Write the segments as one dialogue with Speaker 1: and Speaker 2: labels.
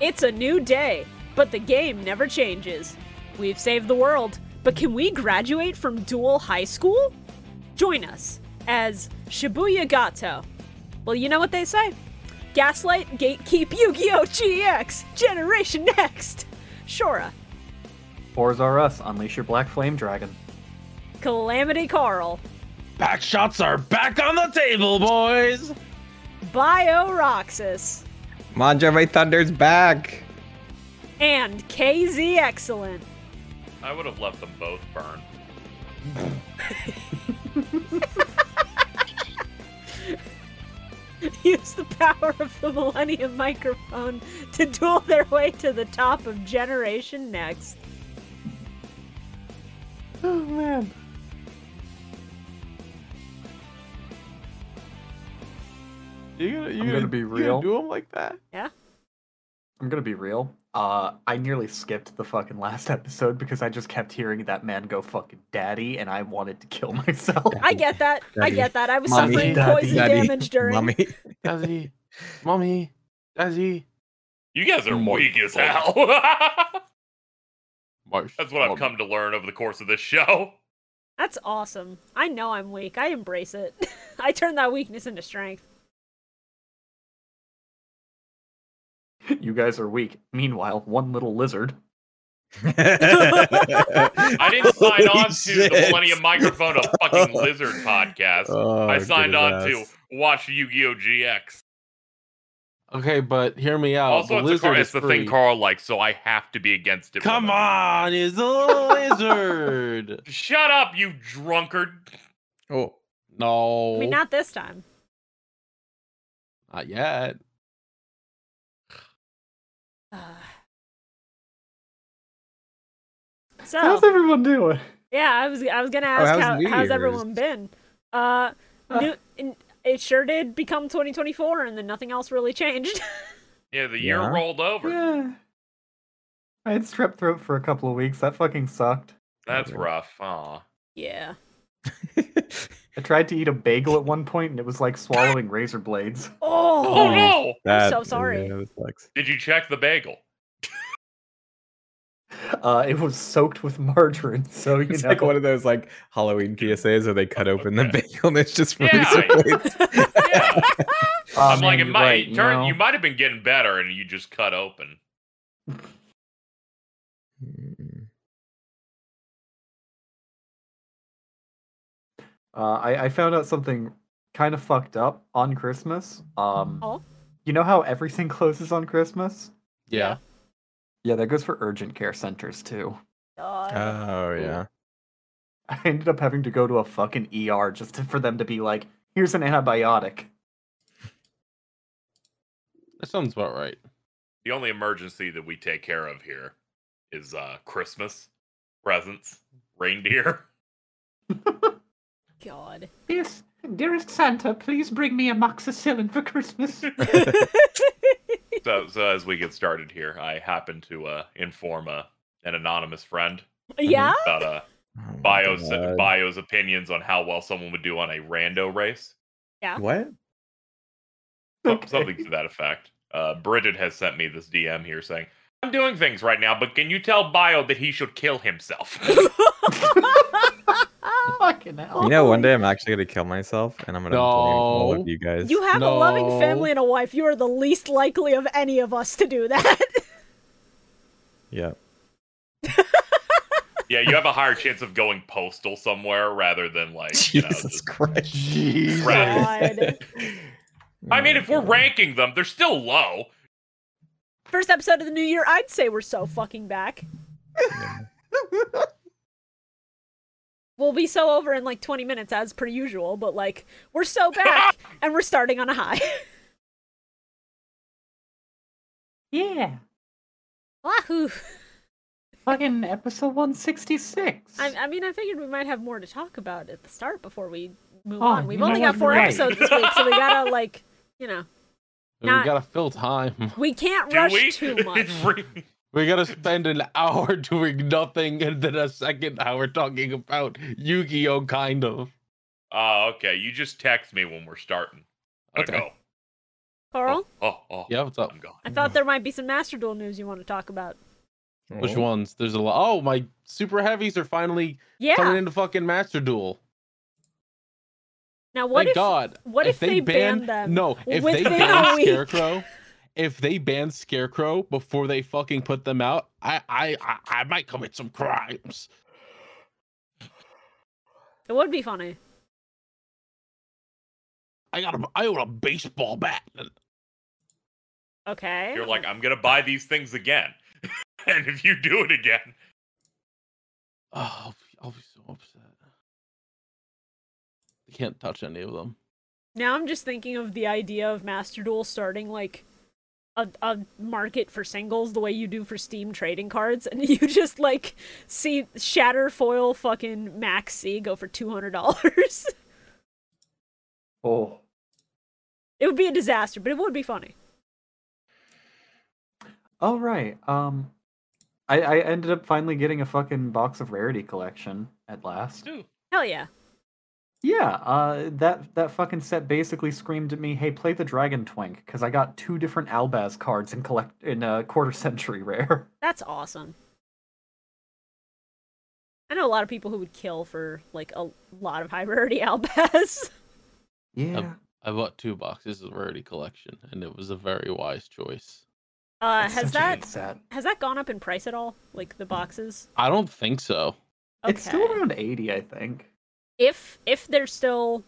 Speaker 1: It's a new day, but the game never changes. We've saved the world, but can we graduate from dual high school? Join us as Shibuya Gato. Well, you know what they say Gaslight, Gatekeep, Yu Gi Oh! GX, Generation Next, Shora,
Speaker 2: Fours are us. Unleash your black flame dragon.
Speaker 1: Calamity Carl,
Speaker 3: Back shots are back on the table, boys.
Speaker 1: Bio Roxas,
Speaker 4: Manjaro Thunder's back.
Speaker 1: and KZ Excellent.
Speaker 5: I would have left them both burn.
Speaker 1: use the power of the Millennium Microphone to duel their way to the top of Generation Next.
Speaker 2: Oh man.
Speaker 4: You gonna, you
Speaker 2: I'm gonna be
Speaker 4: you
Speaker 2: real.
Speaker 4: do him like that?
Speaker 2: I'm gonna be real. Uh, I nearly skipped the fucking last episode because I just kept hearing that man go fucking daddy, and I wanted to kill myself.
Speaker 1: I get that. I
Speaker 4: Daddy.
Speaker 1: get that. I was
Speaker 2: Mommy.
Speaker 1: suffering
Speaker 2: Daddy.
Speaker 1: poison
Speaker 4: Daddy.
Speaker 1: damage during.
Speaker 4: Mommy.
Speaker 3: Dazzy, mommy, Dazzy.
Speaker 5: You guys are
Speaker 3: Mm.
Speaker 5: weak as hell.
Speaker 3: Marsh.
Speaker 5: That's what I've come to learn over the course of this show.
Speaker 1: That's awesome. I know I'm weak. I embrace it. I turn that weakness into strength.
Speaker 2: you guys are weak. Meanwhile, one little lizard.
Speaker 5: I didn't sign
Speaker 4: Holy
Speaker 5: on to the
Speaker 4: shit.
Speaker 5: Millennium Microphone a fucking lizard podcast.
Speaker 4: Oh,
Speaker 5: I signed on to
Speaker 4: goodness.
Speaker 5: watch Yu-Gi-Oh! GX.
Speaker 3: Okay, but hear me out. Oh,
Speaker 5: also,
Speaker 3: the
Speaker 5: it's, a
Speaker 3: lizard
Speaker 5: car-
Speaker 3: is
Speaker 5: it's the
Speaker 3: free.
Speaker 5: thing Carl likes, so I have to be against it.
Speaker 3: Come
Speaker 5: whether-
Speaker 3: on, he's a lizard.
Speaker 5: Shut up, you drunkard!
Speaker 4: Oh,
Speaker 3: No,
Speaker 1: I mean, not this time.
Speaker 3: not yet.
Speaker 1: Ugh.
Speaker 2: How's
Speaker 1: so
Speaker 2: everyone doing?
Speaker 1: yeah, I was I was gonna ask
Speaker 4: Oh, how's
Speaker 1: how,
Speaker 4: New
Speaker 1: how's
Speaker 4: Year's?
Speaker 1: everyone been? Uh, new, in- it sure did become 2024, and then nothing else really changed.
Speaker 5: Yeah, the year
Speaker 4: Yeah.
Speaker 5: rolled over.
Speaker 2: Yeah. I had strep throat for a couple of weeks. That fucking sucked.
Speaker 5: That's rough. Aw.
Speaker 1: yeah.
Speaker 2: I tried to eat a bagel at one point, and it was like swallowing razor blades.
Speaker 1: Oh,
Speaker 5: Oh no!
Speaker 4: that,
Speaker 1: so sorry.
Speaker 4: yeah, that sucks.
Speaker 5: Did you check the bagel?
Speaker 2: Uh, it was soaked with margarine, so you
Speaker 4: It's
Speaker 2: know.
Speaker 4: like one of those like Halloween PSAs where they cut open the
Speaker 5: Oh, Okay.
Speaker 4: bagel and it's just
Speaker 5: Yeah.
Speaker 4: razor blades.
Speaker 5: Yeah.
Speaker 2: Oh,
Speaker 5: I'm
Speaker 2: man,
Speaker 5: like, it
Speaker 2: you're
Speaker 5: might
Speaker 2: right, you
Speaker 5: turn.
Speaker 2: know?
Speaker 5: You might have been getting better, and you just cut open.
Speaker 4: Mm.
Speaker 2: Uh, I, I found out something kind of fucked up on Christmas. Um,
Speaker 1: Oh?
Speaker 2: You know how everything closes on Christmas?
Speaker 3: Yeah.
Speaker 2: Yeah, that goes for urgent care centers too.
Speaker 1: God.
Speaker 4: Oh yeah.
Speaker 2: I ended up having to go to a fucking ER just to, for them to be like, here's an antibiotic.
Speaker 3: that sounds about right.
Speaker 5: The only emergency that we take care of here is uh Christmas presents, reindeer.
Speaker 1: God.
Speaker 2: Yes, dearest Santa, please bring me amoxicillin for Christmas.
Speaker 5: so, so as we get started here, I happen to uh inform uh, an anonymous friend
Speaker 1: yeah.
Speaker 5: about uh
Speaker 4: Oh, my
Speaker 5: Bio's
Speaker 4: God.
Speaker 5: Bio's opinions on how well someone would do on a rando race,
Speaker 4: What?
Speaker 5: So-
Speaker 2: Okay.
Speaker 5: something to that effect. Uh, Bridget has sent me this DM here saying, "I'm doing things right now, but can you tell Bio that he should kill himself?"
Speaker 2: fucking hell.
Speaker 4: You know, one day I'm actually gonna kill myself and I'm gonna blame all
Speaker 3: No.
Speaker 4: of you guys.
Speaker 1: Oh. you have a loving
Speaker 3: No.
Speaker 1: family and a wife. You are the least likely of any of us to do that.
Speaker 4: Yep.
Speaker 5: yeah, you have a higher chance of going postal somewhere rather than like. You know,
Speaker 4: Jesus
Speaker 5: just-
Speaker 4: Christ.
Speaker 2: Jeez.
Speaker 5: Right.
Speaker 1: God.
Speaker 5: I mean, if we're ranking them, they're still low.
Speaker 1: First episode of the new year, I'd say we're so fucking back. We'll be so over in like 20 minutes as per usual, but like we're so back and we're starting on a high.
Speaker 2: Yeah,
Speaker 1: Wahoo.
Speaker 2: fucking episode 166.
Speaker 1: I, I mean, I figured we might have more to talk about at the start before we move
Speaker 2: Oh,
Speaker 1: on. We've
Speaker 2: you
Speaker 1: only
Speaker 2: know
Speaker 1: got
Speaker 2: what,
Speaker 1: four
Speaker 2: you're right.
Speaker 1: episodes this week, so we gotta like, you know, Not-
Speaker 3: We gotta fill time.
Speaker 1: we can't
Speaker 5: Do
Speaker 1: rush
Speaker 5: we?
Speaker 1: too
Speaker 5: It's
Speaker 1: much.
Speaker 5: re-
Speaker 3: We gotta spend an hour doing nothing and then a second hour talking about Yu-Gi-Oh! kind of.
Speaker 5: Ah, oh, okay. You just text me when we're starting. I
Speaker 3: Okay.
Speaker 5: go.
Speaker 1: Carl?
Speaker 5: Oh, oh,
Speaker 3: Yeah, what's up?
Speaker 5: I'm gone.
Speaker 1: I thought there might be some Master Duel news you want to talk about.
Speaker 3: Which
Speaker 4: Oh.
Speaker 3: ones? There's a lot. Oh, my super heavies are finally coming
Speaker 1: Yeah.
Speaker 3: into fucking Master Duel.
Speaker 1: Now what
Speaker 3: Thank
Speaker 1: if
Speaker 3: God.
Speaker 1: what if they ban them
Speaker 3: No, if they
Speaker 1: within a
Speaker 3: ban
Speaker 1: week?
Speaker 3: Scarecrow, if they ban Scarecrow before they fucking put them out, I I I, I might commit some crimes.
Speaker 1: it would be funny?
Speaker 3: I got a I own a baseball bat.
Speaker 1: Okay.
Speaker 5: You're like, I'm gonna buy these things again, and if you do it again,
Speaker 3: Oh, I'll be, I'll be so upset. They can't touch any of them.
Speaker 1: Now I'm just thinking of the idea of Master Duel starting like a, a market for singles the way you do for Steam trading cards, and you just like see Shatterfoil fucking Max C go for two hundred dollars.
Speaker 2: Oh,
Speaker 1: it would be a disaster, but it would be funny.
Speaker 2: oh right. Um, I I ended up finally getting a fucking box of rarity collection at last.
Speaker 5: do.
Speaker 1: Hell yeah.
Speaker 2: Yeah, uh, that that fucking set basically screamed at me, "Hey, play the Dragon Twink," because I got two different Albaz cards in collect in a quarter century rare.
Speaker 1: That's awesome. I know a lot of people who would kill for like a lot of high rarity Albas.
Speaker 2: Yeah,
Speaker 3: I bought two boxes of rarity collection, and it was a very wise choice.
Speaker 1: Uh,
Speaker 2: Oh, it's
Speaker 1: has
Speaker 2: such a
Speaker 1: that
Speaker 2: good set.
Speaker 1: has that gone up in price at all? Like the boxes?
Speaker 3: I don't think so.
Speaker 2: It's still around eighty, I think.
Speaker 1: if if there's still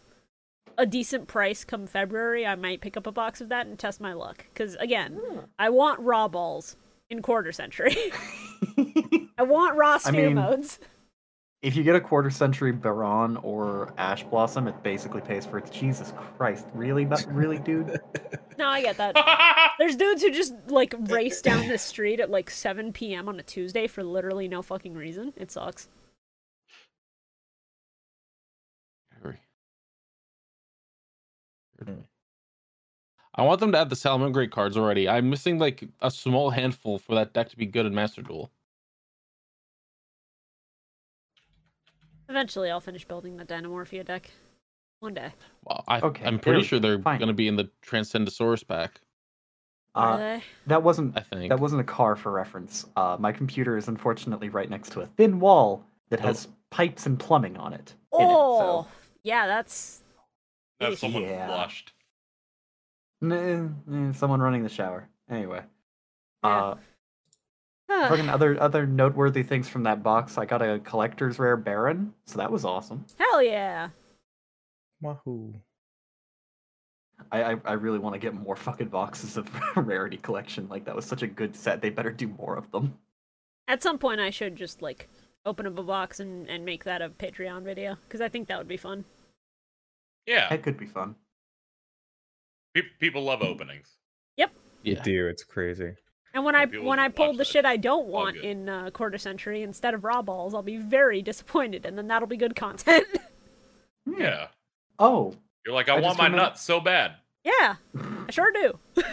Speaker 1: a decent price come February, I might pick up a box of that and test my luck. Because again, I want raw balls in quarter century. I want raw
Speaker 2: I
Speaker 1: sphere
Speaker 2: mean-
Speaker 1: modes.
Speaker 2: If you get a quarter century Baron or Ash Blossom, it basically pays for it. Jesus Christ, really, bu- really, dude?
Speaker 1: No, I get that. There's dudes who just like race down the street at like 7 p.m. on a Tuesday for literally no fucking reason. It sucks.
Speaker 3: Very-
Speaker 4: Hmm.
Speaker 3: I want them to add the Salomon Great cards already. I'm missing like a small handful for that deck to be good in Master Duel.
Speaker 1: Eventually, I'll finish building the Dynamorphia deck. One day.
Speaker 3: Well, I,
Speaker 2: Okay,
Speaker 3: I'm
Speaker 2: there
Speaker 3: pretty
Speaker 2: we
Speaker 3: sure
Speaker 2: go.
Speaker 3: they're
Speaker 2: Fine.
Speaker 3: going to be in the Transcendosaurus pack.
Speaker 1: Are
Speaker 2: Uh,
Speaker 1: they?
Speaker 2: that wasn't
Speaker 3: I think.
Speaker 2: that wasn't a car for reference. Uh, my computer is unfortunately right next to a thin wall that
Speaker 3: Oh.
Speaker 2: has pipes and plumbing on it. in it, so-
Speaker 1: Oh, yeah, that's.
Speaker 5: That's someone
Speaker 2: Yeah.
Speaker 5: flushed.
Speaker 2: Nah, nah, eh, someone running the shower. Anyway.
Speaker 1: Yeah.
Speaker 2: Uh,
Speaker 1: Huh.
Speaker 2: fucking other other noteworthy things from that box. I got a collector's rare Baron, so that was awesome.
Speaker 1: Hell yeah.
Speaker 4: Wahoo.
Speaker 2: I I, I really want to get more fucking boxes of rarity collection. Like that was such a good set. They better do more of them.
Speaker 1: At some point, I should just like open up a box and, and make that a Patreon video because I think that would be fun.
Speaker 5: Yeah,
Speaker 2: That could be fun.
Speaker 5: pe- people love openings.
Speaker 3: Yeah.
Speaker 4: Dude, it's crazy.
Speaker 1: And when I
Speaker 5: Maybe we'll
Speaker 1: when I
Speaker 5: just
Speaker 1: pull
Speaker 5: watch
Speaker 1: the
Speaker 5: that.
Speaker 1: shit I don't want
Speaker 5: good.
Speaker 1: in uh, quarter century instead of raw balls, I'll be very disappointed, and then that'll be good content.
Speaker 2: Hmm.
Speaker 5: Yeah,
Speaker 2: Oh,
Speaker 5: you're like, I,
Speaker 2: I
Speaker 5: want
Speaker 2: just
Speaker 5: my
Speaker 2: remember-
Speaker 5: nuts so bad.
Speaker 1: yeah, I sure do.
Speaker 2: I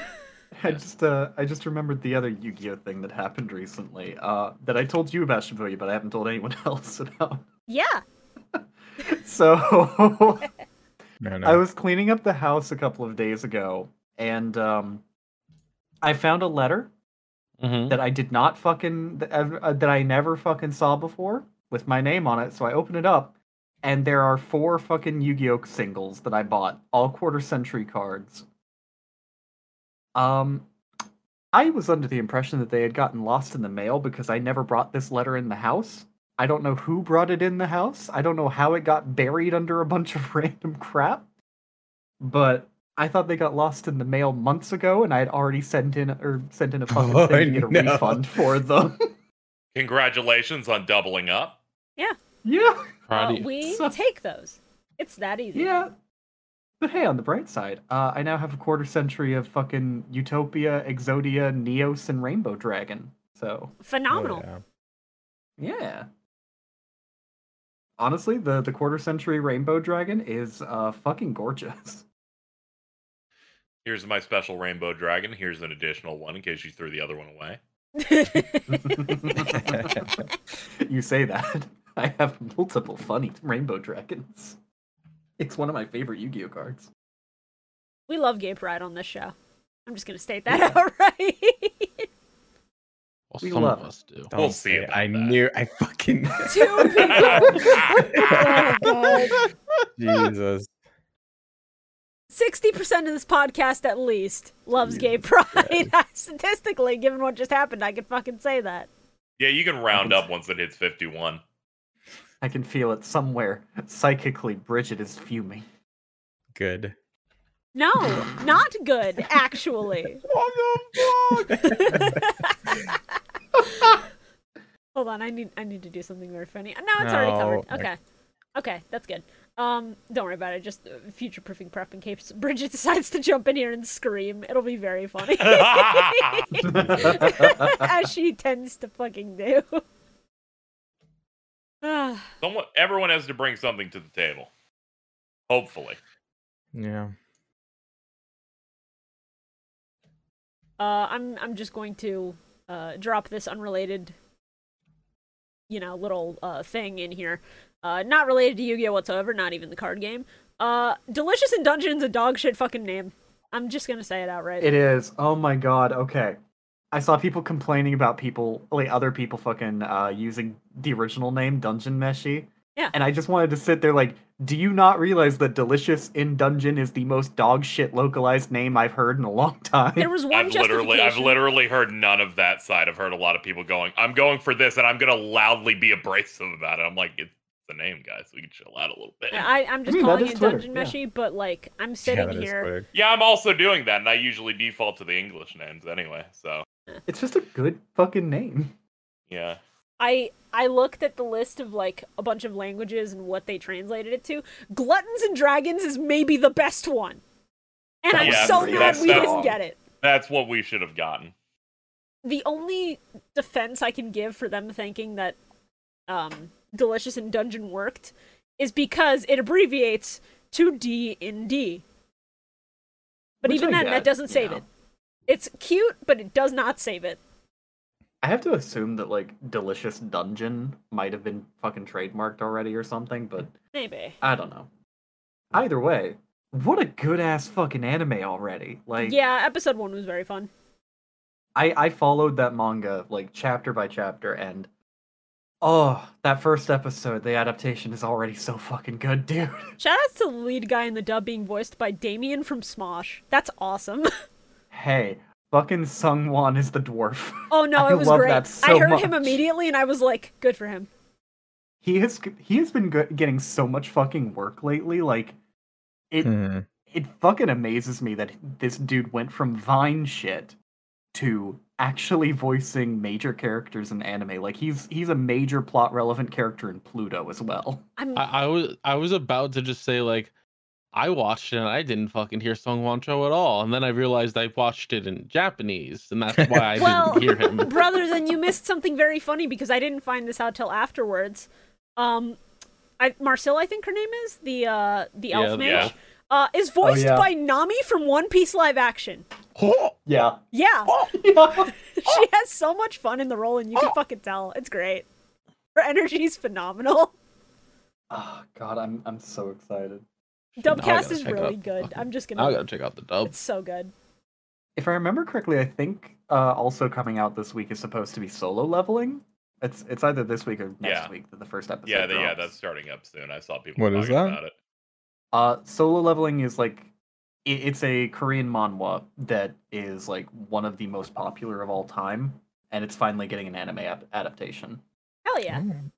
Speaker 3: Yes.
Speaker 2: just uh, I just remembered the other Yu-Gi-Oh thing that happened recently. Uh, that I told you about Shibuya, but I haven't told anyone else about.
Speaker 1: Yeah,
Speaker 2: So
Speaker 4: No, no.
Speaker 2: I was cleaning up the house a couple of days ago, and um, I found a letter
Speaker 3: Mhm.
Speaker 2: that I did not fucking th- ev- uh, that I never fucking saw before with my name on it. So I opened it up, and there are four fucking Yu-Gi-Oh singles that I bought, all quarter century cards. Um, I was under the impression that they had gotten lost in the mail because I never brought this letter in the house. I don't know who brought it in the house. I don't know how it got buried under a bunch of random crap. But I thought they got lost in the mail months ago, and I had already sent in or sent in a fucking
Speaker 4: Oh,
Speaker 2: thing to get a
Speaker 4: no.
Speaker 2: refund for them.
Speaker 5: Congratulations on doubling up.
Speaker 2: yeah,
Speaker 3: Proud
Speaker 1: Uh,
Speaker 3: of you.
Speaker 1: we
Speaker 2: So-
Speaker 1: take those. It's that easy.
Speaker 2: yeah. But hey, on the bright side, uh, I now have a quarter century of fucking Utopia, Exodia, Neos, and Rainbow Dragon. So
Speaker 4: Oh,
Speaker 1: Phenomenal.
Speaker 4: yeah.
Speaker 2: Yeah. Honestly, the, the quarter century rainbow dragon is uh fucking gorgeous.
Speaker 5: Here's my special rainbow dragon. Here's an additional one in case you threw the other one away.
Speaker 2: you say that. I have multiple funny rainbow dragons. It's one of my favorite Yu-Gi-Oh cards.
Speaker 1: we love gay pride on this show. I'm just gonna state that out right.
Speaker 3: Well,
Speaker 2: We
Speaker 3: some
Speaker 2: love
Speaker 3: of
Speaker 2: it.
Speaker 3: us do.
Speaker 5: We'll
Speaker 4: Don't
Speaker 5: see
Speaker 4: say it.
Speaker 5: about
Speaker 4: I
Speaker 5: that.
Speaker 4: knew. I fucking.
Speaker 1: Two
Speaker 4: Oh,
Speaker 1: people.
Speaker 4: Jesus.
Speaker 1: Sixty percent of this podcast, at least, loves gay pride. Statistically, given what just happened, I could fucking say that.
Speaker 5: Yeah, you can round up once it hits 51.
Speaker 2: I can feel it somewhere. Psychically, Bridget is fuming.
Speaker 4: Good.
Speaker 1: No, not good. Actually,
Speaker 4: What the
Speaker 1: Hold on, I need I need to do something very funny. No, it's already
Speaker 4: No,
Speaker 1: covered. Okay, okay, that's good. Um, don't worry about it. Just uh, future proofing prep in case Bridget decides to jump in here and scream. It'll be very funny, as she tends to fucking do. Ah,
Speaker 5: Someone, everyone has to bring something to the table. Hopefully.
Speaker 4: yeah.
Speaker 1: uh, I'm I'm just going to uh, drop this unrelated, you know, little uh, thing in here. Uh, not related to Yu-Gi-Oh whatsoever. Not even the card game. Uh, Delicious in Dungeons, a dog shit fucking name. I'm just gonna say it outright.
Speaker 2: It is. Oh my god. Okay. I saw people complaining about people, like other people fucking uh, using the original name, Dungeon Meshi.
Speaker 1: Yeah.
Speaker 2: And I just wanted to sit there like, do you not realize that Delicious in Dungeon is the most dog shit localized name I've heard in a long
Speaker 1: There
Speaker 2: time?
Speaker 1: was one
Speaker 5: I've
Speaker 1: justification.
Speaker 5: literally I've literally heard none of that side. I've heard a lot of people going, I'm going for this, and I'm gonna loudly be abrasive about it. I'm like, it's the name, guys. We can chill out a little bit.
Speaker 1: I, I'm just
Speaker 2: I mean, that
Speaker 1: calling
Speaker 2: is
Speaker 1: it
Speaker 2: Twitter,
Speaker 1: Dungeon
Speaker 2: yeah.
Speaker 1: Meshi, but like I'm
Speaker 4: yeah,
Speaker 1: sitting
Speaker 4: that is
Speaker 1: here.
Speaker 4: weird.
Speaker 5: Yeah, I'm also doing that, and I usually default to the English names anyway. So
Speaker 2: It's just a good fucking name.
Speaker 5: yeah.
Speaker 1: I I looked at the list of like a bunch of languages and what they translated it to. Gluttons and Dragons is maybe the best one, and I'm
Speaker 5: Yeah,
Speaker 1: so
Speaker 5: that's-
Speaker 1: mad
Speaker 5: that's
Speaker 1: we
Speaker 5: not
Speaker 1: didn't
Speaker 5: wrong.
Speaker 1: get it.
Speaker 5: That's what we should have gotten.
Speaker 1: The only defense I can give for them thinking that um, Delicious and Dungeon worked is because it abbreviates to D in D. But
Speaker 2: Which
Speaker 1: even
Speaker 2: I
Speaker 1: then, that
Speaker 2: get,
Speaker 1: doesn't
Speaker 2: you
Speaker 1: save
Speaker 2: know.
Speaker 1: it. It's cute, but it does not save it.
Speaker 2: I have to assume that like Delicious Dungeon might have been fucking trademarked already or something, but
Speaker 1: Maybe.
Speaker 2: I don't know. Either way, what a good ass fucking anime already. Like
Speaker 1: yeah, episode one was very fun.
Speaker 2: I I followed that manga like chapter by chapter and oh, that first episode, the adaptation is already so fucking good, dude.
Speaker 1: Shout outs to the lead guy in the dub being voiced by Damien from Smosh. That's awesome.
Speaker 2: hey, fucking Sungwon is the dwarf.
Speaker 1: oh no,
Speaker 2: I
Speaker 1: it was
Speaker 2: love
Speaker 1: great.
Speaker 2: that so
Speaker 1: I heard him
Speaker 2: much.
Speaker 1: immediately and I was like, good for him.
Speaker 2: He has he has been go- getting so much fucking work lately. Like it
Speaker 4: Mhm.
Speaker 2: it fucking amazes me that this dude went from Vine shit to actually voicing major characters in anime. Like he's he's a major plot relevant character in Pluto as well.
Speaker 1: I'm
Speaker 3: I, I was I was about to just say like I watched it and I didn't fucking hear Song Wancho at all, and then I realized I watched it in Japanese, and that's why I
Speaker 1: Well-
Speaker 3: didn't hear him.
Speaker 1: brother, then you missed something very funny because I didn't find this out till afterwards. Um I Marcel, I think her name is, the uh the elf
Speaker 3: Yeah,
Speaker 1: mage.
Speaker 5: yeah.
Speaker 1: Uh, is voiced
Speaker 2: yeah.
Speaker 1: by Nami from One Piece Live Action.
Speaker 2: Yeah.
Speaker 1: Yeah,
Speaker 2: yeah.
Speaker 1: she has so much fun in the role, and you can fucking tell. It's great. Her energy's phenomenal.
Speaker 2: Oh god, I'm I'm so excited.
Speaker 3: now I
Speaker 1: Dubcast
Speaker 3: gotta
Speaker 1: is
Speaker 3: check
Speaker 1: really
Speaker 3: out
Speaker 1: good.
Speaker 3: fucking-
Speaker 1: I'm just
Speaker 3: Now I
Speaker 1: gonna.
Speaker 3: gotta check out the dub.
Speaker 1: It's so good.
Speaker 2: If I remember correctly, I think uh, also coming out this week is supposed to be solo leveling. It's it's either this week or next
Speaker 5: Yeah.
Speaker 2: week that the first episode.
Speaker 5: Yeah, the, yeah,
Speaker 2: drops.
Speaker 5: that's starting up soon. I saw people
Speaker 4: What
Speaker 5: talking
Speaker 4: is that?
Speaker 5: about it.
Speaker 2: Uh, solo leveling is like i it's a Korean manhwa that is like one of the most popular of all time, and it's finally getting an anime ap- adaptation,
Speaker 1: Hell yeah.
Speaker 4: Mm.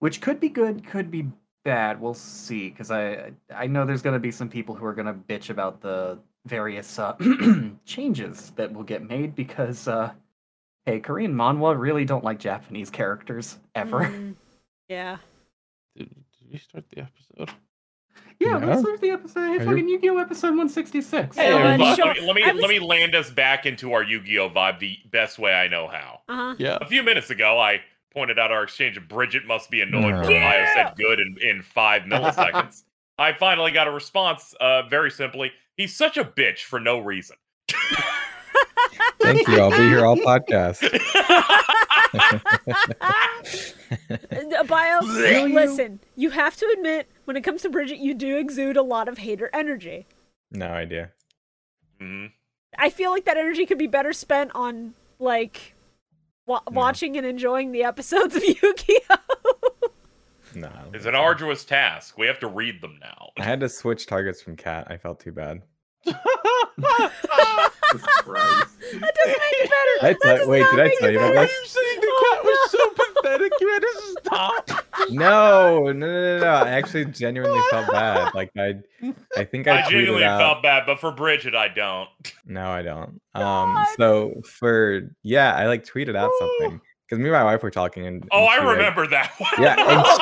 Speaker 2: which could be good, could be bad. We'll see, because I I know there's gonna be some people who are gonna bitch about the various uh, changes that will get made because uh, hey, Korean manhwa really don't like Japanese characters ever.
Speaker 1: Mm, yeah.
Speaker 3: Did, did we start the episode?
Speaker 2: yeah,
Speaker 4: No.
Speaker 2: let's start the episode. Hey,
Speaker 4: Are you-
Speaker 2: fucking Yu-Gi-Oh episode 166.
Speaker 1: Hey,
Speaker 5: Let me-
Speaker 1: everybody.
Speaker 5: let, me, let, me,
Speaker 1: I was-
Speaker 5: let me land us back into our Yu-Gi-Oh vibe the best way I know how.
Speaker 1: Uh huh.
Speaker 3: Yeah.
Speaker 5: A few minutes ago, I pointed out our exchange of Bridget must be annoyed where
Speaker 4: Yeah.
Speaker 5: Maya said good in, in five milliseconds. I finally got a response, uh, very simply, he's such a bitch for no reason.
Speaker 4: Thank you. I'll be here all podcast.
Speaker 5: Mm-hmm.
Speaker 1: Uh, Bio,
Speaker 2: Will you?
Speaker 1: listen, you have to admit, when it comes to Bridget, you do exude a lot of hater energy.
Speaker 4: No idea.
Speaker 5: Mhm.
Speaker 1: I feel like that energy could be better spent on like wa-
Speaker 4: Yeah.
Speaker 1: watching and enjoying the episodes of Yu-Gi-Oh.
Speaker 4: No. I don't
Speaker 5: It's an
Speaker 4: think so.
Speaker 5: arduous task. We have to read them now.
Speaker 4: I had to switch targets from Cat. I felt too bad.
Speaker 2: Jesus Christ.
Speaker 1: That doesn't make it better.
Speaker 4: I
Speaker 1: That
Speaker 4: tell-
Speaker 1: does
Speaker 4: wait,
Speaker 1: not
Speaker 4: did I
Speaker 1: make
Speaker 4: tell
Speaker 1: it
Speaker 4: you about
Speaker 1: better.
Speaker 4: that?
Speaker 3: Why are you saying the cat was so pathetic? You had to stop.
Speaker 4: No, no, no, no, no. I actually genuinely felt bad. Like I, I think I,
Speaker 5: I
Speaker 4: tweeted
Speaker 5: genuinely
Speaker 4: out.
Speaker 5: felt bad, but for Bridget, I don't.
Speaker 4: No, I don't. Um,
Speaker 1: God.
Speaker 4: so for yeah, I like tweeted out
Speaker 3: Oh.
Speaker 4: something because me and my wife were talking and,
Speaker 5: Oh,
Speaker 4: and
Speaker 5: I
Speaker 4: she, like-
Speaker 5: remember that one.
Speaker 4: Yeah,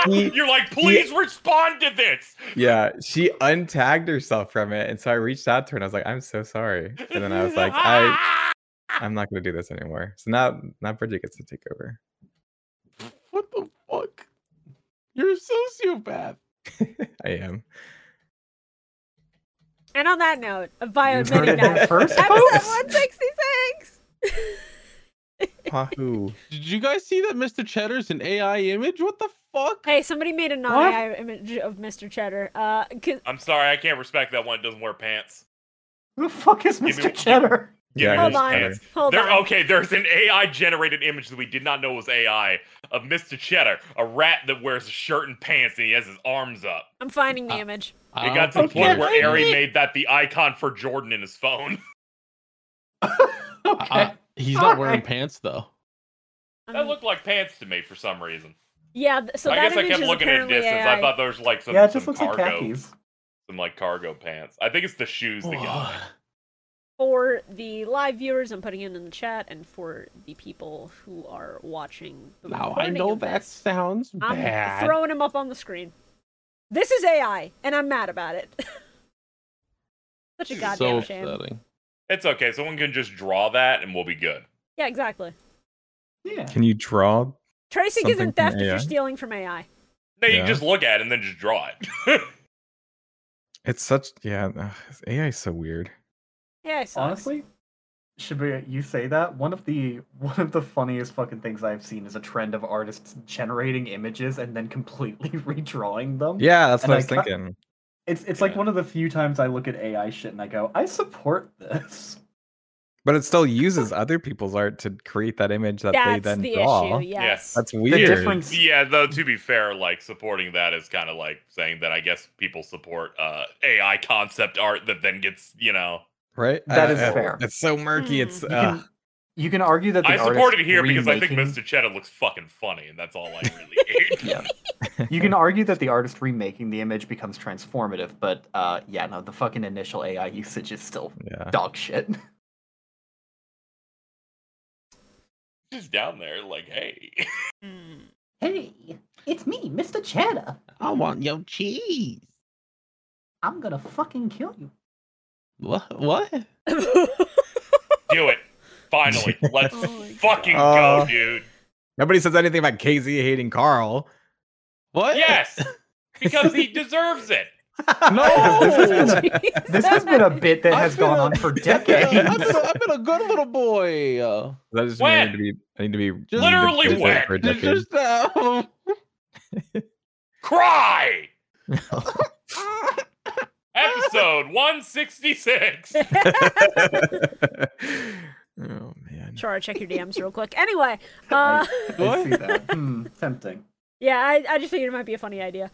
Speaker 4: and she-
Speaker 5: You're like, please respond to this.
Speaker 4: yeah, she untagged herself from it, and so I reached out to her and I was like, "I'm so sorry," and then I was like, "I, I'm not gonna do this anymore." So now, now Bridget gets to take over.
Speaker 3: What the fuck? You're a sociopath.
Speaker 4: I am.
Speaker 1: And on that note, of
Speaker 2: You
Speaker 1: bio
Speaker 2: heard it
Speaker 1: admitting
Speaker 2: here
Speaker 1: that.
Speaker 2: first,
Speaker 1: Episode
Speaker 2: folks.
Speaker 1: 166.
Speaker 4: Wahoo!
Speaker 3: Did you guys see that Mr. Cheddar's an AI image? What the fuck?
Speaker 1: Hey, somebody made a non-AI image of Mr. Cheddar. Uh, 'cause-
Speaker 5: I'm sorry, I can't respect that one. It doesn't wear pants.
Speaker 2: Who the fuck is
Speaker 5: Give me-
Speaker 2: Mr. Cheddar?
Speaker 4: Yeah,
Speaker 1: hold
Speaker 4: here's
Speaker 1: on,
Speaker 4: Cheddar.
Speaker 1: hold
Speaker 5: There,
Speaker 1: on.
Speaker 5: okay, there's an AI generated image that we did not know was AI of Mr. Cheddar, a rat that wears a shirt and pants and he has his arms up.
Speaker 1: I'm finding the
Speaker 3: Uh,
Speaker 1: image.
Speaker 5: It
Speaker 3: I don't
Speaker 5: got to the
Speaker 3: think
Speaker 5: point
Speaker 3: you're
Speaker 5: where
Speaker 3: right.
Speaker 5: Ari made that the icon for Jordan in his phone.
Speaker 2: Okay.
Speaker 5: Uh-huh.
Speaker 3: I- I- he's not wearing
Speaker 2: Alright.
Speaker 3: pants though.
Speaker 5: That
Speaker 1: Um,
Speaker 5: looked like pants to me for some reason.
Speaker 1: yeah, th- so
Speaker 5: I
Speaker 1: that
Speaker 5: guess I
Speaker 1: image
Speaker 5: kept
Speaker 1: is
Speaker 5: looking at a
Speaker 1: apparently
Speaker 5: distance.
Speaker 1: AI.
Speaker 5: I thought there was like some,
Speaker 2: yeah, it
Speaker 5: some
Speaker 2: just looks like
Speaker 5: cargo,
Speaker 2: khakis.
Speaker 5: some like cargo pants. I think it's the shoes that got me.
Speaker 1: for the live viewers, I'm putting it in the chat, and for the people who are watching. The
Speaker 3: Now I
Speaker 1: recording
Speaker 3: know
Speaker 1: of
Speaker 3: that
Speaker 1: this,
Speaker 3: sounds
Speaker 1: I'm
Speaker 3: bad.
Speaker 1: throwing him up on the screen. This is AI, and I'm mad about it. Such a goddamn
Speaker 3: so
Speaker 1: shame.
Speaker 3: upsetting.
Speaker 5: It's okay. Someone can just draw that and we'll be good.
Speaker 1: Yeah, exactly.
Speaker 2: Yeah.
Speaker 4: Can you draw?
Speaker 1: Tracing
Speaker 4: Something
Speaker 1: isn't
Speaker 4: from
Speaker 1: theft if
Speaker 4: AI?
Speaker 1: you're stealing from AI.
Speaker 5: No, you
Speaker 4: Yeah.
Speaker 5: can just look at it and then just draw it.
Speaker 4: It's such yeah. ugh, AI is so weird.
Speaker 1: Yeah, sucks.
Speaker 2: Honestly, Shibuya, you say that one of the one of the funniest fucking things I've seen is a trend of artists generating images and then completely redrawing them.
Speaker 4: Yeah, that's what
Speaker 2: And
Speaker 4: I was
Speaker 2: I ca-
Speaker 4: thinking.
Speaker 2: it's it's like
Speaker 5: Yeah.
Speaker 2: one of the few times I look at AI shit and I go, I support this.
Speaker 4: But it still uses other people's art to create that image that they
Speaker 1: That's
Speaker 4: then
Speaker 1: the
Speaker 4: draw.
Speaker 1: issue. Yes.
Speaker 4: That's
Speaker 2: The
Speaker 4: weird.
Speaker 2: difference,
Speaker 5: yeah, though to be fair, like supporting that is kind of like saying that I guess people support uh AI concept art that then gets, you know,
Speaker 4: right?
Speaker 2: That
Speaker 4: I-
Speaker 2: is
Speaker 4: I-
Speaker 2: fair.
Speaker 4: It's so murky.
Speaker 1: Mm.
Speaker 4: It's
Speaker 2: you
Speaker 4: uh,
Speaker 2: can, you can argue that the
Speaker 5: I support
Speaker 2: artist
Speaker 5: it here because I think
Speaker 2: remaking-
Speaker 5: Mr. Cheddar looks fucking funny and that's all I really need.
Speaker 2: Yeah.
Speaker 4: uh,
Speaker 2: you can argue that the artist remaking the image becomes transformative, but uh, yeah, no, the fucking initial AI usage is still
Speaker 4: yeah.
Speaker 2: dog shit.
Speaker 5: Just down there like, "Hey,
Speaker 1: Mm.
Speaker 2: Hey, it's me, Mr. Cheddar.
Speaker 3: I want your cheese.
Speaker 2: I'm gonna fucking kill you.
Speaker 3: What? What?
Speaker 5: do it. Finally. Let's
Speaker 1: Oh my
Speaker 5: fucking
Speaker 4: God.
Speaker 2: Uh,
Speaker 5: go, dude."
Speaker 4: Nobody says anything about KZ hating Carl.
Speaker 3: What?
Speaker 5: Yes. Because he deserves it.
Speaker 3: No.
Speaker 2: This has been a bit that has
Speaker 3: I feel-
Speaker 2: gone on for
Speaker 3: I've been,
Speaker 2: decades.
Speaker 3: a- I've been a good little boy. Uh,
Speaker 4: I just
Speaker 5: When?
Speaker 4: I need to be. I need to be
Speaker 3: Just-
Speaker 5: Literally
Speaker 4: reinvigorated
Speaker 5: when?
Speaker 4: for a decade.
Speaker 3: just uh,
Speaker 5: Cry. Episode 166.
Speaker 4: oh man.
Speaker 1: Chara, check your DMs real quick. Anyway, uh,
Speaker 2: I, I see that. Hmm, tempting.
Speaker 1: yeah, I, I just figured it might be a funny idea.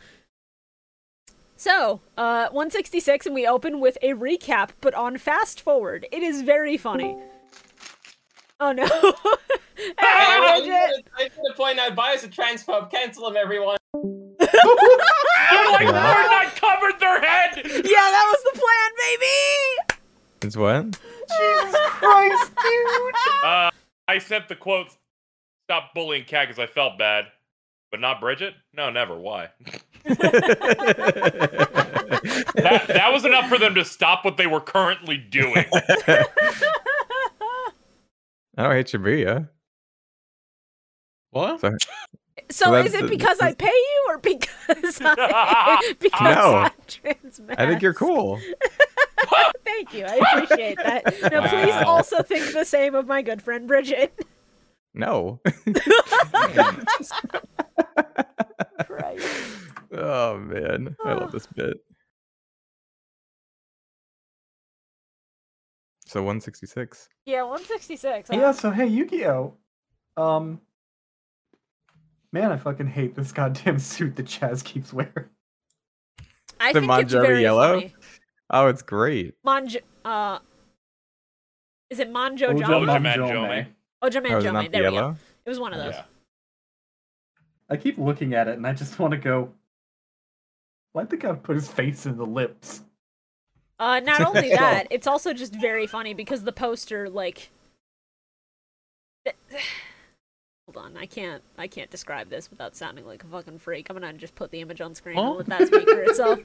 Speaker 1: So, uh, 166, and we open with a recap, but on fast forward. It is very funny. Oh no.
Speaker 6: I,
Speaker 1: Hey,
Speaker 6: did
Speaker 1: Bridget.
Speaker 6: I did to point out Bias a transphobe. Cancel him, everyone.
Speaker 5: They're like,
Speaker 4: Yeah.
Speaker 5: we're not covered their head.
Speaker 1: yeah, that was the plan, baby!
Speaker 4: It's what?
Speaker 2: Jesus Christ, dude!
Speaker 5: Uh, I sent the quotes. Stop bullying Cat because I felt bad, but not Bridget. No, never. Why? That that was enough for them to stop what they were currently doing.
Speaker 4: I don't hate Shibuya.
Speaker 3: what?
Speaker 1: So
Speaker 4: Well,
Speaker 1: is it
Speaker 4: that's-
Speaker 1: because I pay you or because I because
Speaker 4: No.
Speaker 1: I'm transmas?
Speaker 4: I think you're cool.
Speaker 1: Thank you. I appreciate that. Now please
Speaker 4: Wow.
Speaker 1: also think the same of my good friend Bridget.
Speaker 4: No.
Speaker 1: Christ.
Speaker 4: Oh man, I love this bit. So 166.
Speaker 1: Yeah, 166.
Speaker 2: Yeah, so hey, Yu-Gi-Oh! Um Man, I fucking hate this goddamn suit that Chaz keeps wearing.
Speaker 1: I
Speaker 4: The
Speaker 1: think it's
Speaker 4: Manjaro
Speaker 1: very
Speaker 4: yellow?
Speaker 1: funny.
Speaker 4: Oh, it's great.
Speaker 1: Manj- uh, is it Manjo
Speaker 2: Ojo
Speaker 5: Ojo
Speaker 1: Jame?
Speaker 5: Manjome.
Speaker 2: Manjome.
Speaker 1: Ojo
Speaker 4: Oh, is it not
Speaker 1: Manjome. There we go.
Speaker 4: yellow?
Speaker 1: It was one of those.
Speaker 5: Yeah.
Speaker 2: I keep looking at it and I just want to go. Why'd the guy put his face in the lips?
Speaker 1: Uh, not only that, it's also just very funny because the poster, like, hold on, I can't, I can't describe this without sounding like a fucking freak. I'm gonna just put the image on screen
Speaker 3: Huh?
Speaker 1: and let that speak for itself.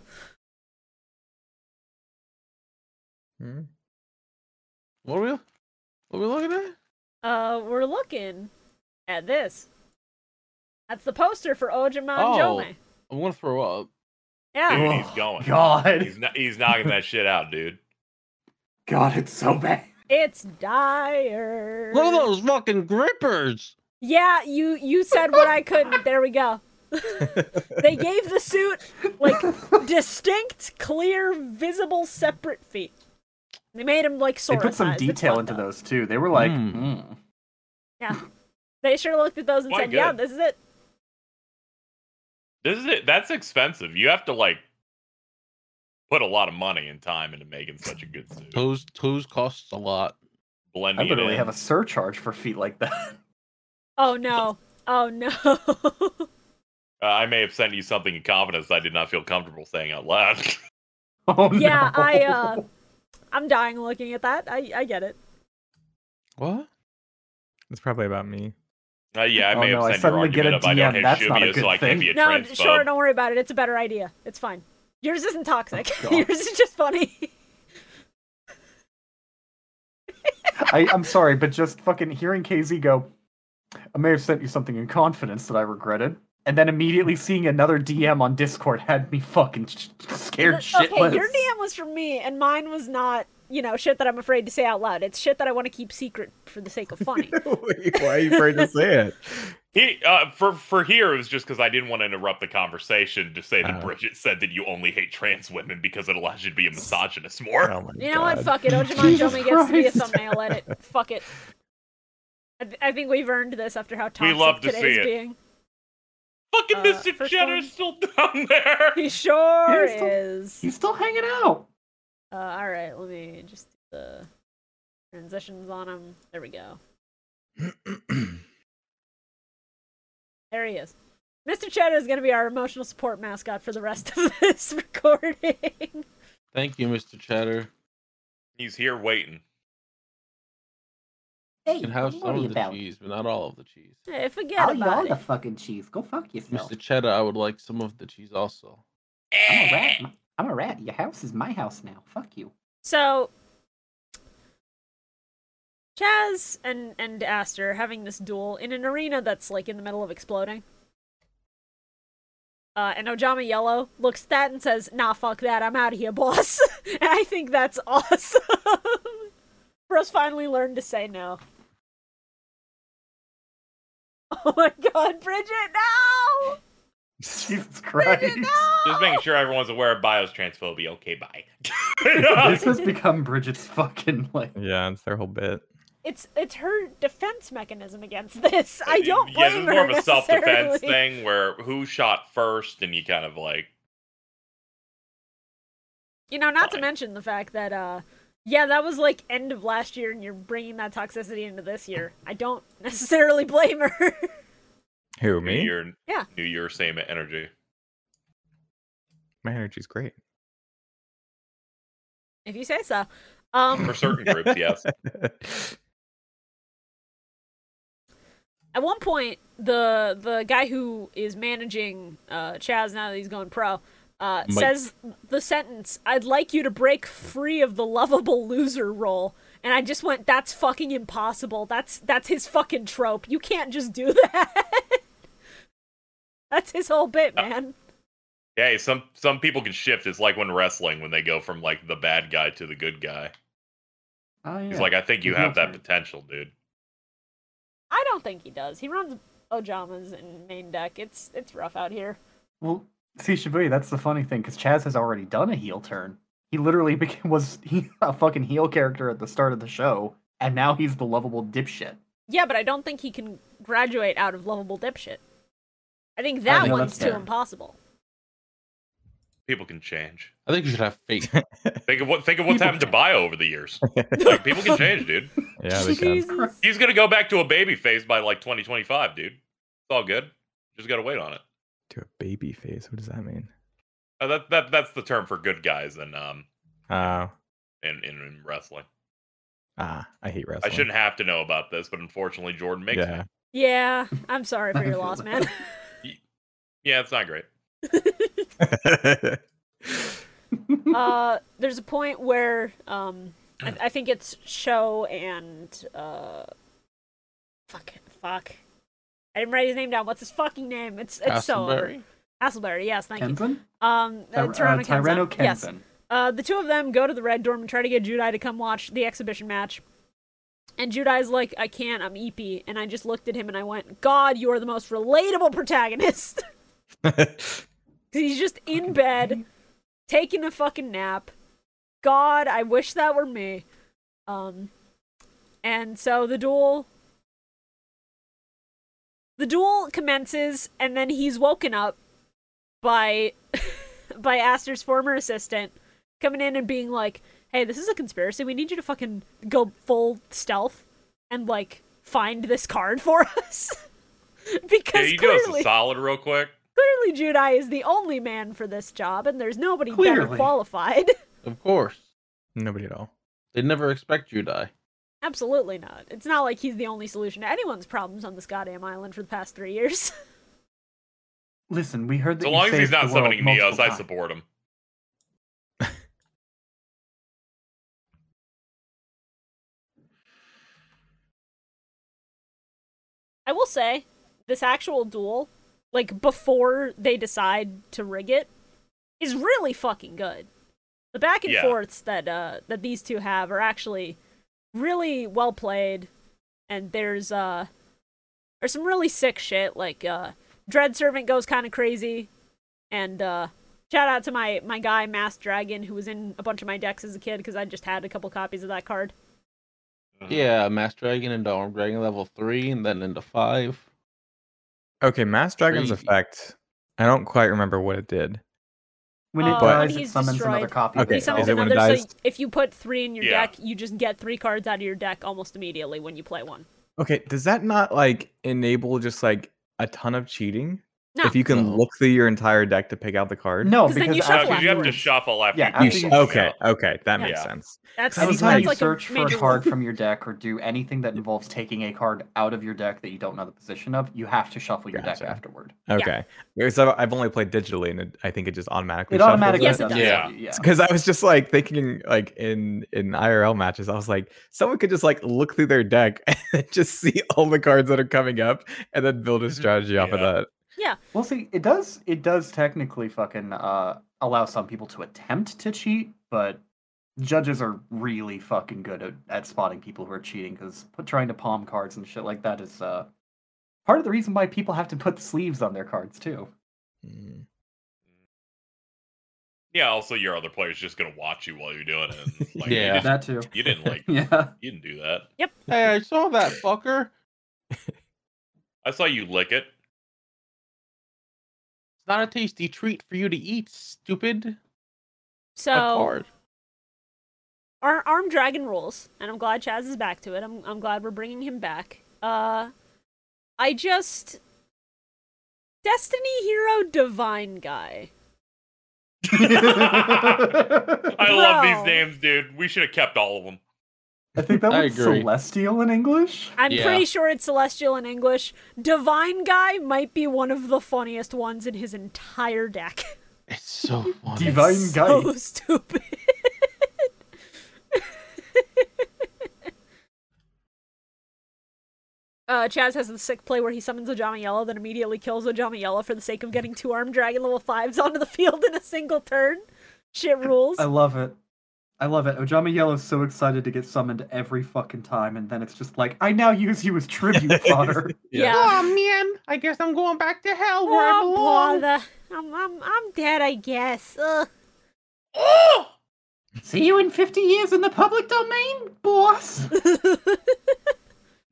Speaker 4: Hmm?
Speaker 3: What are we? What are we looking at?
Speaker 1: Uh, we're looking at this. That's the poster for Ojaman
Speaker 3: Oh.
Speaker 1: Jome.
Speaker 3: I'm gonna throw up.
Speaker 1: Yeah,
Speaker 5: Dude,
Speaker 2: Oh,
Speaker 5: he's going.
Speaker 2: God,
Speaker 5: He's not, he's knocking that shit out, dude.
Speaker 2: God, it's so bad.
Speaker 1: it's dire.
Speaker 3: Look at those fucking grippers.
Speaker 1: Yeah, you you said what I couldn't. There we go. they gave the suit like distinct, clear, visible, separate feet. They made him like
Speaker 2: They
Speaker 1: Sora
Speaker 2: put some
Speaker 1: sized. It's
Speaker 2: detail
Speaker 1: fucked
Speaker 2: into
Speaker 1: up.
Speaker 2: those too. They were like,
Speaker 3: Hmm.
Speaker 2: "Hmm,
Speaker 1: They sure looked at those and
Speaker 5: Why
Speaker 1: said, "Yeah,
Speaker 5: good?
Speaker 1: this is it."
Speaker 5: This is it. That's expensive. You have to like put a lot of money and time into making such a good suit.
Speaker 3: Toes toes costs a lot.
Speaker 2: I
Speaker 5: Blending it
Speaker 2: literally
Speaker 5: in.
Speaker 2: have a surcharge for feet like that.
Speaker 1: Oh no! Oh no!
Speaker 5: Uh, I may have sent you something in confidence I did not feel comfortable saying out loud.
Speaker 2: Oh
Speaker 1: Yeah,
Speaker 2: no.
Speaker 1: I, uh, I'm dying looking at that. I I get it.
Speaker 3: What?
Speaker 4: It's probably about me.
Speaker 5: Uh, yeah, I
Speaker 2: Oh,
Speaker 5: may
Speaker 2: no, I
Speaker 5: have sent your
Speaker 2: suddenly get
Speaker 5: argument
Speaker 2: a
Speaker 5: of I don't
Speaker 2: DM.
Speaker 5: hate
Speaker 2: That's not a
Speaker 5: Shubia,
Speaker 2: good
Speaker 5: so I
Speaker 2: thing.
Speaker 5: can't be a
Speaker 1: No,
Speaker 5: transphobe.
Speaker 1: sure, don't worry about it. It's a better idea. It's fine. Yours isn't toxic.
Speaker 5: Oh,
Speaker 2: God.
Speaker 1: Yours is just funny.
Speaker 2: I, I'm sorry, but just fucking hearing KZ go, I may have sent you something in confidence that I regretted. And then immediately seeing another DM on Discord had me fucking sh- scared
Speaker 1: Okay,
Speaker 2: shitless.
Speaker 1: your DM was from me, and mine was not, you know, shit that I'm afraid to say out loud. It's shit that I want to keep secret for the sake of funny.
Speaker 4: Wait, Why are you afraid to say it?
Speaker 5: He, uh, for for here, it was just because I didn't want to interrupt the conversation to say that
Speaker 4: Oh.
Speaker 5: Bridget said that you only hate trans women because it allows you to be a misogynist more.
Speaker 4: Oh my
Speaker 1: you know what?
Speaker 4: God.
Speaker 1: Fuck it. Ojimon
Speaker 2: Jesus
Speaker 1: Jomi gets to be a
Speaker 2: Christ.
Speaker 1: thumbnail edit. Fuck it. I, th- I think we've earned this after how
Speaker 5: We
Speaker 1: toxic
Speaker 5: love to
Speaker 1: today's
Speaker 5: see it.
Speaker 1: being.
Speaker 5: Fucking
Speaker 1: Uh,
Speaker 5: Mr.
Speaker 1: first
Speaker 5: Cheddar
Speaker 1: one.
Speaker 5: is still down there.
Speaker 1: He sure
Speaker 2: Here's the-
Speaker 1: is.
Speaker 2: He's still hanging out.
Speaker 1: Uh, all right, let me just do the transitions on him. There we go. There he is. Mr. Cheddar is going to be our emotional support mascot for the rest of this recording.
Speaker 3: Thank you, Mr. Cheddar.
Speaker 5: He's here waiting.
Speaker 7: Hey,
Speaker 3: You can have some of the cheese, but not all of the cheese.
Speaker 1: Hey, forget about it.
Speaker 7: fucking cheese. Go fuck
Speaker 3: Mr. Cheddar, I would like some of the cheese also.
Speaker 2: Eh.
Speaker 7: I'm a rat. I'm a rat. Your house is my house now. Fuck you.
Speaker 1: So Chaz and and Aster are having this duel in an arena that's like in the middle of exploding. Uh, and Ojama Yellow looks at that and says, "Nah, fuck that. I'm out of here, boss." and I think that's awesome. For us finally learned to say no. Oh my god, Bridget, no!
Speaker 2: Jesus
Speaker 1: Bridget,
Speaker 2: Christ.
Speaker 1: no!
Speaker 5: Just making sure everyone's aware of Bio's transphobia. Okay, bye.
Speaker 2: This has become Bridget's fucking like.
Speaker 4: Yeah, it's their whole bit.
Speaker 1: It's it's her defense mechanism against this. I don't
Speaker 5: yeah, this
Speaker 1: blame
Speaker 5: is more
Speaker 1: her
Speaker 5: of a self-defense
Speaker 1: necessarily.
Speaker 5: thing where who shot first, and you kind of like
Speaker 1: You know, not to
Speaker 5: Fine.
Speaker 1: mention the fact that, uh, yeah, that was like end of last year, and you're bringing that toxicity into this year. I don't necessarily blame her.
Speaker 4: Who,
Speaker 5: new
Speaker 4: me?
Speaker 5: year,
Speaker 1: Yeah.
Speaker 5: new year, same energy.
Speaker 4: My energy's great.
Speaker 1: if you say so. Um,
Speaker 5: For certain groups, yes.
Speaker 1: at one point, the the guy who is managing uh, Chaz now that he's going pro uh,
Speaker 3: Mike.
Speaker 1: says the sentence, "I'd like you to break free of the lovable loser role." And I just went, "That's fucking impossible. That's that's his fucking trope. You can't just do that. that's his whole bit, man."
Speaker 5: Yeah, hey, some some people can shift. It's like when wrestling when they go from like the bad guy to the good guy.
Speaker 2: Oh, yeah.
Speaker 5: He's like, I think you
Speaker 2: Mhm.
Speaker 5: have that potential, dude.
Speaker 1: I don't think he does. He runs Ojamas in main deck. It's it's rough out here.
Speaker 2: well, see, Shibuya, that's the funny thing because Chaz has already done a heel turn. He literally became, was he a fucking heel character at the start of the show, and now he's the lovable dipshit.
Speaker 1: Yeah, but I don't think he can graduate out of lovable dipshit. I think that
Speaker 2: think
Speaker 1: one's
Speaker 2: that's
Speaker 1: too
Speaker 2: fair.
Speaker 1: impossible.
Speaker 5: People can change.
Speaker 3: I think you should have faith.
Speaker 5: Think of what think of what's
Speaker 2: People
Speaker 5: happened to Bio over the years. Like, people can change, dude.
Speaker 4: Yeah, they can.
Speaker 1: Jesus.
Speaker 5: He's gonna go back to a baby phase by like 2025, dude. It's all good. Just gotta wait on it.
Speaker 4: Do a baby face. What does that mean?
Speaker 5: Uh, that that that's the term for good guys and um
Speaker 4: Oh,
Speaker 5: in, in, in wrestling.
Speaker 4: ah, I hate
Speaker 5: I
Speaker 4: wrestling.
Speaker 5: shouldn't have to know about this, but unfortunately, Jordan makes
Speaker 4: Yeah.
Speaker 5: me.
Speaker 1: Yeah, I'm sorry for your loss, man.
Speaker 5: Yeah, it's not great.
Speaker 1: uh, there's a point where um, I, I think it's show and uh, fuck, fuck. I didn't write his name down. What's his fucking name? It's it's so over.
Speaker 3: Castleberry?
Speaker 1: Hasselberry. Yes, thank you.
Speaker 2: Kenzen?
Speaker 1: Um, uh,
Speaker 2: Tyr-
Speaker 1: Tyranno
Speaker 2: uh, Tyranno
Speaker 1: Kenzen. Yes.
Speaker 2: Kenzen.
Speaker 1: Uh, the two of them go to the Red Dorm and try to get Judai to come watch the exhibition match. And Judai's like, I can't, I'm eepy. And I just looked at him and I went, God, you are the most relatable protagonist. He's just in bed, taking a fucking nap. God, I wish that were me. Um, and so the duel, the duel commences, and then he's woken up by by Aster's former assistant coming in and being like, "Hey, this is a conspiracy. We need you to fucking go full stealth and like find this card for us."
Speaker 5: Yeah,
Speaker 1: because
Speaker 5: you do us
Speaker 1: clearly,
Speaker 5: a solid real quick.
Speaker 1: clearly Judai is the only man for this job, and there's nobody better
Speaker 2: Clearly.
Speaker 1: qualified.
Speaker 3: Of course.
Speaker 4: Nobody at all.
Speaker 3: They'd never expect you to die.
Speaker 1: Absolutely not. It's not like he's the only solution to anyone's problems on this goddamn island for the past three years.
Speaker 2: Listen, we heard that
Speaker 5: So
Speaker 2: you
Speaker 5: long as he's
Speaker 2: saved the
Speaker 5: not
Speaker 2: world
Speaker 5: summoning
Speaker 2: multiple
Speaker 5: Neos, I
Speaker 2: times.
Speaker 5: support him.
Speaker 1: I will say, this actual duel, like before they decide to rig it, is really fucking good. The back and
Speaker 5: Yeah.
Speaker 1: forths that uh that these two have are actually really well played, and there's uh there's some really sick shit like uh Dread Servant goes kind of crazy, and uh shout out to my my guy Mass Dragon who was in a bunch of my decks as a kid because I just had a couple copies of that card.
Speaker 2: Mm.
Speaker 3: Yeah, Mass Dragon into Arm Dragon level three and then into five.
Speaker 4: Okay, Mass Dragon's
Speaker 3: Crazy.
Speaker 4: effect. I don't quite remember what it did.
Speaker 2: When it
Speaker 1: Uh,
Speaker 4: when
Speaker 2: dies, it
Speaker 1: he's
Speaker 2: summons another
Speaker 1: destroyed.
Speaker 2: copy.
Speaker 4: Okay,
Speaker 1: He
Speaker 4: is
Speaker 1: summons
Speaker 4: it when it
Speaker 1: another. So
Speaker 4: dies?
Speaker 1: y- if you put three in your
Speaker 5: Yeah.
Speaker 1: deck, you just get three cards out of your deck almost immediately when you play one.
Speaker 4: Okay, does that not like enable just like a ton of cheating?
Speaker 1: No.
Speaker 4: If you can
Speaker 3: No.
Speaker 4: look through your entire deck to pick out the card.
Speaker 2: No,
Speaker 1: Because then
Speaker 2: because
Speaker 1: you
Speaker 5: No,
Speaker 1: shuffle
Speaker 5: 'cause you have to
Speaker 1: afterwards.
Speaker 5: shuffle after
Speaker 2: Yeah,
Speaker 5: you
Speaker 4: You
Speaker 2: after
Speaker 4: sh-
Speaker 5: do
Speaker 2: you-
Speaker 5: it.
Speaker 4: okay, okay, that
Speaker 1: Yeah.
Speaker 4: makes
Speaker 5: Yeah.
Speaker 4: sense.
Speaker 1: That's,
Speaker 2: That
Speaker 4: Every
Speaker 2: was
Speaker 1: that's
Speaker 4: time
Speaker 2: how you
Speaker 1: like
Speaker 2: search
Speaker 1: a
Speaker 2: for
Speaker 1: major
Speaker 2: a card
Speaker 1: one.
Speaker 2: from your deck or do anything that involves taking a card out of your deck that you don't know the position of. You have to shuffle your
Speaker 4: Gotcha.
Speaker 2: deck afterward.
Speaker 4: Okay, because I've, I've only played digitally, and it, I think it just automatically.
Speaker 2: It
Speaker 4: shuffles
Speaker 2: automatically
Speaker 1: Yes, it
Speaker 2: does.
Speaker 1: does.
Speaker 5: Yeah.
Speaker 2: Yeah.
Speaker 4: Because I was just like thinking, like in in IRL matches, I was like, someone could just like look through their deck and just see all the cards that are coming up, and then build a strategy off of
Speaker 5: Yeah.
Speaker 4: that.
Speaker 2: Well, see, it does. It does technically fucking uh, allow some people to attempt to cheat, but judges are really fucking good at, at spotting people who are cheating because trying to palm cards and shit like that is uh, part of the reason why people have to put sleeves on their cards too.
Speaker 4: Mm.
Speaker 5: Yeah, also your other player's just gonna watch you while you're doing it. and it's Like,
Speaker 3: Yeah.
Speaker 5: you didn't,
Speaker 2: That too.
Speaker 5: you didn't like
Speaker 2: Yeah.
Speaker 5: you didn't do that.
Speaker 3: Hey, I saw that fucker.
Speaker 5: I saw you lick it.
Speaker 3: It's not a tasty treat for you to eat, stupid. That
Speaker 1: So
Speaker 3: card.
Speaker 1: our arm dragon rules, and I'm glad Chaz is back to it. I'm I'm glad we're bringing him back. Uh, I just destiny hero divine guy.
Speaker 5: I love these
Speaker 1: Bro.
Speaker 5: names, dude. We should have kept all of them.
Speaker 2: I think that
Speaker 3: I
Speaker 2: was
Speaker 3: agree.
Speaker 2: celestial in English.
Speaker 1: I'm
Speaker 3: Yeah.
Speaker 1: pretty sure it's celestial in English. Divine guy might be one of the funniest ones in his entire deck.
Speaker 3: It's so funny.
Speaker 2: Divine
Speaker 1: so
Speaker 2: guy.
Speaker 1: stupid. uh, Chaz has the sick play where he summons Ojama Yellow, then immediately kills Ojama Yellow for the sake of getting two armed dragon level fives onto the field in a single turn. Shit rules.
Speaker 2: I love it. I love it. Ojama Yellow's so excited to get summoned every fucking time, and then it's just like, I now use you as tribute fodder.
Speaker 1: yeah.
Speaker 3: man, I guess I'm going back to hell
Speaker 1: Oh, bother. I'm, I'm, I'm dead, I guess. Ugh.
Speaker 5: Oh,
Speaker 7: See you in 50 years in the public domain, boss.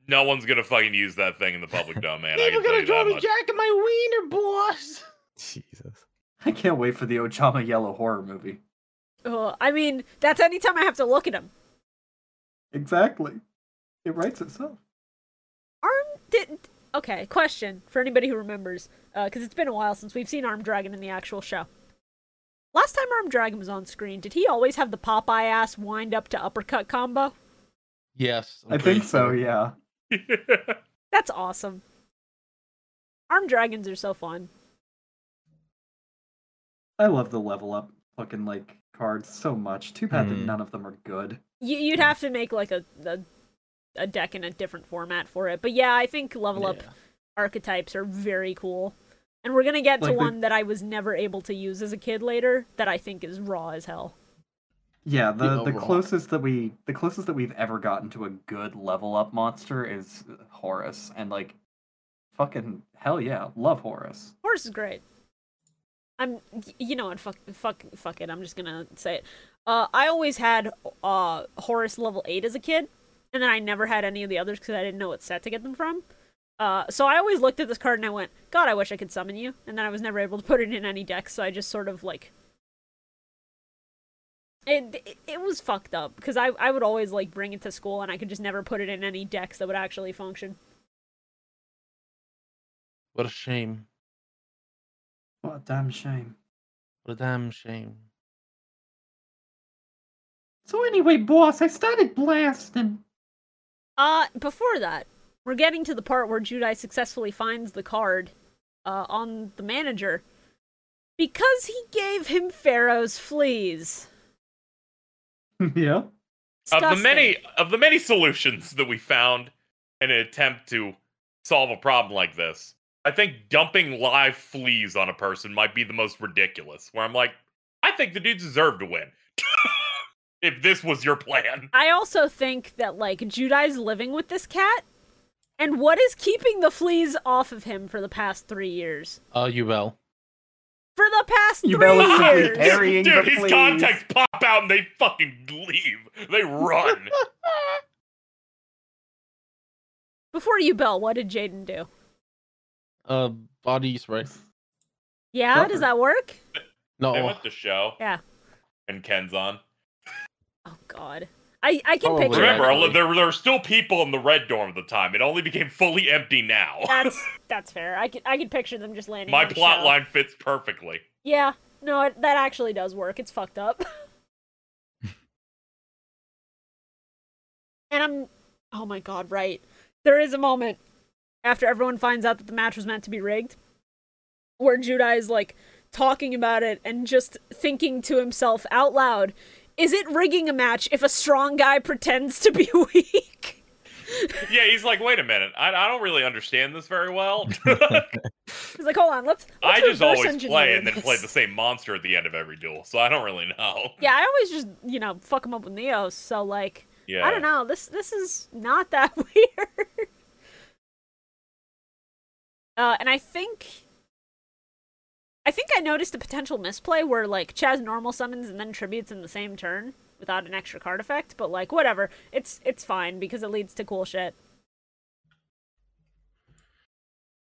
Speaker 5: No one's gonna fucking use that thing in the public domain. I
Speaker 8: People
Speaker 5: can tell
Speaker 8: gonna
Speaker 5: you that
Speaker 8: draw me
Speaker 5: much.
Speaker 8: Jack in my wiener, boss.
Speaker 4: Jesus.
Speaker 2: I can't wait for the Ochama Yellow horror movie.
Speaker 1: Oh, I mean, that's any time I have to look at him.
Speaker 2: Exactly. It writes itself.
Speaker 1: Arm didn't. Okay, question for anybody who remembers, because it's been a while since we've seen Arm Dragon in the actual show. Last time Arm Dragon was on screen, did he always have the Popeye ass wind up to uppercut combo?
Speaker 3: Yes, I'm
Speaker 2: I
Speaker 3: pretty
Speaker 2: think so,
Speaker 3: sure.
Speaker 2: yeah.
Speaker 1: That's awesome. Arm Dragons are so fun.
Speaker 2: I love the level up fucking like cards so much. Too bad that
Speaker 4: Hmm.
Speaker 2: none of them are good.
Speaker 1: You, you'd have to make like a, a a deck in a different format for it, but yeah, I think level up
Speaker 3: Yeah.
Speaker 1: archetypes are very cool. And we're gonna get to
Speaker 2: Like the-
Speaker 1: one that I was never able to use as a kid later that I think is raw as hell.
Speaker 2: Yeah, the, the,
Speaker 3: overall.
Speaker 2: closest that we the closest that we've ever gotten to a good level up monster is Horus, and like, fucking hell yeah, love Horus.
Speaker 1: Horse is great. I'm, y- you know what? Fuck, fuck, fuck it. I'm just gonna say it. Uh, I always had uh Horus level eight as a kid, and then I never had any of the others because I didn't know what set to get them from. Uh, so I always looked at this card and I went, God, I wish I could summon you. And then I was never able to put it in any deck, so I just sort of like. It, it, it was fucked up because I, I would always like bring it to school and I could just never put it in any decks that would actually function.
Speaker 3: What a shame.
Speaker 2: What a damn shame.
Speaker 3: What a damn shame.
Speaker 7: So anyway, boss, I started blasting.
Speaker 1: Uh, before that, we're getting to the part where Judai successfully finds the card uh, on the manager because he gave him Pharaoh's fleas.
Speaker 2: yeah.
Speaker 5: of the
Speaker 1: Disgusting.
Speaker 5: many of the many solutions that we found in an attempt to solve a problem like this, I think dumping live fleas on a person might be the most ridiculous. Where I'm like, I think the dude deserved to win. if this was your plan,
Speaker 1: I also think that like Judai's living with this cat, and what is keeping the fleas off of him for the past three years?
Speaker 3: Uh, you bell.
Speaker 1: For the past
Speaker 2: You
Speaker 1: three
Speaker 2: Bella is simply
Speaker 1: years,
Speaker 2: parry- Burying
Speaker 5: dude,
Speaker 2: the
Speaker 5: his
Speaker 2: fleas.
Speaker 5: contacts pop out and they fucking leave. They run.
Speaker 1: before you bell, what did Jaden do?
Speaker 3: Uh, body spray.
Speaker 1: Yeah,
Speaker 2: Nothing.
Speaker 1: does that work?
Speaker 3: No.
Speaker 5: they went to show.
Speaker 1: Yeah.
Speaker 5: And Ken's on.
Speaker 1: Oh God, I I can
Speaker 3: Probably
Speaker 1: picture.
Speaker 3: not.
Speaker 5: Remember,
Speaker 3: actually.
Speaker 5: there, there were still people in the red dorm at the time. It only became fully empty now.
Speaker 1: That's that's fair. I could I could picture them just landing.
Speaker 5: My
Speaker 1: on the
Speaker 5: plot
Speaker 1: show.
Speaker 5: line fits perfectly.
Speaker 1: Yeah, no, it, that actually does work. It's fucked up. and I'm, oh my god, right. There is a moment after everyone finds out that the match was meant to be rigged where Judai is like talking about it and just thinking to himself out loud, is it rigging a match if a strong guy pretends to be weak?
Speaker 5: Yeah, he's like, wait a minute, I, I don't really understand this very well.
Speaker 1: He's like, hold on, let's.
Speaker 5: I
Speaker 1: let's
Speaker 5: just
Speaker 1: reverse
Speaker 5: always
Speaker 1: engineer
Speaker 5: play and then
Speaker 1: this."
Speaker 5: play the same monster at the end of every duel, so I don't really know.
Speaker 1: Yeah, I always just you know fuck him up with Neo. So like,
Speaker 5: Yeah,
Speaker 1: I don't know. This this is not that weird. uh, and I think I think I noticed a potential misplay where like Chaz normal summons and then tributes in the same turn without an extra card effect, but like whatever. It's it's fine because it leads to cool shit.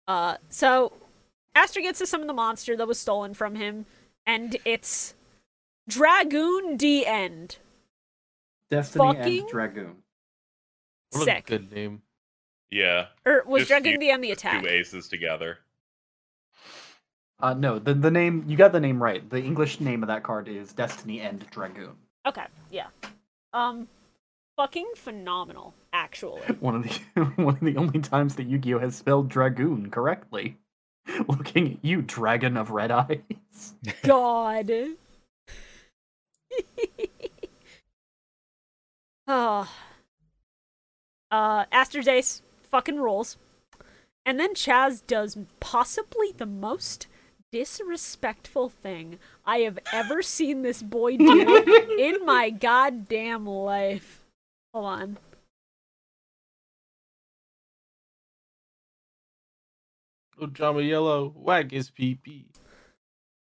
Speaker 1: Uh so Aster gets to summon the monster that was stolen from him, and it's Dragoon D End.
Speaker 2: Destiny
Speaker 1: Fucking-
Speaker 2: and Dragoon.
Speaker 3: What
Speaker 1: Sick.
Speaker 3: a good name.
Speaker 5: Yeah,
Speaker 1: Or was
Speaker 5: Just
Speaker 1: Dragoon
Speaker 5: use
Speaker 1: D End the
Speaker 5: just
Speaker 1: attack?
Speaker 5: two aces together.
Speaker 2: Uh, no, the the name you got the name right. The English name of that card is Destiny and Dragoon.
Speaker 1: Okay, yeah. Um, fucking phenomenal, actually.
Speaker 2: One of the one of the only times that Yu-Gi-Oh has spelled Dragoon correctly. Looking at you, Dragon of Red Eyes.
Speaker 1: God. oh. Uh, Aster's Ace fucking rules. And then Chaz does possibly the most disrespectful thing I have ever seen this boy do in my goddamn life. Hold on.
Speaker 3: Oh, Jama Yellow, wag his pee pee.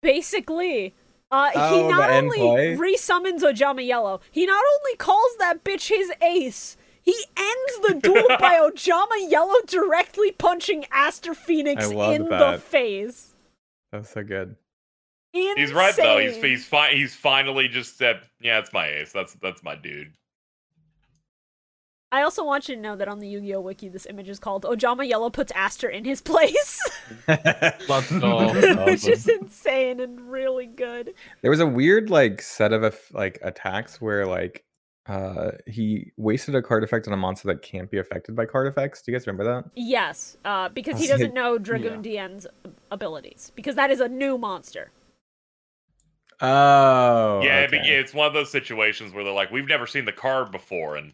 Speaker 1: basically Uh, he
Speaker 4: Oh, the
Speaker 1: not
Speaker 4: end
Speaker 1: only
Speaker 4: play?
Speaker 1: resummons Ojama Yellow, he not only calls that bitch his ace, he ends the duel by Ojama Yellow directly punching Aster Phoenix
Speaker 4: I love
Speaker 1: in the
Speaker 4: that.
Speaker 1: face.
Speaker 4: That was so good.
Speaker 1: Insane.
Speaker 5: He's right though. He's he's fine. He's finally just said, "Yeah, it's my ace. That's that's my dude."
Speaker 1: I also want you to know that on the Yu-Gi-Oh wiki, this image is called Ojama Yellow puts Aster in his place,
Speaker 3: Let's go.
Speaker 1: which is insane and really good.
Speaker 4: There was a weird like set of eff- like attacks where like uh he wasted a card effect on a monster that can't be affected by card effects. Do you guys remember that?
Speaker 1: Yes, uh, because he
Speaker 4: That's
Speaker 1: doesn't
Speaker 4: it.
Speaker 1: know Dragoon DN's abilities because that is a new monster.
Speaker 4: Oh.
Speaker 5: yeah, but
Speaker 4: okay.
Speaker 5: yeah, it's one of those situations where they're like, "We've never seen the card before," and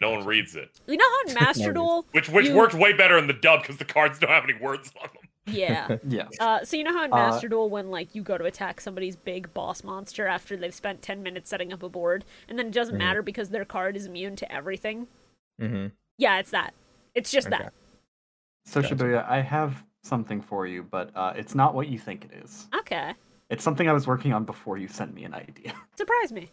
Speaker 5: no one reads it,
Speaker 1: You know how in Master
Speaker 4: Nice.
Speaker 1: Duel,
Speaker 5: which which
Speaker 1: You-
Speaker 5: worked way better in the dub because the cards don't have any words on them.
Speaker 1: yeah.
Speaker 2: Yes.
Speaker 1: Uh, so you know how in
Speaker 2: Uh,
Speaker 1: Master Duel, when like you go to attack somebody's big boss monster after they've spent ten minutes setting up a board, and then it
Speaker 2: Mm-hmm.
Speaker 1: doesn't
Speaker 4: Mhm.
Speaker 1: matter because their card is immune to everything.
Speaker 4: Mhm.
Speaker 1: Yeah, it's that. It's just
Speaker 4: Okay.
Speaker 1: that.
Speaker 2: So
Speaker 4: Gotcha.
Speaker 2: Shibuya, I have something for you, but uh, it's not what you think it is.
Speaker 1: Okay,
Speaker 2: It's something I was working on before you sent me an idea.
Speaker 1: surprise me.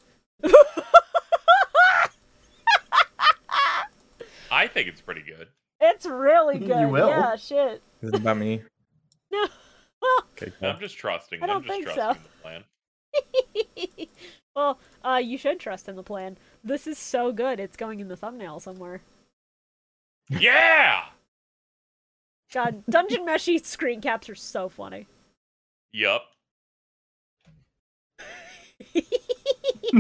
Speaker 5: I think it's pretty good.
Speaker 1: It's really
Speaker 2: You
Speaker 1: good.
Speaker 2: will.
Speaker 1: Yeah, shit.
Speaker 4: Is it about me?
Speaker 1: No.
Speaker 4: Okay, cool.
Speaker 5: I'm just trusting.
Speaker 1: I
Speaker 5: I'm
Speaker 1: don't
Speaker 5: just
Speaker 1: think so.
Speaker 5: trusting the plan.
Speaker 1: well, uh, you should trust in the plan. This is so good. It's going in the thumbnail somewhere.
Speaker 5: Yeah.
Speaker 1: God, Dungeon Meshi screen caps are so funny.
Speaker 5: Yup.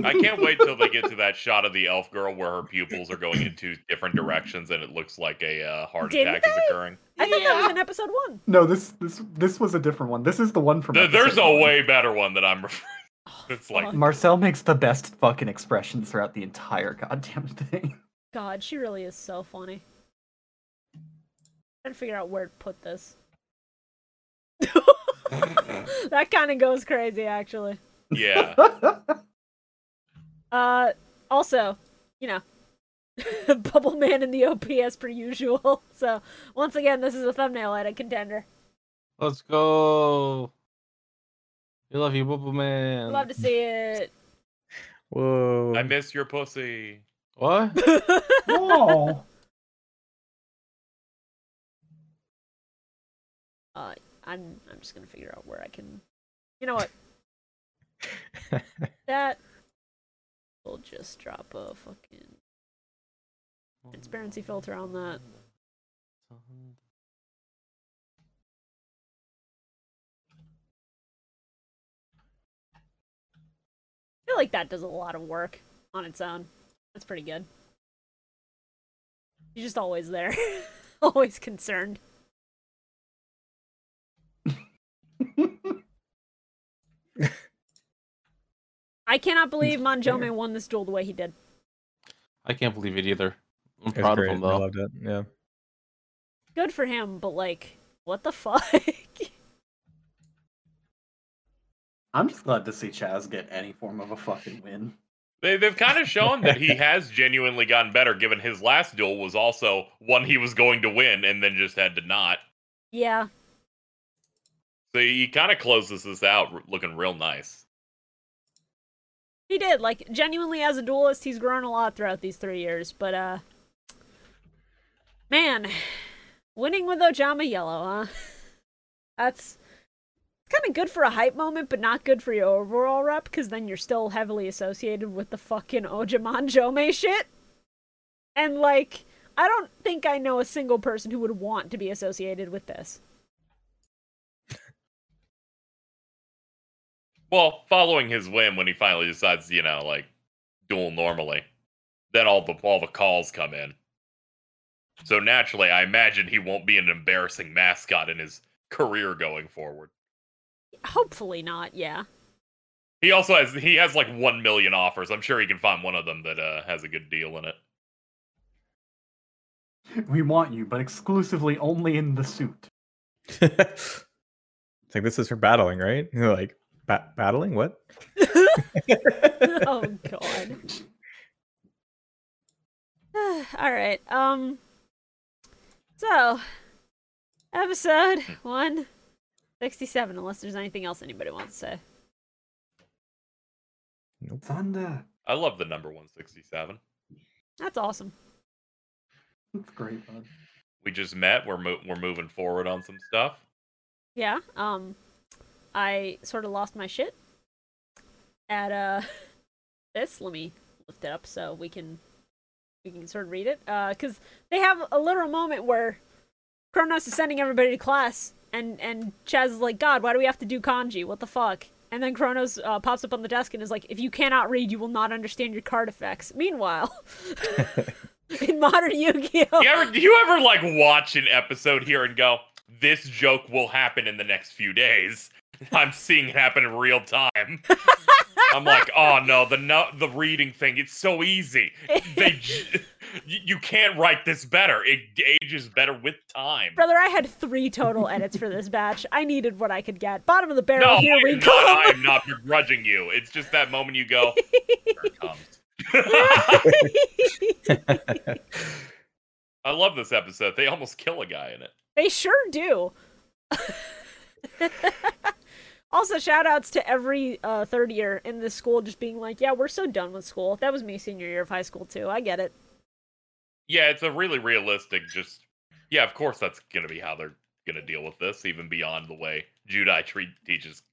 Speaker 5: I can't wait till they get to that shot of the elf girl where her pupils are going in two different directions and it looks like a uh, heart
Speaker 1: Didn't
Speaker 5: attack is occurring.
Speaker 1: I think that was
Speaker 8: Yeah.
Speaker 1: in episode one.
Speaker 2: No, this this this was a different one. This is the one from.
Speaker 5: Th- there's
Speaker 2: episode
Speaker 5: a
Speaker 2: one.
Speaker 5: way better one that I'm referring. It's like
Speaker 1: fuck.
Speaker 2: Marcel makes the best fucking expressions throughout the entire goddamn thing.
Speaker 1: God, she really is so funny. Trying to figure out where to put this. that kind of goes crazy, actually.
Speaker 5: yeah.
Speaker 1: Uh, also, you know, Bubble Man in the OPS per usual. So once again, this is a thumbnail edit contender.
Speaker 3: Let's go. We love you, Bubble Man.
Speaker 1: Love to see it.
Speaker 4: Whoa.
Speaker 5: I miss your pussy.
Speaker 3: What?
Speaker 2: Whoa.
Speaker 1: I'm I'm just gonna figure out where I can. You know what? that we'll just drop a fucking Transparency filter on that. I feel like that does a lot of work on its own. That's pretty good. You're just always there, always concerned. I cannot believe Monjome won this duel the way he did.
Speaker 3: I can't believe it either. I'm
Speaker 4: It was
Speaker 3: proud
Speaker 4: great.
Speaker 3: of him
Speaker 4: I
Speaker 3: though.
Speaker 4: loved it. Yeah.
Speaker 1: Good for him, but like, what the fuck?
Speaker 2: I'm just glad to see Chaz get any form of a fucking win.
Speaker 5: They, they've kind of shown that he has genuinely gotten better, given his last duel was also one he was going to win and then just had to not.
Speaker 1: yeah,
Speaker 5: So he kind of closes this out r- looking real nice.
Speaker 1: he did. Like, genuinely, as a duelist, he's grown a lot throughout these three years. But uh, man, winning with Ojama Yellow, huh? That's it's kind of good for a hype moment, but not good for your overall rep, because then you're still heavily associated with the fucking Ojaman Jome shit. And like, I don't think I know a single person who would want to be associated with this.
Speaker 5: Well, following his win, when he finally decides, you know, like duel normally, then all the all the calls come in. So naturally, I imagine he won't be an embarrassing mascot in his career going forward.
Speaker 1: Hopefully not, yeah.
Speaker 5: He also has he has like one million offers. I'm sure he can find one of them that uh, has a good deal in it.
Speaker 2: We want you, but exclusively only in the suit.
Speaker 4: it's like this is for battling, right? And they're like, ba- battling? What?
Speaker 1: oh god. All right. Um so episode 167 unless there's anything else anybody wants to say.
Speaker 4: Nope.
Speaker 2: Thunder.
Speaker 5: I love the number 167.
Speaker 1: That's awesome.
Speaker 2: That's great, bud.
Speaker 5: We just met. We're mo- we're moving forward on some stuff.
Speaker 1: Yeah. Um, I sort of lost my shit at uh this. Let me lift it up so we can we can sort of read it. Uh, because they have a literal moment where Kronos is sending everybody to class, and and Chaz is like, "God, why do we have to do kanji? What the fuck?" And then Kronos uh, pops up on the desk and is like, "If you cannot read, you will not understand your card effects." Meanwhile, in modern Yu-Gi-Oh,
Speaker 5: You ever, do you ever like watch an episode here and go, "This joke will happen in the next few days." I'm seeing it happen in real time. I'm like, oh no, the no, the reading thing. It's so easy. They, j- you, you can't write this better. It ages better with time.
Speaker 1: Brother, I had three total edits for this batch. I needed what I could get. Bottom of the barrel,
Speaker 5: No,
Speaker 1: here
Speaker 5: I
Speaker 1: we
Speaker 5: am not, I
Speaker 1: come.
Speaker 5: am not begrudging you. It's just that moment you go, here it comes. I love this episode. They almost kill a guy in it.
Speaker 1: they sure do. also, shout outs to every uh, third year in this school just being like, yeah, we're so done with school. That was me senior year of high school, too. I get it.
Speaker 5: Yeah, it's a really realistic. Just yeah, of course that's gonna be how they're gonna deal with this, even beyond the way Judai treat teaches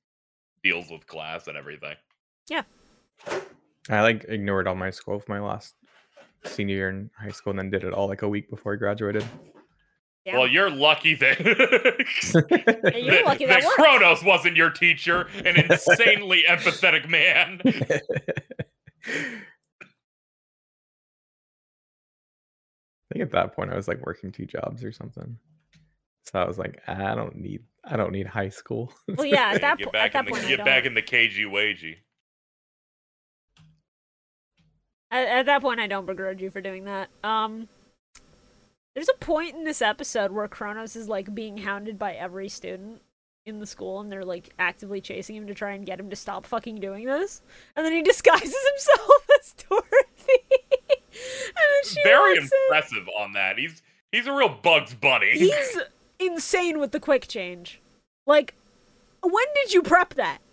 Speaker 5: deals with class and everything.
Speaker 4: I like ignored all my school for my last senior year in high school and then did it all like a week before I graduated.
Speaker 1: Yeah.
Speaker 5: Well, you're lucky that
Speaker 1: Yeah, you're lucky that worked.
Speaker 5: Kronos wasn't your teacher, an insanely empathetic man.
Speaker 4: I think at that point I was like working two jobs or something. So I was like, I don't need I don't need high school.
Speaker 1: Well, yeah, at that,
Speaker 5: get
Speaker 1: po-
Speaker 5: back
Speaker 1: at that
Speaker 5: in the
Speaker 1: point, I
Speaker 5: get
Speaker 1: don't.
Speaker 5: back in the KG wagey.
Speaker 1: At, at that point, I don't begrudge you for doing that. Um, there's a point in this episode where Kronos is like being hounded by every student in the school, and they're like actively chasing him to try and get him to stop fucking doing this. And then he disguises himself as Dorothy, and then she
Speaker 5: Very
Speaker 1: walks in.
Speaker 5: impressive on that. He's he's a real Bugs Bunny.
Speaker 1: He's insane with the quick change. Like, when did you prep that?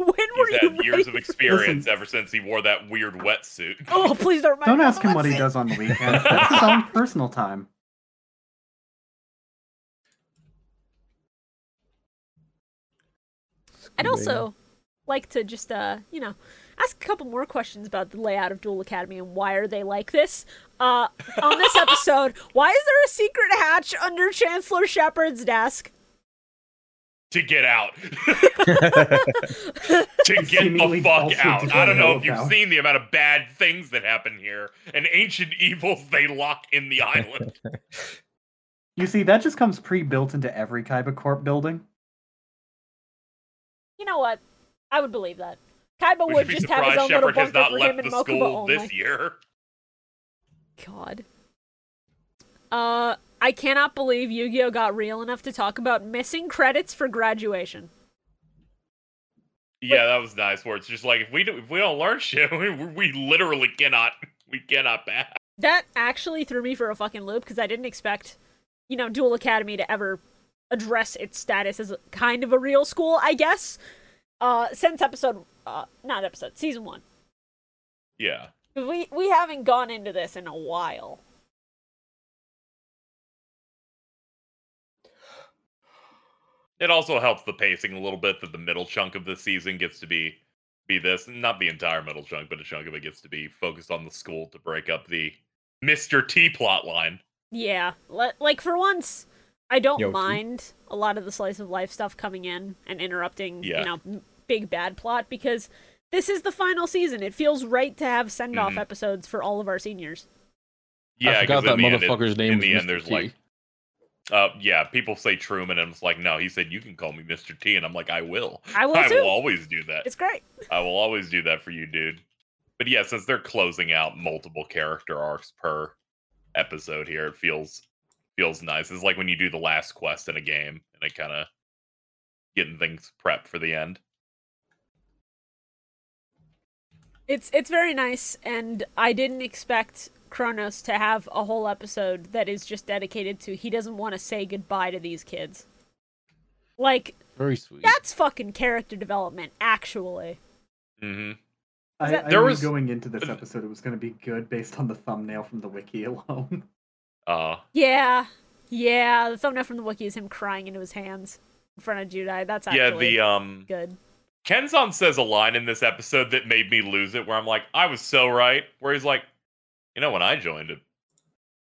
Speaker 1: When were
Speaker 5: He's
Speaker 1: you
Speaker 5: had years
Speaker 1: ready
Speaker 5: of
Speaker 1: for-
Speaker 5: experience ever since he wore that weird wetsuit.
Speaker 1: Oh, please don't. remind
Speaker 2: Don't
Speaker 1: me
Speaker 2: ask
Speaker 1: of
Speaker 2: him what
Speaker 1: what's
Speaker 2: he
Speaker 1: it.
Speaker 2: does on the weekends. That's his own personal time.
Speaker 1: I'd
Speaker 4: School day.
Speaker 1: also like to just uh, you know, ask a couple more questions about the layout of Dual Academy and why are they like this? Uh, on this episode, why is there a secret hatch under Chancellor Shepard's desk?
Speaker 5: to get out. to get the
Speaker 2: Seemingly
Speaker 5: fuck
Speaker 2: also to
Speaker 5: out.
Speaker 2: get
Speaker 5: I don't know if
Speaker 2: out.
Speaker 5: you've seen the amount of bad things that happen here and ancient evils they lock in the island.
Speaker 2: You see, that just comes pre-built into every Kaiba Corp building.
Speaker 1: You know what? I would believe that. Kaiba
Speaker 5: We
Speaker 1: would
Speaker 5: should be
Speaker 1: just have his
Speaker 5: surprised
Speaker 1: own little bunker
Speaker 5: Shepard has not
Speaker 1: for him
Speaker 5: left the
Speaker 1: and Mokuba
Speaker 5: school
Speaker 1: only.
Speaker 5: this year.
Speaker 1: God. Uh, I cannot believe Yu-Gi-Oh got real enough to talk about missing credits for graduation.
Speaker 5: Yeah, that was nice. Where it's just like if we do, if we don't learn shit, we, we literally cannot we cannot pass.
Speaker 1: That actually threw me for a fucking loop because I didn't expect, you know, Dual Academy to ever address its status as a, kind of a real school, I guess. Uh, since episode, uh, not episode, season one.
Speaker 5: Yeah,
Speaker 1: We we haven't gone into this in a while.
Speaker 5: it also helps the pacing a little bit that the middle chunk of the season gets to be be this, not the entire middle chunk, but a chunk of it gets to be focused on the school to break up the Mister T plot line.
Speaker 1: Yeah, le- like for once, I don't
Speaker 4: Yo, Keith.
Speaker 1: mind a lot of the slice of life stuff coming in and interrupting,
Speaker 5: Yeah.
Speaker 1: you know, m- big bad plot because this is the final season. It feels right to have send off
Speaker 5: Mhm.
Speaker 1: episodes for all of our seniors.
Speaker 5: Yeah,
Speaker 3: I
Speaker 5: 'cause
Speaker 3: forgot that
Speaker 5: in the end, it-
Speaker 3: motherfucker's name
Speaker 5: in
Speaker 3: was
Speaker 5: the
Speaker 3: Mr.
Speaker 5: end, there's
Speaker 3: T.
Speaker 5: like- Uh, yeah, people say Truman, and it's like, no, he said you can call me Mr. T, and I'm like, I will.
Speaker 1: I will
Speaker 5: I
Speaker 1: too.
Speaker 5: will always do that.
Speaker 1: It's great.
Speaker 5: I will always do that for you, dude. But yeah, since they're closing out multiple character arcs per episode here, it feels feels nice. It's like when you do the last quest in a game, and it kind of getting things prepped for the end.
Speaker 1: It's it's very nice, and I didn't expect Kronos to have a whole episode that is just dedicated to he doesn't want to say goodbye to these kids. Like
Speaker 3: Very sweet.
Speaker 1: that's fucking character development, actually.
Speaker 3: Mm-hmm.
Speaker 5: hmm
Speaker 2: I,
Speaker 1: that-
Speaker 2: I
Speaker 5: There
Speaker 2: knew
Speaker 5: was- uh,
Speaker 2: going into this episode it was going to be good based on the thumbnail from the wiki alone.
Speaker 5: Uh,
Speaker 1: Yeah, yeah. The thumbnail from the wiki is him crying into his hands in front of Judai. That's
Speaker 5: yeah,
Speaker 1: actually
Speaker 5: the um,
Speaker 1: good.
Speaker 5: Kenzan says a line in this episode that made me lose it, where I'm like, I was so right. Where he's like, you know, when I joined it,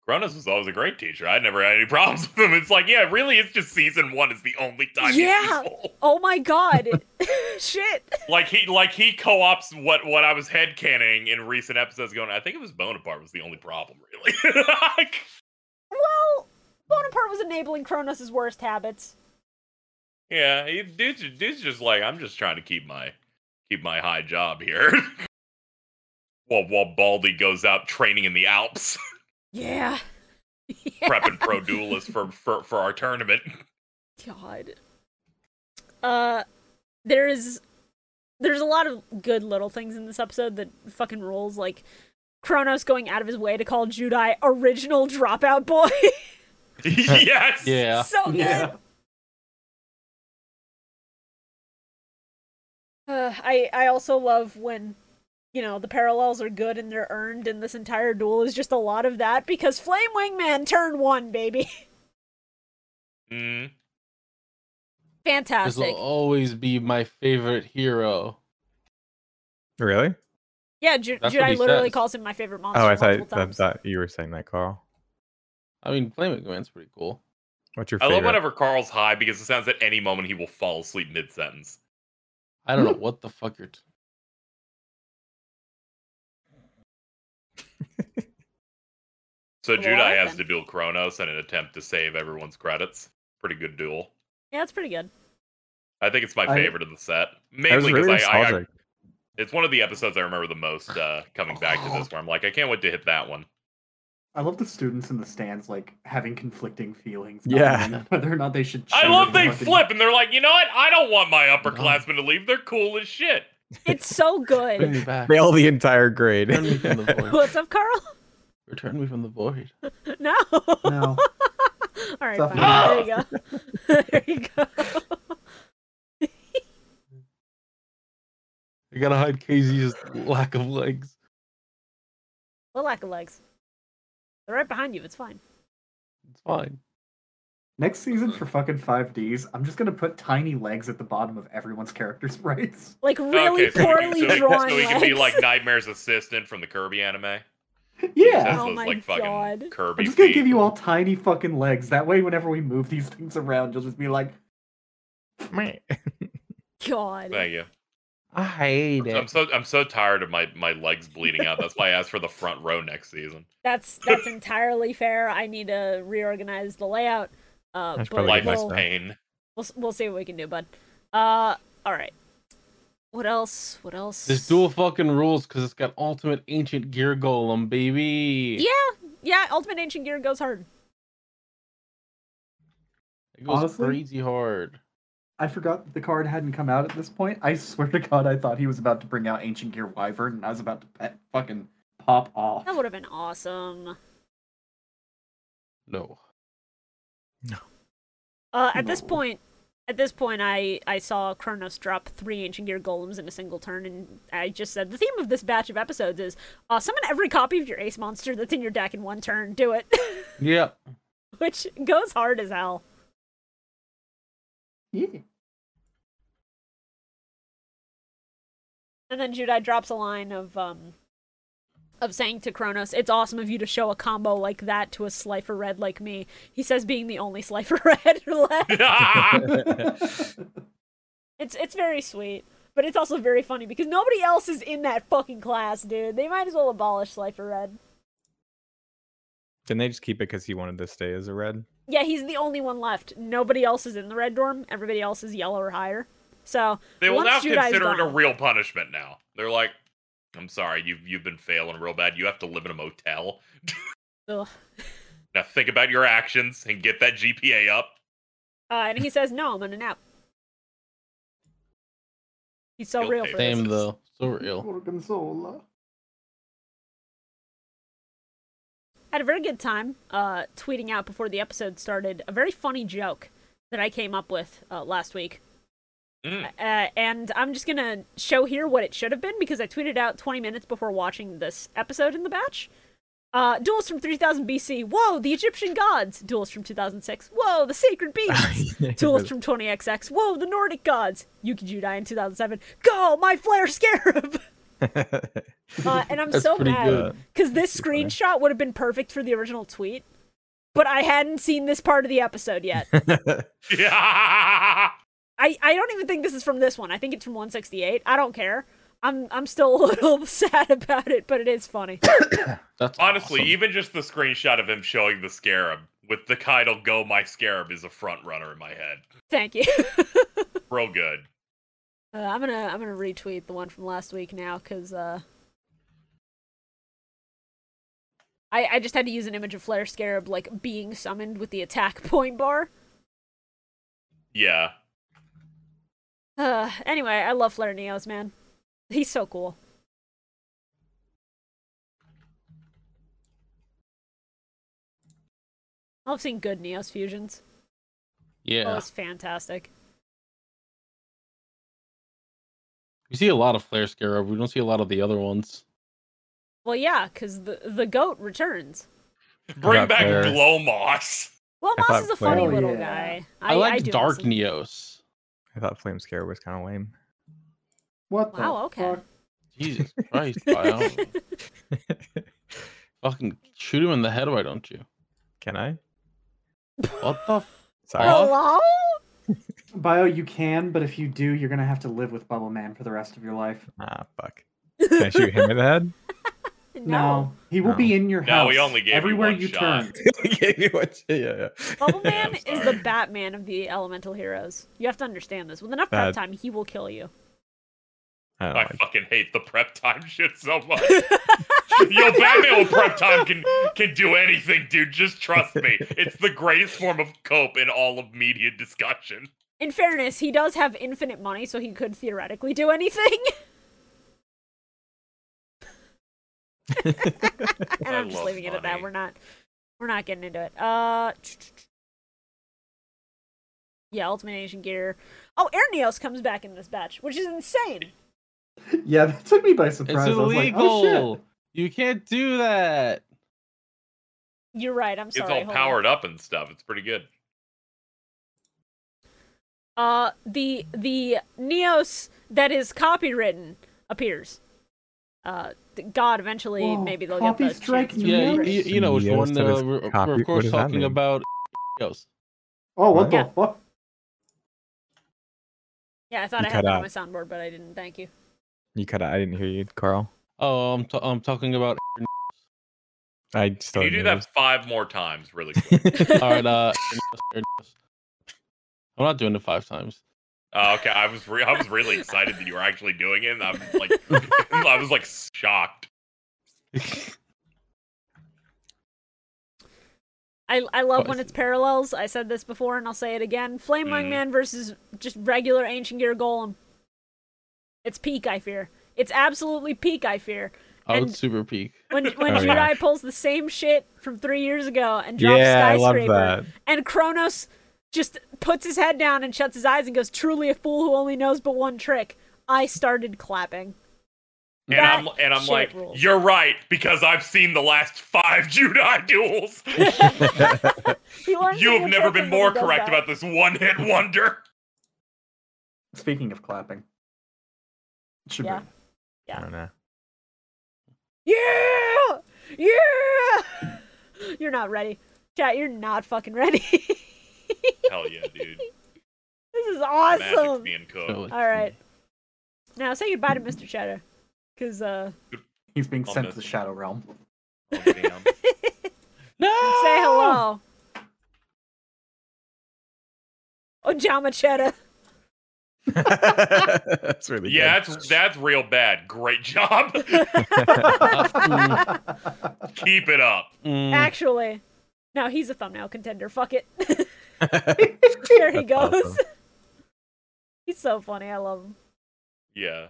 Speaker 5: Cronus was always a great teacher. I never had any problems with him. It's like, yeah, really, it's just season one is the only time. he's
Speaker 1: Yeah.
Speaker 5: evil.
Speaker 1: Oh my god! Shit.
Speaker 5: Like he, like he co-ops what what I was headcanning in recent episodes. Going, I think it was Bonaparte was the only problem, really.
Speaker 1: Well, Bonaparte was enabling Cronus' worst habits.
Speaker 5: yeah, he, dude's, dude's just like, I'm just trying to keep my keep my high job here. while while Baldy goes out training in the Alps.
Speaker 1: Yeah.
Speaker 5: prepping pro duelists for, for for our tournament.
Speaker 1: God. Uh, there is, there's a lot of good little things in this episode that fucking rules. Like Kronos going out of his way to call Judai original dropout boy.
Speaker 5: yes.
Speaker 3: Yeah.
Speaker 1: so good. Uh, I I also love when, you know, the parallels are good and they're earned, and this entire duel is just a lot of that because Flame Wingman turn one, baby.
Speaker 5: Mm,
Speaker 3: This
Speaker 1: Fantastic.
Speaker 3: will always be my favorite hero.
Speaker 4: Really?
Speaker 1: Yeah, Ju-
Speaker 3: That's what
Speaker 1: Judai
Speaker 3: he
Speaker 1: literally
Speaker 3: says.
Speaker 1: calls him my favorite monster.
Speaker 4: Oh, I
Speaker 1: multiple
Speaker 4: thought, I
Speaker 1: times.
Speaker 4: thought you were saying that, Carl.
Speaker 3: I mean, Flaming Man's pretty cool.
Speaker 4: What's your
Speaker 5: I
Speaker 4: favorite?
Speaker 5: love whenever Carl's high because it sounds at any moment he will fall asleep mid sentence.
Speaker 3: I don't know what the fuck you're. T-
Speaker 5: So
Speaker 1: Well,
Speaker 5: Judai has
Speaker 1: then.
Speaker 5: to duel Kronos in an attempt to save everyone's credits. Pretty good duel.
Speaker 1: Yeah, it's pretty good.
Speaker 5: I think it's my
Speaker 2: I-
Speaker 5: favorite of the set,
Speaker 4: That was
Speaker 5: mainly because
Speaker 4: really
Speaker 5: I, I, I
Speaker 4: nostalgic.
Speaker 5: it's one of the episodes I remember the most. Uh, coming back
Speaker 1: Oh.
Speaker 5: to this, where I'm like, I can't wait to hit that one.
Speaker 2: I love the students in the stands like having conflicting feelings. not
Speaker 4: Yeah.
Speaker 2: knowing whether or not they should.
Speaker 5: I
Speaker 2: cheer
Speaker 5: love
Speaker 2: or
Speaker 5: they
Speaker 2: fucking-
Speaker 5: flip and they're like, you know what? I don't want my upperclassmen to leave. They're cool as shit.
Speaker 1: It's so
Speaker 3: Bring
Speaker 1: good.
Speaker 3: me back.
Speaker 4: Fail the entire grade.
Speaker 3: Return me from the void.
Speaker 1: What's up, Carl?
Speaker 3: Return me from the void.
Speaker 1: No.
Speaker 2: No,
Speaker 1: All right,
Speaker 2: Something
Speaker 1: fine. There you go. there you go.
Speaker 3: I gotta hide KZ's lack of legs.
Speaker 1: Well, lack of legs. They're right behind you. It's fine.
Speaker 3: It's fine.
Speaker 2: next season for fucking five Ds, I'm just gonna put tiny legs at the bottom of everyone's character's rights.
Speaker 1: Like really
Speaker 5: so we can-
Speaker 1: poorly
Speaker 5: so we-
Speaker 1: drawn
Speaker 5: So he
Speaker 1: legs.
Speaker 5: can be like Nightmare's assistant from the Kirby anime. He
Speaker 2: Yeah,
Speaker 5: has
Speaker 1: Oh
Speaker 5: those,
Speaker 1: my
Speaker 5: like, fucking
Speaker 1: God.
Speaker 5: Kirby
Speaker 2: I'm just gonna
Speaker 5: feet.
Speaker 2: give you all tiny fucking legs. That way, whenever we move these things around, you'll just be like,
Speaker 4: Meh.
Speaker 1: God.
Speaker 5: Thank you.
Speaker 4: I hate
Speaker 5: I'm
Speaker 4: it.
Speaker 5: so I'm so tired of my my legs bleeding out. That's why I asked for the front row next season.
Speaker 1: That's that's entirely fair. I need to reorganize the layout. Uh,
Speaker 4: That's
Speaker 1: but
Speaker 4: probably
Speaker 5: Life
Speaker 4: my
Speaker 1: we'll,
Speaker 5: is pain.
Speaker 1: we'll we'll see what we can do, bud. Uh, all right. What else? What else?
Speaker 3: This duel fucking rules because it's got ultimate ancient gear golem, baby.
Speaker 1: Yeah, yeah. Ultimate ancient gear goes hard.
Speaker 3: it goes
Speaker 2: Honestly?
Speaker 3: crazy hard.
Speaker 2: I forgot that the card hadn't come out at this point. I swear to God, I thought he was about to bring out Ancient Gear Wyvern, and I was about to pet, fucking pop off.
Speaker 1: That would have been awesome.
Speaker 3: No,
Speaker 1: Uh, at this
Speaker 2: No.
Speaker 1: point, at this point, I I saw Kronos drop three ancient gear golems in a single turn, and I just said the theme of this batch of episodes is uh, summon every copy of your ace monster that's in your deck in one turn. Do it,
Speaker 3: yeah,
Speaker 1: which goes hard as hell.
Speaker 2: Yeah.
Speaker 1: And then Judai drops a line of um of saying to Kronos, "It's awesome of you to show a combo like that to a Slifer Red like me." He says, "Being the only Slifer Red left." It's it's very sweet, but it's also very funny because nobody else is in that fucking class, dude. They might as well abolish Slifer Red.
Speaker 4: Didn't they just keep it because he wanted to stay as a red?
Speaker 1: Yeah, he's the only one left. Nobody else is in the red dorm. Everybody else is yellow or higher. So
Speaker 5: They will
Speaker 1: once
Speaker 5: now
Speaker 1: Judai's
Speaker 5: consider it a
Speaker 1: gone-
Speaker 5: real punishment now. They're like, I'm sorry, you've you've been failing real bad. You have to live in a motel.
Speaker 1: Ugh.
Speaker 5: Now think about your actions and get that GPA up.
Speaker 1: Uh, and he says, "No, I'm on a nap." He's so
Speaker 5: Guilt
Speaker 1: real for
Speaker 5: trip.
Speaker 1: this.
Speaker 3: same though. So real.
Speaker 2: Gorgonzola.
Speaker 1: I had a very good time uh, tweeting out before the episode started a very funny joke that I came up with uh, last week.
Speaker 5: Mm.
Speaker 1: Uh, and I'm just gonna show here what it should have been because I tweeted out 20 minutes before watching this episode in the batch. Uh, duels from 3000 BC. Whoa, the Egyptian gods. Duels from 2006. Whoa, the sacred beasts. Duels from 20XX. Whoa, the Nordic gods. Yuki Judai in 2007. Go, my flare scarab. Uh, and I'm
Speaker 3: That's
Speaker 1: so
Speaker 3: pretty
Speaker 1: mad
Speaker 3: good.
Speaker 1: because this
Speaker 4: Pretty funny.
Speaker 1: screenshot would have been perfect for the original tweet, but I hadn't seen this part of the episode yet.
Speaker 5: Yeah.
Speaker 1: I, I don't even think this is from this one. I think it's from 168. I don't care. I'm I'm still a little sad about it, but it is funny.
Speaker 3: That's
Speaker 5: Honestly,
Speaker 3: awesome.
Speaker 5: even just the screenshot of him showing the scarab with the title "Go My Scarab" is a front runner in my head.
Speaker 1: Thank you.
Speaker 5: Real good.
Speaker 1: Uh, I'm gonna I'm gonna retweet the one from last week now because uh, I I just had to use an image of Flare Scarab like being summoned with the attack point bar.
Speaker 5: Yeah.
Speaker 1: Uh, anyway, I love Flare Neos, man. He's so cool. I've seen good Neos fusions. Oh,
Speaker 3: yeah,
Speaker 1: it's fantastic.
Speaker 3: we see a lot of Flare Scarab. We don't see a lot of the other ones.
Speaker 1: Well, yeah, because the the goat returns.
Speaker 5: Bring
Speaker 4: not
Speaker 5: back
Speaker 4: fair.
Speaker 5: Glowmoss.
Speaker 1: Well,
Speaker 4: I
Speaker 1: Moss
Speaker 4: thought
Speaker 1: is a
Speaker 4: Flare-
Speaker 1: funny
Speaker 2: Oh,
Speaker 1: little
Speaker 2: yeah.
Speaker 1: guy.
Speaker 3: I,
Speaker 1: like
Speaker 3: liked Dark Neos.
Speaker 4: I thought Flame Scare was kind of lame.
Speaker 2: What the
Speaker 1: Wow, okay.
Speaker 2: fuck?
Speaker 3: Jesus Christ, Bio. Fucking shoot him in the head, why don't you?
Speaker 4: Can I?
Speaker 3: What the? F-
Speaker 4: Sorry.
Speaker 3: Oh.
Speaker 1: Hello?
Speaker 2: Bio, you can, but if you do, you're gonna have to live with Bubble Man for the rest of your life.
Speaker 4: Ah, fuck. Can I shoot him in the head?
Speaker 1: No.
Speaker 2: he will
Speaker 4: No.
Speaker 2: be in your
Speaker 5: No,
Speaker 2: house.
Speaker 5: we only gave you
Speaker 2: everywhere
Speaker 5: one
Speaker 2: you
Speaker 5: shot.
Speaker 2: turn.
Speaker 4: Gave you one- yeah, yeah.
Speaker 1: Bubble
Speaker 5: Yeah, I'm
Speaker 1: Man is the
Speaker 5: sorry.
Speaker 1: Batman of the elemental heroes. You have to understand this. With enough
Speaker 4: That-
Speaker 1: prep time, he will kill you.
Speaker 4: Oh, I don't
Speaker 5: I
Speaker 4: like
Speaker 5: fucking hate the prep time shit so much. Yo, Batman with prep time can can do anything, dude. Just trust me. It's the greatest form of cope in all of media discussion.
Speaker 1: In fairness, he does have infinite money, so he could theoretically do anything. and
Speaker 5: I
Speaker 1: I'm just
Speaker 5: love
Speaker 1: leaving it at that.
Speaker 5: money.
Speaker 1: We're not we're not getting into it. Uh Yeah, Ultimate Asian Gear. Oh, Ernios comes back in this batch, which is insane.
Speaker 2: Yeah, that took me by
Speaker 3: it's
Speaker 2: surprise. I was like,
Speaker 3: illegal.
Speaker 2: oh shit.
Speaker 3: You can't do that.
Speaker 1: You're right, I'm sorry.
Speaker 5: it's all
Speaker 1: hold on.
Speaker 5: powered up and stuff. It's pretty good.
Speaker 1: Uh the the Neos that is copywritten appears. Uh th- God eventually
Speaker 2: Whoa,
Speaker 1: maybe they'll
Speaker 2: copy
Speaker 1: get the
Speaker 2: strike
Speaker 1: chance to
Speaker 3: Yeah, you,
Speaker 1: remember it.
Speaker 3: you- you know which
Speaker 4: Yes,
Speaker 3: one.
Speaker 4: that
Speaker 3: Uh,
Speaker 4: is
Speaker 3: we're,
Speaker 4: copy-
Speaker 3: we're of
Speaker 4: what
Speaker 3: course
Speaker 4: does that
Speaker 3: talking
Speaker 4: mean?
Speaker 3: about. Goes.
Speaker 2: Oh, what
Speaker 1: Yeah.
Speaker 2: the fuck?
Speaker 1: Yeah, I thought
Speaker 4: You
Speaker 1: I had
Speaker 4: cut
Speaker 1: that on
Speaker 4: out.
Speaker 1: my soundboard, but I didn't. Thank you.
Speaker 4: You cut out. I didn't hear you, Carl.
Speaker 3: Oh, I'm t- I'm talking about.
Speaker 4: I still.
Speaker 5: Can you do
Speaker 4: didn't
Speaker 5: that five more times, really quick?
Speaker 4: hear this.
Speaker 3: All right. Uh, I'm not doing it five times.
Speaker 5: Uh, okay, I was re- I was really excited that you were actually doing it. And I was like, I was like shocked.
Speaker 1: I, I love
Speaker 3: What
Speaker 1: when
Speaker 3: is
Speaker 1: it's parallels. I said this before and I'll say it again. Flame
Speaker 5: Mhm.
Speaker 4: Mm.
Speaker 1: Wingman versus just regular Ancient Gear Golem. It's peak, I fear. It's absolutely peak, I fear.
Speaker 3: I
Speaker 1: And-
Speaker 3: would super peak.
Speaker 1: When when
Speaker 4: Oh,
Speaker 1: Judai
Speaker 4: yeah.
Speaker 1: pulls the same shit from three years ago and drops
Speaker 4: yeah, I love
Speaker 1: skyscraper,
Speaker 4: that.
Speaker 1: and Kronos just puts his head down and shuts his eyes and goes, "Truly a fool who only knows but one trick." I started clapping.
Speaker 5: And
Speaker 1: That
Speaker 5: I'm and I'm
Speaker 1: shit
Speaker 5: like,
Speaker 1: rules.
Speaker 5: you're right because I've seen the last five Judai duels.
Speaker 1: He learns
Speaker 5: You
Speaker 1: to
Speaker 5: have
Speaker 1: be
Speaker 5: never
Speaker 1: effective
Speaker 5: been
Speaker 1: when he
Speaker 5: more
Speaker 1: does
Speaker 5: correct
Speaker 1: that.
Speaker 5: about this one hit wonder.
Speaker 2: Speaking of clapping. Should
Speaker 1: Yeah.
Speaker 4: I don't know.
Speaker 1: Yeah! Yeah! You're not ready. Chat, you're not fucking ready. this
Speaker 5: Hell yeah, dude!
Speaker 1: is
Speaker 5: Magic's
Speaker 1: awesome.
Speaker 5: being cooked.
Speaker 3: So it's-
Speaker 1: All right. Now say goodbye to Mr. Cheddar. Cause uh
Speaker 2: He's being
Speaker 5: I'll
Speaker 2: sent
Speaker 5: miss
Speaker 2: to the
Speaker 5: him.
Speaker 2: Shadow Realm.
Speaker 5: Oh, damn.
Speaker 3: No.
Speaker 1: say hello. Oh Jama Cheddar.
Speaker 4: That's really
Speaker 5: yeah, that's that's real bad. Great job. Keep it up.
Speaker 3: Mm,
Speaker 1: Actually. No, he's a thumbnail contender. Fuck it.
Speaker 4: good.
Speaker 1: there he
Speaker 4: That's
Speaker 1: goes.
Speaker 4: awesome.
Speaker 1: he's so funny, I love him.
Speaker 5: Yeah.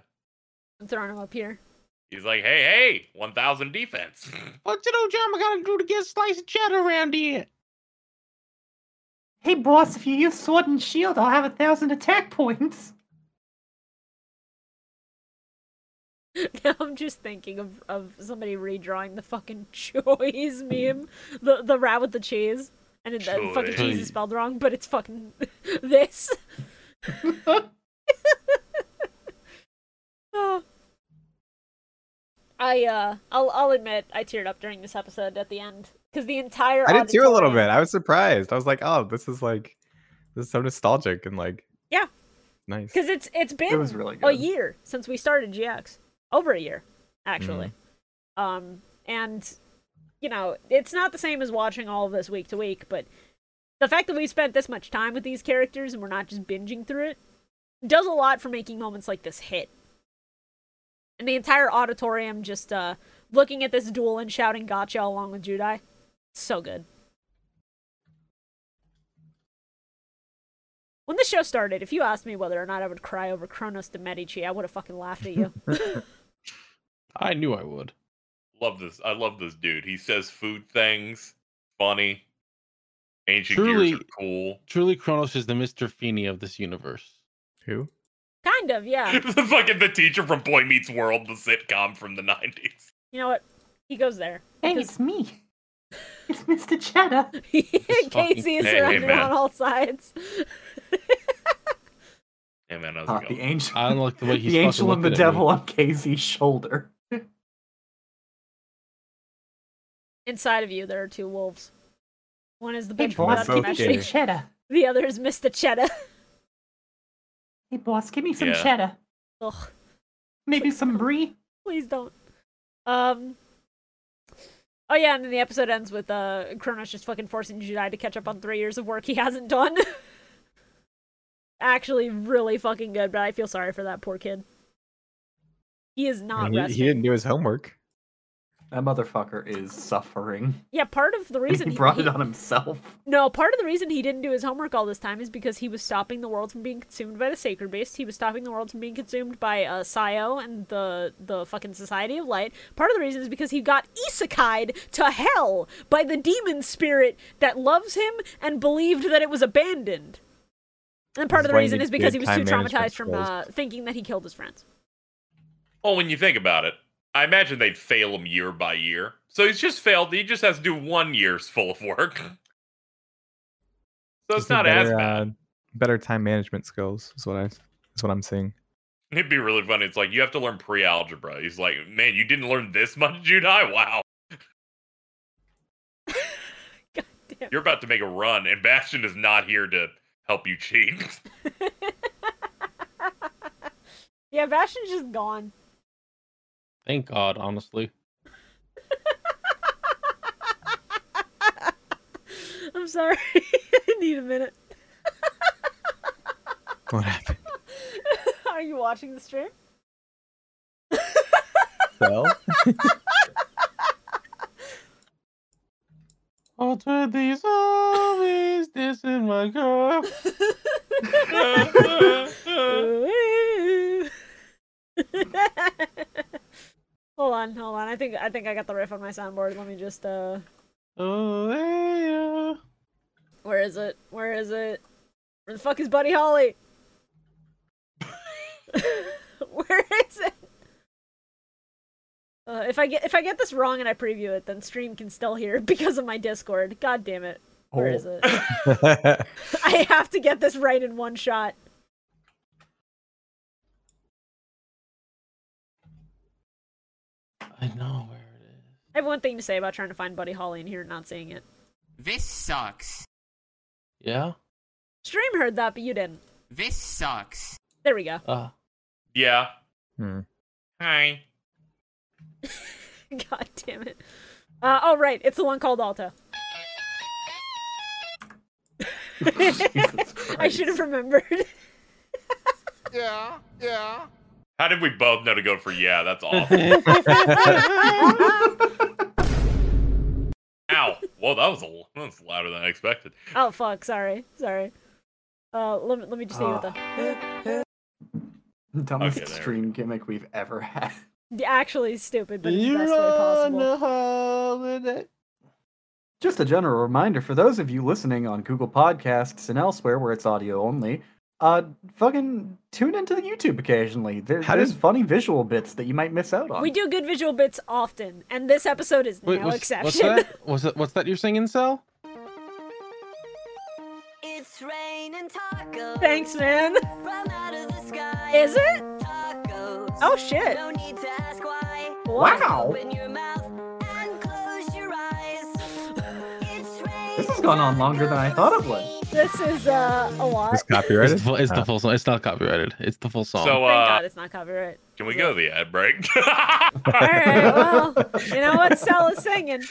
Speaker 1: I'm throwing him up here.
Speaker 5: He's like, hey, hey, 1,000 defense.
Speaker 8: What you know, John? I gotta do to get a slice of cheddar around here.
Speaker 2: Hey boss, if you use sword and shield, I'll have a thousand attack points.
Speaker 1: Now I'm just thinking of, of somebody redrawing the fucking choice meme, the the rat with the cheese, and it, the fucking cheese
Speaker 3: Choy.
Speaker 1: is spelled wrong, but it's fucking this. Oh. I uh, I'll I'll admit I teared up during this episode at the end because the entire
Speaker 4: I did too a little
Speaker 1: auditorium-
Speaker 4: bit. I was surprised. I was like, oh, this is like this is so nostalgic and like
Speaker 1: Yeah.
Speaker 4: nice.
Speaker 1: Because it's it's been
Speaker 2: It was really
Speaker 1: a
Speaker 2: good.
Speaker 1: year since we started GX, over a year actually, um, and you know it's not the same as watching all of this week to week, but the fact that we spent this much time with these characters and we're not just binging through it does a lot for making moments like this hit. And the entire auditorium just uh, looking at this duel and shouting "Gotcha!" along with Judai, so good. When the show started, if you asked me whether or not I would cry over Kronos de Medici, I would have fucking laughed at you.
Speaker 3: I knew I would.
Speaker 5: Love this. I love this dude. He says food things, funny. Ancient
Speaker 3: Truly-
Speaker 5: gears are cool.
Speaker 3: Truly, Kronos is the Mr. Feeny of this universe.
Speaker 4: Who?
Speaker 1: kind of, yeah.
Speaker 5: the fucking the teacher from Boy Meets World, the sitcom from the nineties.
Speaker 1: You know what? He goes there.
Speaker 7: Hey, it's me. It's Mr. Cheddar.
Speaker 3: fucking-
Speaker 1: Casey is
Speaker 5: Hey,
Speaker 1: surrounded
Speaker 5: man.
Speaker 1: on all sides.
Speaker 5: Hey man, how's
Speaker 2: Ah,
Speaker 5: it
Speaker 2: the
Speaker 5: going?
Speaker 2: angel,
Speaker 3: I don't like the way Uh, he's
Speaker 2: the angel and the devil on Casey's shoulder.
Speaker 1: Inside of you, there are two wolves. One is the
Speaker 7: Hey,
Speaker 1: bitch from
Speaker 7: boss,
Speaker 4: That's
Speaker 1: Blood
Speaker 7: give me
Speaker 1: Connection.
Speaker 4: okay.
Speaker 7: some cheddar.
Speaker 1: The other is Mr. Cheddar.
Speaker 7: Hey, boss, give me some
Speaker 5: Yeah.
Speaker 7: cheddar.
Speaker 1: Ugh,
Speaker 7: Maybe some brie.
Speaker 1: please don't. Um. Oh yeah, and then the episode ends with uh Kronos just fucking forcing Jedi to catch up on three years of work he hasn't done. Actually, really fucking good, but I feel sorry for that poor kid. He is
Speaker 4: I
Speaker 1: not
Speaker 4: mean, he,
Speaker 1: resting.
Speaker 4: he didn't do his homework.
Speaker 2: That motherfucker is suffering.
Speaker 1: Yeah, part of the
Speaker 2: And
Speaker 1: reason
Speaker 2: he brought
Speaker 1: he-
Speaker 2: it on himself.
Speaker 1: No, part of the reason he didn't do his homework all this time is because he was stopping the world from being consumed by the sacred beast. He was stopping the world from being consumed by uh, Sayo and the the fucking Society of Light. Part of the reason is because he got isekai'd to hell by the demon spirit that loves him and believed that it was abandoned. And part of
Speaker 4: This is
Speaker 1: the
Speaker 4: why you
Speaker 1: reason
Speaker 4: need
Speaker 1: is because he
Speaker 4: good
Speaker 1: was too
Speaker 4: time
Speaker 1: traumatized
Speaker 4: management
Speaker 1: from uh, thinking that he killed his friends.
Speaker 5: Well, when you think about it, I imagine they'd fail him year by year. So he's just failed. He just has to do one year's full of work. So it's
Speaker 4: Just a
Speaker 5: not as
Speaker 4: better,
Speaker 5: bad.
Speaker 4: uh, better time management skills is what I is what I'm seeing.
Speaker 5: It'd be really funny. It's like you have to learn pre-algebra. He's like, man, you didn't learn this much, Judai. Wow,
Speaker 1: God damn.
Speaker 5: you're about to make a run, and Bastion is not here to help you cheat.
Speaker 1: Yeah, Bastion's just gone.
Speaker 3: Thank God, honestly.
Speaker 1: I'm sorry. I need a minute.
Speaker 4: What happened?
Speaker 1: Are you watching the stream?
Speaker 4: Well,
Speaker 8: Oh, to these always dissing my girl.
Speaker 1: hold on, hold on. I think I think I got the riff on my soundboard. Let me just uh
Speaker 8: Oh, yeah.
Speaker 1: where is it? Where is it? Where the fuck is Buddy Holly? where is it? Uh, if I get if I get this wrong and I preview it, then stream can still hear it because of my Discord. God damn it. Where is it? I have to get this right in one shot.
Speaker 3: I know where it is.
Speaker 1: I have one thing to say about trying to find Buddy Holly and here not seeing it.
Speaker 9: This sucks.
Speaker 3: Yeah.
Speaker 1: Stream heard that, but you didn't.
Speaker 9: This sucks.
Speaker 1: There we go.
Speaker 3: Uh,
Speaker 5: yeah.
Speaker 4: Hmm.
Speaker 5: Hi.
Speaker 1: God damn it. Uh, oh, right. It's the one called Alto.
Speaker 2: Jesus
Speaker 1: I should have
Speaker 2: Christ.
Speaker 1: remembered.
Speaker 8: Yeah, yeah.
Speaker 5: How did we both know to go for yeah? That's awful. Ow. Whoa, that was a l- that was louder than I expected.
Speaker 1: oh, fuck. Sorry. Sorry. Uh, let, me, let me just see what the.
Speaker 2: Dumbest
Speaker 5: Okay, there we
Speaker 2: stream gimmick we've ever had.
Speaker 1: the- Actually, stupid, but in the
Speaker 8: You're
Speaker 1: best way possible.
Speaker 8: holiday.
Speaker 2: Just a general reminder for those of you listening on Google Podcasts and elsewhere where it's audio only, uh, fucking tune into the YouTube occasionally. There,
Speaker 4: How
Speaker 2: there's
Speaker 4: did-
Speaker 2: funny visual bits that you might miss out on.
Speaker 1: We do good visual bits often, and this episode is
Speaker 3: Wait,
Speaker 1: no
Speaker 3: what's,
Speaker 1: exception.
Speaker 3: what's that? What's that? What's that you're singing, Sal?
Speaker 10: It's raining tacos.
Speaker 1: Thanks, man.
Speaker 10: From out of the sky.
Speaker 1: Is it?
Speaker 10: Tacos.
Speaker 1: Oh shit.
Speaker 10: No need to ask why.
Speaker 2: Wow.
Speaker 10: Open your mouth and close your eyes. It's raining
Speaker 2: This has gone on longer than I thought it would.
Speaker 1: This is uh, a lot.
Speaker 4: It's
Speaker 3: It's, the
Speaker 4: copyrighted.
Speaker 3: full, it's the
Speaker 4: Uh,
Speaker 3: full song. It's not copyrighted. It's the full song.
Speaker 5: So,
Speaker 1: Thank
Speaker 5: uh,
Speaker 1: God it's not copyright.
Speaker 5: can we go to the ad break?
Speaker 1: All right, well, you know what Sal is singing?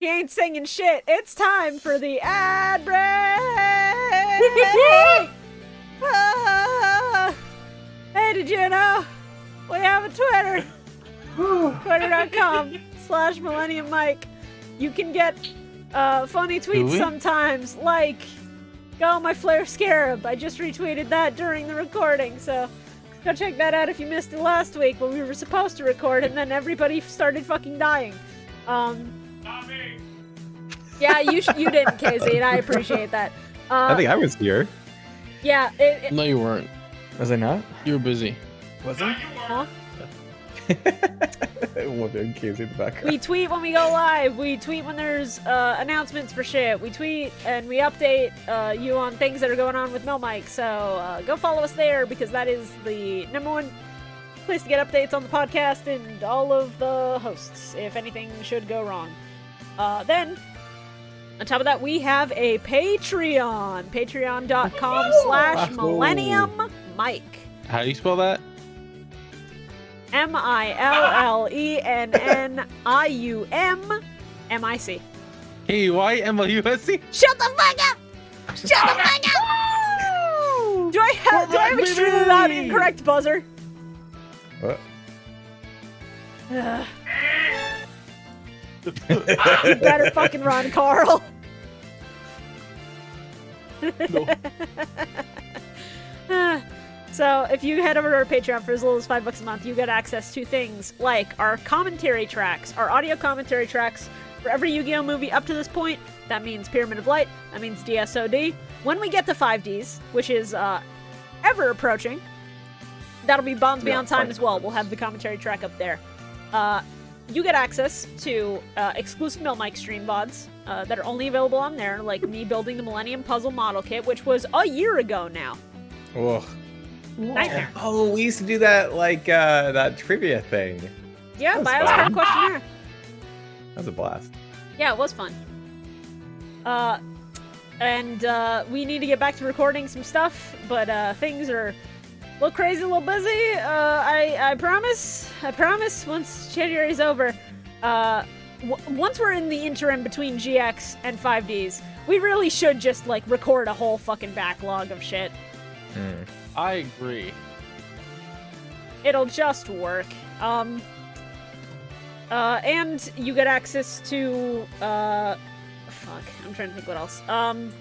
Speaker 1: He ain't singing shit. It's time for the ad break. Ah. hey, did you know we have a Twitter? Twitter.com slash Millennium Mike. You can get uh, funny tweets
Speaker 3: we?
Speaker 1: sometimes, like "Go my flare scarab." I just retweeted that during the recording, so go check that out if you missed it last week when we were supposed to record, and then everybody started fucking dying. Um, yeah, you sh- you didn't, KZ, and I appreciate that. Uh,
Speaker 4: I think I was here.
Speaker 1: yeah, it, it-
Speaker 3: no, you weren't.
Speaker 4: Was I not?
Speaker 3: You were busy.
Speaker 4: Was I?
Speaker 1: huh?
Speaker 4: Woman kids in the background.
Speaker 1: we tweet when we go live. We tweet when there's uh, announcements for shit. We tweet and we update uh, you on things that are going on with Mill Mike. So uh, go follow us there because that is the number one place to get updates on the podcast and all of the hosts if anything should go wrong. Uh, then, on top of that, we have a Patreon. Patreon.com slash Millennium Mike.
Speaker 3: How do you spell that?
Speaker 1: M I L L E N N I U M M I C.
Speaker 3: Hey, why am I USC?
Speaker 1: Shut the fuck up! Shut the fuck up! Do I have, do I have extremely loud incorrect buzzer?
Speaker 4: What?
Speaker 1: Ugh, you better fucking run, Carl. so if you head over to our Patreon for as little as five bucks a month, you get access to things like our commentary tracks, our audio commentary tracks for every Yu-Gi-Oh movie up to this point. That means Pyramid of Light. That means DSOD. When we get to five Ds, which is uh, ever approaching, that'll be Bombs
Speaker 2: Yeah,
Speaker 1: Beyond Time
Speaker 2: quite
Speaker 1: as well. We'll have the commentary track up there. Uh, you get access to uh, exclusive Mill Mike stream VODs uh, that are only available on there, like me building the Millennium Puzzle Model Kit, which was a year ago now.
Speaker 4: Ugh.
Speaker 1: Nightmare.
Speaker 4: Oh, we used to do that like uh that trivia thing. That
Speaker 1: Yeah,
Speaker 4: That's
Speaker 1: Bioscar
Speaker 4: fun.
Speaker 1: questionnaire.
Speaker 4: was a blast.
Speaker 1: Yeah, it was fun. Uh, and uh, we need to get back to recording some stuff, but uh, things are a little crazy, a little busy. Uh, I I promise, I promise. Once January's over, uh, w- once we're in the interim between GX and 5Ds, we really should just like record a whole fucking backlog of shit.
Speaker 4: Mm.
Speaker 3: I agree.
Speaker 1: it'll just work. Um, uh, and you get access to uh, fuck. I'm trying to think what else. Um,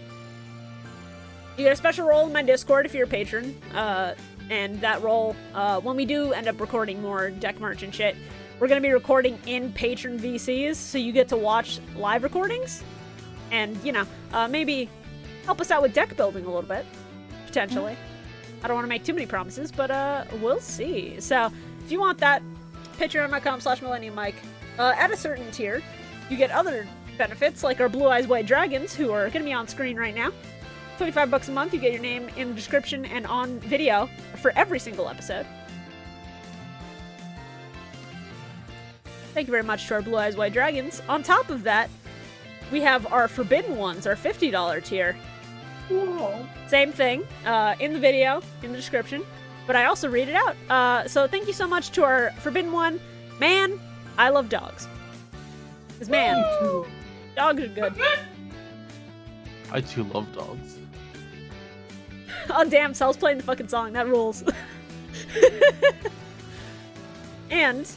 Speaker 1: you get a special role in my Discord if you're a patron. Uh, and that role, uh, when we do end up recording more deck merch and shit, we're gonna be recording in patron VCs, so you get to watch live recordings, and you know, uh, maybe help us out with deck building a little bit, potentially. I don't want to make too many promises, but uh, we'll see. So if you want that, patreon.com slash millennium mike. Uh, at a certain tier, you get other benefits like our Blue Eyes White Dragons, who are going to be on screen right now. 25 bucks a month, you get your name in the description and on video for every single episode. Thank you very much to our Blue Eyes White Dragons. On top of that, we have our Forbidden Ones, our $50 tier. Same thing uh, in the video, in the description, but I also read it out. Uh, so thank you so much to our Forbidden One. Man, I love dogs. Because, man, dogs are good.
Speaker 3: I too love dogs.
Speaker 1: oh, damn, Sal's playing the fucking song. That rules. and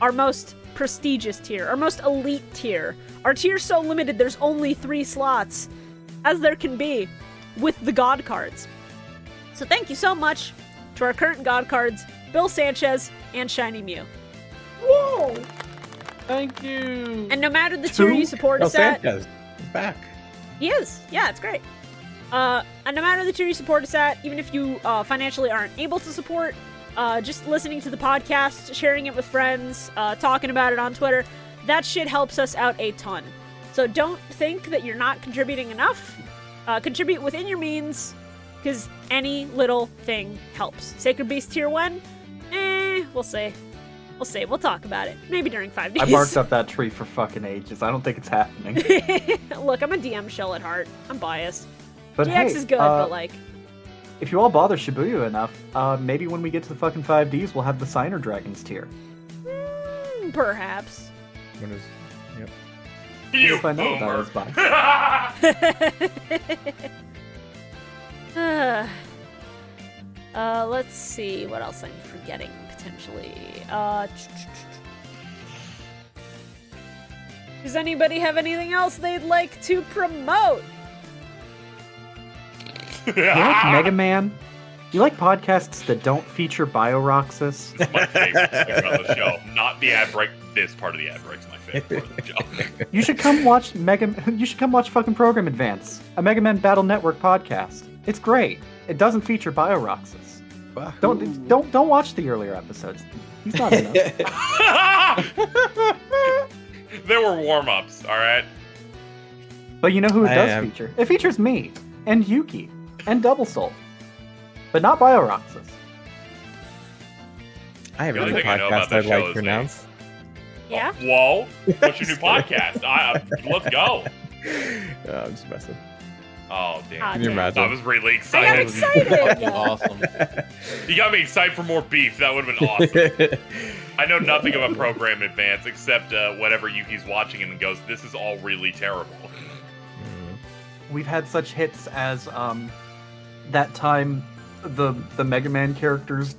Speaker 1: our most prestigious tier, our most elite tier, our tier so limited there's only three slots as there can be with the God cards. So thank you so much to our current God cards, Bill Sanchez and Shiny Mew.
Speaker 3: Thank you.
Speaker 1: And no matter the tier
Speaker 4: Who?
Speaker 1: you support
Speaker 4: El
Speaker 1: us at,
Speaker 4: Sanchez is back.
Speaker 1: he is. Yeah, it's great. Uh, and no matter the tier you support us at, even if you uh, financially aren't able to support, uh, just listening to the podcast, sharing it with friends, uh, talking about it on Twitter, that shit helps us out a ton. So don't think that you're not contributing enough. Uh, contribute within your means, because any little thing helps. Sacred Beast Tier 1? Eh, we'll see. We'll see. We'll talk about it. Maybe during five days.
Speaker 2: I marked up that tree for fucking ages. I don't think it's happening.
Speaker 1: Look, I'm a DM shell at heart. I'm biased.
Speaker 2: But
Speaker 1: DX
Speaker 2: hey,
Speaker 1: is good,
Speaker 2: uh,
Speaker 1: but like,
Speaker 2: if you all bother Shibuya enough, uh, maybe when we get to the fucking five Ds, we'll have the Signer Dragons tier.
Speaker 1: mm, perhaps.
Speaker 4: What is? Yep.
Speaker 5: You
Speaker 2: if I know what that is
Speaker 5: boomer.
Speaker 2: by.
Speaker 1: uh, uh, let's see what else I'm forgetting potentially. Uh, does anybody have anything else they'd like to promote?
Speaker 2: You like Mega Man? You like podcasts that don't feature Bioroxis?
Speaker 5: It's my favorite thing on the show. Not the ad break. This part of the ad break's my favorite part of the show.
Speaker 2: You should come watch Mega. You should come watch fucking Program Advance, a Mega Man Battle Network podcast. It's great. It doesn't feature Bioroxis. Don't don't don't watch the earlier episodes. He's not in it.
Speaker 5: there were warm ups, all right?
Speaker 2: But you know who it
Speaker 4: I
Speaker 2: does
Speaker 4: am-
Speaker 2: feature? It features me and Yuki and Double Soul, but not Bioroxis.
Speaker 4: I have
Speaker 5: The only
Speaker 4: another
Speaker 5: thing I know about
Speaker 4: podcast
Speaker 5: that
Speaker 4: I'd
Speaker 5: show
Speaker 4: like
Speaker 5: is
Speaker 4: to
Speaker 5: they-
Speaker 4: announce.
Speaker 1: Yeah.
Speaker 5: Whoa. What's your new
Speaker 4: Just kidding.
Speaker 5: podcast? I, I, let's
Speaker 4: Oh,
Speaker 5: go.
Speaker 4: I'm just messing.
Speaker 5: Oh,
Speaker 1: Ah,
Speaker 5: damn.
Speaker 4: Can you
Speaker 1: damn.
Speaker 4: imagine?
Speaker 5: I was really
Speaker 1: I got
Speaker 5: excited.
Speaker 1: excited.
Speaker 3: awesome.
Speaker 5: You got me excited for more beef. That would have been awesome. I know nothing about program advance except uh, whatever Yuki's watching and goes, this is all really terrible.
Speaker 4: Mm.
Speaker 2: We've had such hits as um, that time the the Mega Man characters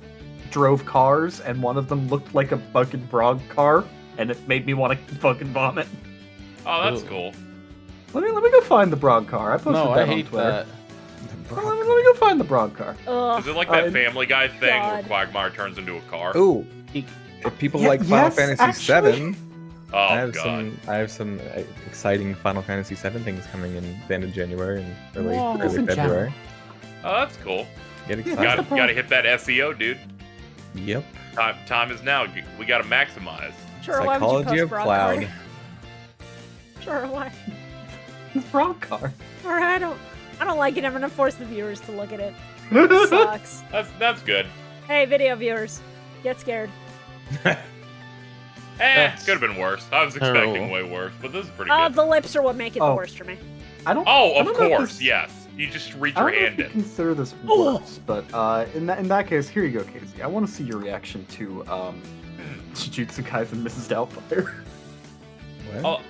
Speaker 2: drove cars, and one of them looked like a fucking Brog car, and it made me want to fucking vomit.
Speaker 5: Oh, that's
Speaker 3: Ooh.
Speaker 5: cool.
Speaker 2: Let me let me go find the Brog car. I posted
Speaker 3: No,
Speaker 2: that
Speaker 3: I
Speaker 2: on
Speaker 3: hate
Speaker 2: Twitter.
Speaker 3: that.
Speaker 2: Let me, let me go find the Brog car.
Speaker 4: Oh,
Speaker 1: Ugh.
Speaker 5: Is it like that
Speaker 2: I-
Speaker 5: Family Guy thing where
Speaker 1: Oh, God.
Speaker 5: Quagmire turns into a car? Oh,
Speaker 4: Ooh, if people
Speaker 2: Ye-
Speaker 4: like Final
Speaker 2: yes,
Speaker 4: Fantasy
Speaker 2: actually.
Speaker 4: VII, I have
Speaker 5: Oh, God.
Speaker 4: some. I have some uh, exciting Final Fantasy VII things coming in the end of January and early,
Speaker 2: Whoa.
Speaker 4: early
Speaker 2: Listen, Jack.
Speaker 4: February.
Speaker 5: Oh, that's cool.
Speaker 4: Get
Speaker 2: Yeah,
Speaker 4: excited.
Speaker 5: Gotta,
Speaker 2: the
Speaker 5: gotta hit that SEO, dude.
Speaker 4: Yep.
Speaker 5: Time, time is now. We gotta maximize.
Speaker 1: Sure, why would you
Speaker 4: Psychology
Speaker 1: post
Speaker 4: of
Speaker 1: Brock
Speaker 4: Cloud.
Speaker 1: Hart? Sure, why?
Speaker 2: The Brog car.
Speaker 1: Or I don't. I don't like it. I'm gonna force the viewers to look at it. It sucks.
Speaker 5: That's that's good.
Speaker 1: Hey, video viewers, get scared.
Speaker 5: Eh,
Speaker 3: That's
Speaker 5: could have been worse. I was
Speaker 3: terrible.
Speaker 5: expecting way worse, but this is pretty
Speaker 1: Uh,
Speaker 5: good.
Speaker 1: the lips are what make it the
Speaker 2: Oh.
Speaker 1: worst for me.
Speaker 2: I don't.
Speaker 5: Oh,
Speaker 2: I
Speaker 5: of
Speaker 2: don't know if
Speaker 5: course,
Speaker 2: this-
Speaker 5: yes. You just reach
Speaker 2: I
Speaker 5: your
Speaker 2: don't know if
Speaker 5: hand
Speaker 2: you
Speaker 5: in.
Speaker 2: consider this worse, but uh, in that in that case, here you go, Casey. I want to see your reaction to um, Jujutsu Kaisen Mrs. Doubtfire.
Speaker 4: What?
Speaker 5: Oh,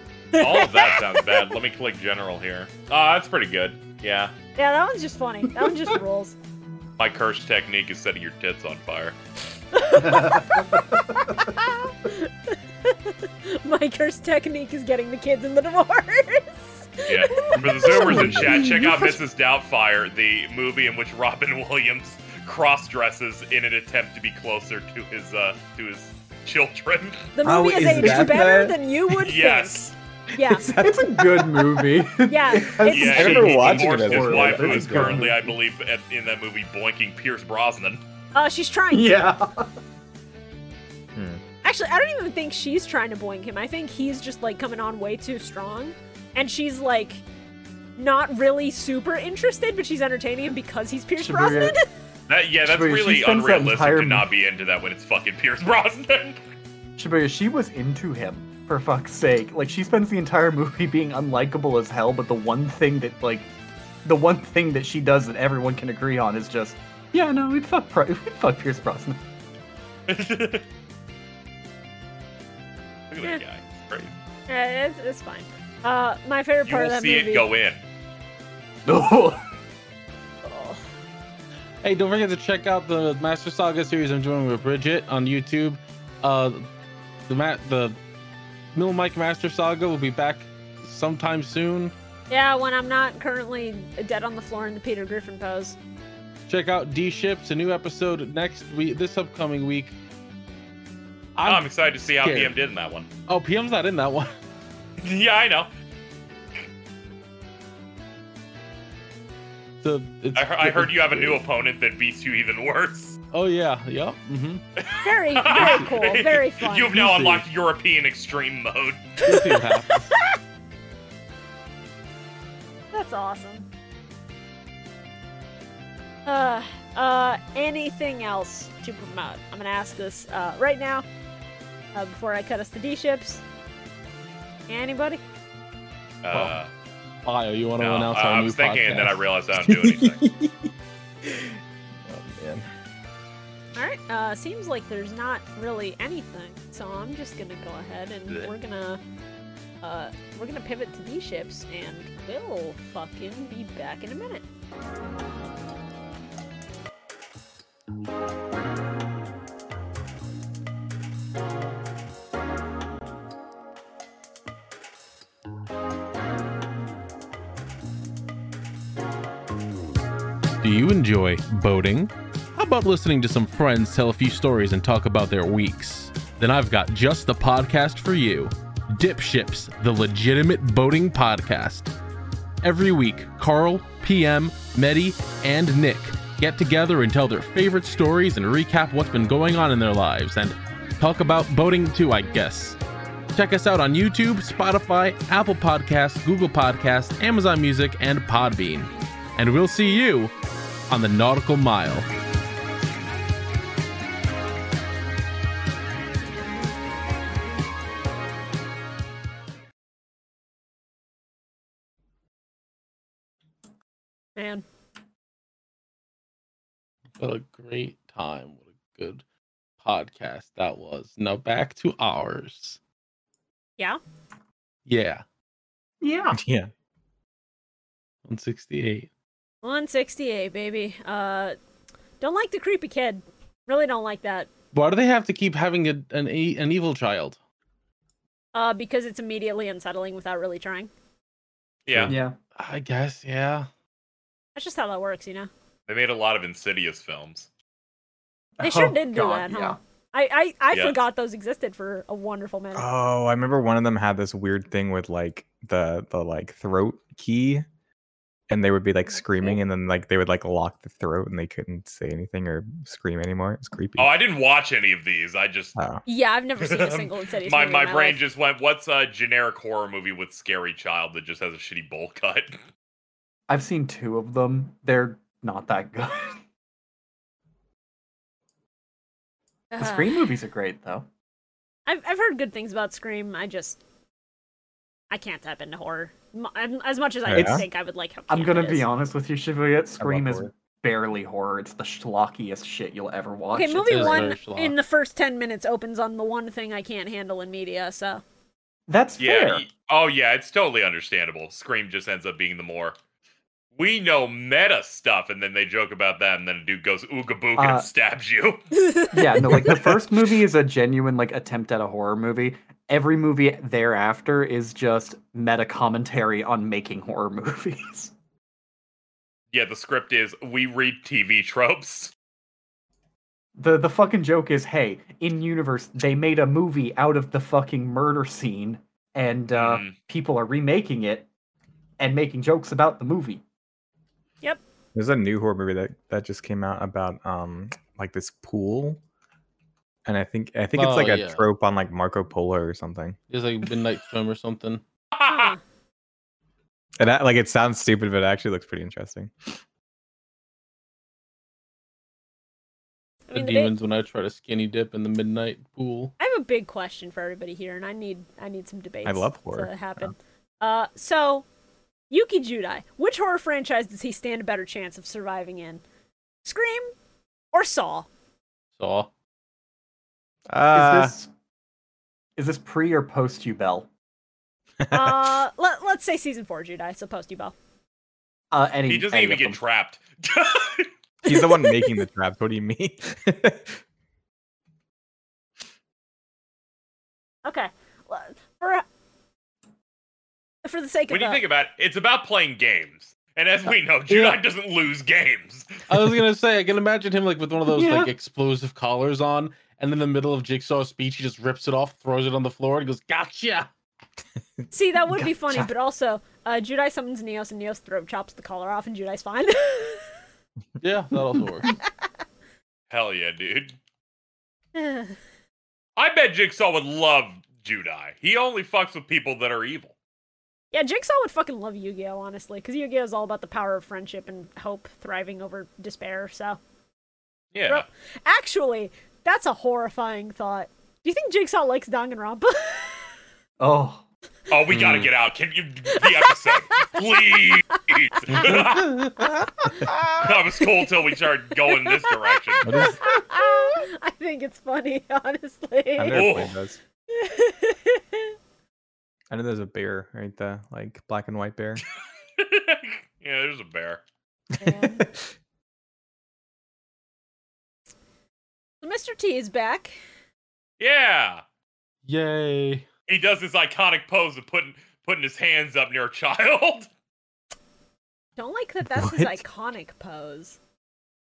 Speaker 5: all of that sounds bad. Let me click general here. Ah, that's pretty good. Yeah.
Speaker 1: Yeah, that one's just funny. That one just rules.
Speaker 5: My curse technique is setting your tits on fire.
Speaker 1: My curse technique is getting the kids in the divorce.
Speaker 5: Yeah. For the Zoomers in
Speaker 2: Someone-
Speaker 5: chat, check out Mrs. Doubtfire, the movie in which Robin Williams cross dresses in an attempt to be closer to his uh to his children.
Speaker 1: The
Speaker 4: How
Speaker 1: movie has
Speaker 4: is
Speaker 1: aged
Speaker 4: that
Speaker 1: better
Speaker 4: bad?
Speaker 1: than you would
Speaker 5: yes.
Speaker 1: think. Yeah.
Speaker 2: it's a good movie.
Speaker 1: Yeah,
Speaker 2: It has
Speaker 1: it's-
Speaker 5: Yeah,
Speaker 4: I
Speaker 5: he-
Speaker 4: remember
Speaker 5: he
Speaker 4: watching it
Speaker 5: divorced
Speaker 4: as a
Speaker 5: his
Speaker 4: kid.
Speaker 5: wife, who
Speaker 4: That's
Speaker 5: is
Speaker 4: good.
Speaker 5: currently, I believe, at, in that movie, boinking Pierce Brosnan.
Speaker 1: Uh, she's trying.
Speaker 2: Yeah.
Speaker 4: Hmm.
Speaker 1: Actually, I don't even think she's trying to boink him. I think he's just like coming on way too strong, and she's like not really super interested, but she's entertaining him because he's Pierce
Speaker 2: Shibuya-
Speaker 1: Brosnan.
Speaker 5: That yeah, that's
Speaker 2: Wait, she
Speaker 5: really
Speaker 2: spends that
Speaker 5: unrealistic
Speaker 2: entire
Speaker 5: to not be into that when it's fucking Pierce Brosnan.
Speaker 2: Shibuya, she was into him, for fuck's sake. Like, she spends the entire movie being unlikable as hell, but the one thing that, like, the one thing that she does that everyone can agree on is just, yeah, no, we'd fuck, Pro- we'd fuck Pierce Brosnan.
Speaker 5: Look at that guy. Great.
Speaker 1: Yeah, it's, it's fine. Uh, my favorite
Speaker 5: You
Speaker 1: part of
Speaker 5: will
Speaker 1: that
Speaker 5: see
Speaker 1: movie.
Speaker 5: it go in.
Speaker 2: No.
Speaker 1: Ugh.
Speaker 3: Hey, don't forget to check out the Master Saga series I'm doing with Bridget on YouTube. Uh, the ma- the Mill Mike Master Saga will be back sometime soon.
Speaker 1: Yeah, when I'm not currently dead on the floor in the Peter Griffin pose.
Speaker 3: Check out D Ships, a new episode next week, this upcoming week.
Speaker 5: I'm,
Speaker 3: I'm,
Speaker 5: excited to see how
Speaker 3: scared.
Speaker 5: PM did in that one.
Speaker 3: oh, PM's not in that one.
Speaker 5: yeah, I know.
Speaker 3: the. It's,
Speaker 5: I, he- I heard you have a new opponent that beats you even worse.
Speaker 3: Oh yeah, yep. Mm-hmm.
Speaker 1: Very, very cool. Very fun.
Speaker 5: You've now unlocked European Extreme Mode.
Speaker 3: We'll see what happens.
Speaker 1: That's awesome. Uh, uh, anything else to promote? I'm gonna ask this uh, right now, uh, before I cut us to D ships. Anybody?
Speaker 5: Uh,
Speaker 3: Bio, you want to
Speaker 5: no,
Speaker 3: announce our
Speaker 5: I, I
Speaker 3: new
Speaker 5: was thinking, and then I
Speaker 3: podcast?
Speaker 5: realized I don't do anything.
Speaker 4: Oh man.
Speaker 1: All right. Uh, seems like there's not really anything, so I'm just gonna go ahead and
Speaker 5: Blech.
Speaker 1: we're gonna, uh, we're gonna pivot to D ships, and we'll fucking be back in a minute.
Speaker 3: Do you enjoy boating? How about listening to some friends tell a few stories and talk about their weeks? Then I've got just the podcast for you Dipships, the legitimate boating podcast. Every week, Carl, PM, Medi, and Nick get together and tell their favorite stories and recap what's been going on in their lives and talk about boating too, I guess. Check us out on YouTube, Spotify, Apple Podcasts, Google Podcasts, Amazon Music, and Podbean. And we'll see you on the Nautical Mile.
Speaker 1: Man,
Speaker 3: What a great time. What a good podcast that was. Now back to ours.
Speaker 1: Yeah?
Speaker 3: Yeah.
Speaker 2: Yeah.
Speaker 4: Yeah.
Speaker 3: 168.
Speaker 1: 168, baby. Uh, don't like the creepy kid. Really don't like that.
Speaker 3: Why do they have to keep having a, an e- an evil child?
Speaker 1: Uh, because it's immediately unsettling without really trying.
Speaker 5: yeah,
Speaker 2: Yeah.
Speaker 3: I guess, yeah.
Speaker 1: That's just how that works, you know.
Speaker 5: they made a lot of Insidious films.
Speaker 1: They sure
Speaker 2: Oh,
Speaker 1: did do
Speaker 2: God,
Speaker 1: that, huh?
Speaker 2: yeah.
Speaker 1: I I, I
Speaker 5: Yeah.
Speaker 1: forgot those existed for a wonderful minute.
Speaker 4: Oh, I remember one of them had this weird thing with like the the like throat key, and they would be like screaming, and then like they would like lock the throat, and they couldn't say anything or scream anymore. It was creepy.
Speaker 5: Oh, I didn't watch any of these. I just
Speaker 4: Oh.
Speaker 1: yeah, I've never seen a single Insidious
Speaker 5: my
Speaker 1: movie in
Speaker 5: my brain
Speaker 1: life.
Speaker 5: just went. What's a generic horror movie with scary child that just has a shitty bowl cut?
Speaker 2: I've seen two of them. They're not that good. the
Speaker 10: Uh-huh.
Speaker 1: Ugh.
Speaker 2: Scream movies are great though.
Speaker 1: I've I've heard good things about Scream. I just I can't tap into horror M- I'm- as much as I
Speaker 4: Yeah.
Speaker 1: did think I would like. How
Speaker 2: I'm
Speaker 1: camp
Speaker 2: gonna
Speaker 1: it
Speaker 2: be
Speaker 1: is.
Speaker 2: honest with you, Shibuya. Scream is
Speaker 4: horror.
Speaker 2: barely horror. It's the schlockiest shit you'll ever watch.
Speaker 1: Okay,
Speaker 2: It's
Speaker 1: movie
Speaker 3: is
Speaker 1: one
Speaker 3: very schlock.
Speaker 1: in the first ten minutes opens on the one thing I can't handle in media. So
Speaker 2: That's
Speaker 5: yeah.
Speaker 2: fair.
Speaker 5: y- Oh yeah, it's totally understandable. Scream just ends up being the more. We know meta stuff, and then they joke about that, and then a dude goes ooga boog
Speaker 2: Uh,
Speaker 5: and stabs you.
Speaker 2: yeah, no, like the first movie is a genuine like attempt at a horror movie. Every movie thereafter is just meta commentary on making horror movies.
Speaker 5: Yeah, the script is we read TV tropes.
Speaker 2: The the fucking joke is, hey, in universe they made a movie out of the fucking murder scene, and uh,
Speaker 5: Mhm.
Speaker 2: people are remaking it and making jokes about the movie.
Speaker 4: There's a new horror movie that that just came out about um like this pool, and I think I think
Speaker 3: Oh,
Speaker 4: it's like a
Speaker 3: yeah.
Speaker 4: trope on like Marco Polo or something.
Speaker 3: It's like midnight swim or something.
Speaker 1: huh.
Speaker 5: Mm.
Speaker 4: And that, like it sounds stupid, but it actually looks pretty interesting.
Speaker 1: I
Speaker 3: The
Speaker 1: mean, the big-
Speaker 3: demons when I try to skinny dip in the midnight pool.
Speaker 1: I have a big question for everybody here, and I need I need some debates.
Speaker 4: love horror,
Speaker 1: to happen. Uh, so Yuki Judai, which horror franchise does he stand a better chance of surviving in? Scream or Saw?
Speaker 3: Saw.
Speaker 4: Uh,
Speaker 2: is this is this pre or post you bell?
Speaker 1: Uh, let, let's say season four Judai, so post you bell.
Speaker 2: Uh, any,
Speaker 5: He doesn't
Speaker 2: any
Speaker 5: even
Speaker 2: of
Speaker 5: get
Speaker 2: them.
Speaker 5: trapped.
Speaker 4: he's the one making the traps. What do you mean?
Speaker 1: Okay, Well, for for the sake
Speaker 5: when
Speaker 1: of
Speaker 5: you
Speaker 1: uh,
Speaker 5: think about it, it's about playing games. And as we know, Judai doesn't lose games.
Speaker 3: I was gonna say I can imagine him like with one of those
Speaker 2: Yeah.
Speaker 3: like explosive collars on, and in the middle of Jigsaw's speech, he just rips it off, throws it on the floor, and goes, "Gotcha!"
Speaker 1: see that would be funny,
Speaker 2: Gotcha.
Speaker 1: but also Uh, Judai summons Neos, and Neos throat chops the collar off, and Judai's fine.
Speaker 3: Yeah, that also works.
Speaker 5: Hell yeah, dude.
Speaker 1: yeah,
Speaker 5: I bet Jigsaw would love Judai. He only fucks with people that are evil.
Speaker 1: Jigsaw would fucking love Yu-Gi-Oh, honestly, because Yu-Gi-Oh is all about the power of friendship and hope thriving over despair. So,
Speaker 5: Yeah.
Speaker 1: Bro- actually, that's a horrifying thought. Do you think Jigsaw likes Danganronpa?
Speaker 2: Oh,
Speaker 5: Oh, we gotta
Speaker 4: Hmm.
Speaker 3: Mm.
Speaker 5: get out. Can you the episode, please? I was cool till we started going this direction.
Speaker 4: What is,
Speaker 1: I think it's funny, honestly.
Speaker 4: I've never
Speaker 5: Oh.
Speaker 4: played those. I know there's a bear, right? The like black and white bear.
Speaker 5: yeah, there's a bear.
Speaker 1: Man. So Mr. T is back.
Speaker 5: Yeah,
Speaker 3: Yay.
Speaker 5: he does this iconic pose of putting putting his hands up near a child.
Speaker 1: Don't like that that's his
Speaker 4: What?
Speaker 1: iconic pose.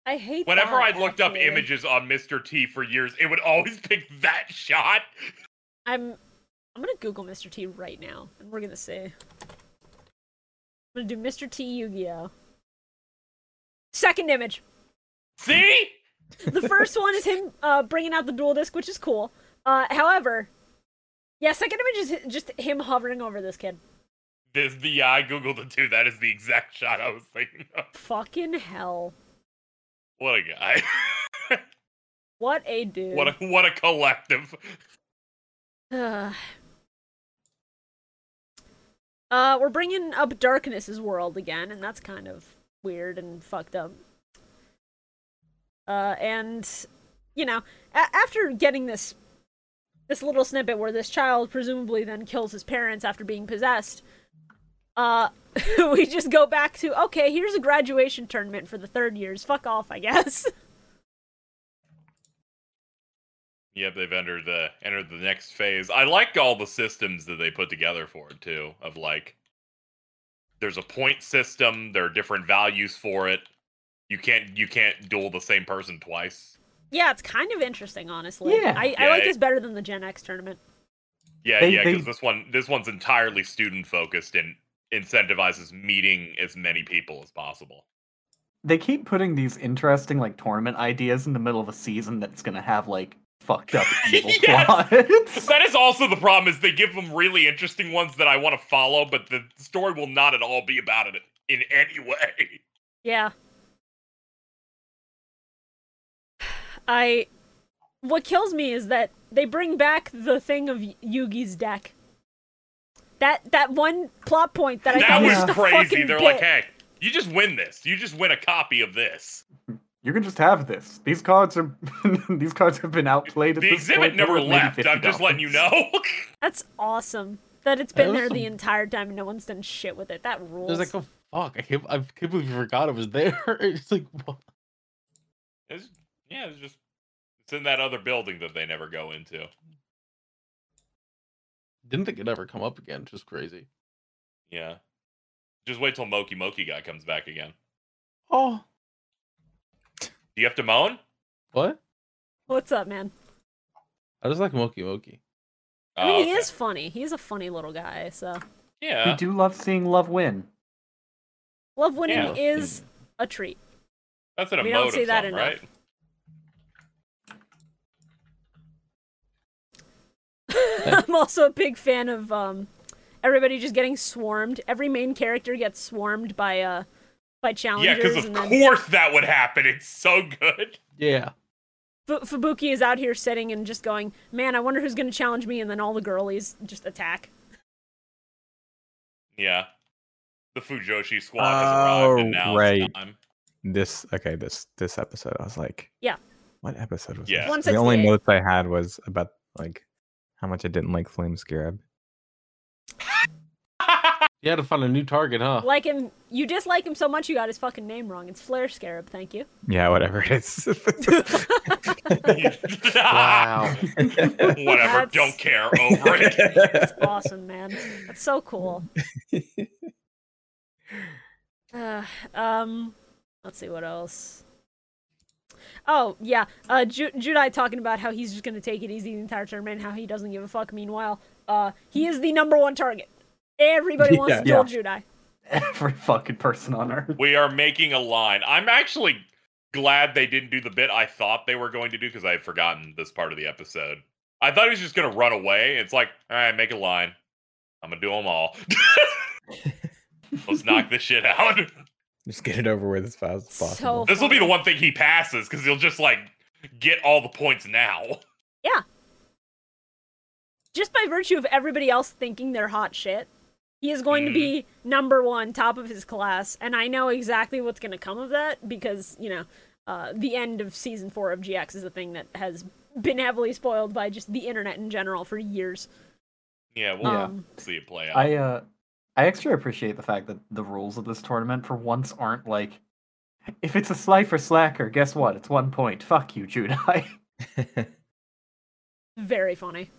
Speaker 1: I hate
Speaker 5: Whenever
Speaker 1: that,
Speaker 5: I looked up
Speaker 1: actually.
Speaker 5: images on Mr. T for years, it would always pick that shot.
Speaker 1: I'm I'm gonna Google Mr. T right now and we're gonna see. I'm gonna do Mr. T Yu-Gi-Oh. Second image.
Speaker 5: See?
Speaker 1: The first one is him uh, bringing out the dual disc, which is cool. Uh, however, yeah, second image is hi- just him hovering over this kid.
Speaker 5: This the yeah, I googled it too. That is the exact shot I was thinking of.
Speaker 1: Fucking hell.
Speaker 5: What a guy.
Speaker 1: What a dude.
Speaker 5: what a what a collective.
Speaker 1: Ugh. uh, we're bringing up Darkness's world again, and that's kind of weird and fucked up. Uh, and you know, a- after getting this this little snippet where this child presumably then kills his parents after being possessed, uh, we just go back to okay, here's a graduation tournament for the third years. Fuck off, I guess.
Speaker 5: Yep, they've entered the entered the next phase. I like all the systems that they put together for it too. Of like, there's a point system. There are different values for it. You can't you can't duel the same person twice.
Speaker 1: yeah, it's kind of interesting, honestly.
Speaker 2: Yeah.
Speaker 1: I, I
Speaker 5: Yeah,
Speaker 1: like
Speaker 5: it-
Speaker 1: this better than the Gen X tournament.
Speaker 5: Yeah,
Speaker 2: They-
Speaker 5: yeah, because
Speaker 2: they-
Speaker 5: this one this one's entirely student focused and incentivizes meeting as many people as possible.
Speaker 2: they keep putting these interesting like tournament ideas in the middle of a season that's gonna have like fucked up evil
Speaker 5: Yes!
Speaker 2: plots.
Speaker 5: That is also the problem is they give them really interesting ones that I want to follow, but the story will not at all be about it in any way.
Speaker 1: Yeah. I. What kills me is that they bring back the thing of Y- Yugi's deck. That that one plot point that I
Speaker 5: that
Speaker 1: thought
Speaker 5: was
Speaker 1: was just a
Speaker 5: crazy.
Speaker 1: fucking
Speaker 5: They're
Speaker 1: bit.
Speaker 5: like, hey, you just win this. You just win a copy of this.
Speaker 2: you can just have this. These cards are these cards have been outplayed. At
Speaker 5: The
Speaker 2: this
Speaker 5: exhibit
Speaker 2: point. They
Speaker 5: never
Speaker 2: were maybe
Speaker 5: left. I'm just letting you
Speaker 2: $50.
Speaker 5: know.
Speaker 1: That's awesome. That it's
Speaker 3: That
Speaker 1: been
Speaker 3: was
Speaker 1: there the
Speaker 3: some-
Speaker 1: entire time and no one's done shit with it. That rules.
Speaker 3: There's like, oh fuck, I can't, I can't believe you forgot it was there. It's like, what?
Speaker 5: It's- yeah, it's just it's in that other building that they never go into.
Speaker 3: didn't think it'd ever come up again. Just crazy.
Speaker 5: Yeah. Just wait till Moki Moki guy comes back again.
Speaker 3: Oh,
Speaker 5: Do you have to moan?
Speaker 3: what?
Speaker 1: What's up, man?
Speaker 3: I just like Moki Moki.
Speaker 1: I mean,
Speaker 5: Oh,
Speaker 1: he
Speaker 5: okay.
Speaker 1: is funny. He's a funny little guy. So
Speaker 5: Yeah.
Speaker 2: We do love seeing love win.
Speaker 1: love winning
Speaker 5: Yeah.
Speaker 1: is a treat.
Speaker 5: That's an
Speaker 1: We don't
Speaker 5: emotive
Speaker 1: see that
Speaker 5: song,
Speaker 1: enough.
Speaker 5: right?
Speaker 1: I'm also a big fan of um, everybody just getting swarmed. Every main character gets swarmed by uh by
Speaker 5: yeah,
Speaker 1: challengers.
Speaker 5: because
Speaker 1: and
Speaker 5: of
Speaker 1: then
Speaker 5: course that would happen. It's so good.
Speaker 3: Yeah.
Speaker 1: F- Fubuki is out here sitting and just going, "Man, I wonder who's going to challenge me." And then all the girlies just attack.
Speaker 5: Yeah. The Fujoshi squad has arrived and
Speaker 4: Oh,
Speaker 5: now
Speaker 4: right.
Speaker 5: it's time.
Speaker 4: this okay, this this episode, I was like,
Speaker 1: Yeah.
Speaker 4: what episode was
Speaker 5: Yeah.
Speaker 4: this? The only
Speaker 1: 168.
Speaker 4: notes I had was about like how much I didn't like Flame Scarab.
Speaker 3: You had to find a new target,
Speaker 5: Uh.
Speaker 3: huh?
Speaker 1: Like him, you dislike him so much you got his fucking name wrong. It's Flare Scarab. Thank you.
Speaker 4: Yeah, whatever it is.
Speaker 3: Wow.
Speaker 5: Whatever,
Speaker 1: That's-
Speaker 5: don't care over it.
Speaker 1: That's awesome, man. That's so cool. Uh, um, let's see what else. Oh yeah, uh, Ju- Judai talking about how he's just gonna take it easy the entire tournament, how he doesn't give a fuck. Meanwhile, uh, he is the number one target Everybody wants to
Speaker 2: Yeah.
Speaker 1: duel Judai.
Speaker 2: Every fucking person on Earth.
Speaker 5: We are making a line. I'm actually glad they didn't do the bit I thought they were going to do because I had forgotten this part of the episode. I thought he was just going to run away. It's like, all right, make a line. I'm going to do them all. Let's knock this shit out.
Speaker 4: Just get it over with as fast as possible.
Speaker 1: So
Speaker 5: This will be the
Speaker 1: funny.
Speaker 5: one thing he passes because he'll just like get all the points now.
Speaker 1: Just by virtue of everybody else thinking they're hot shit, he is going to be number one, top of his class, and I know exactly what's going to come of that because you know uh, the end of season four of GX is a thing that has been heavily spoiled by just the internet in general for years.
Speaker 5: Yeah, we'll
Speaker 1: Yeah. Um,
Speaker 5: see it play out.
Speaker 2: I uh I extra appreciate the fact that the rules of this tournament for once aren't like if it's a slifer slacker, guess what? It's one point. Fuck you, Judai.
Speaker 1: Very funny.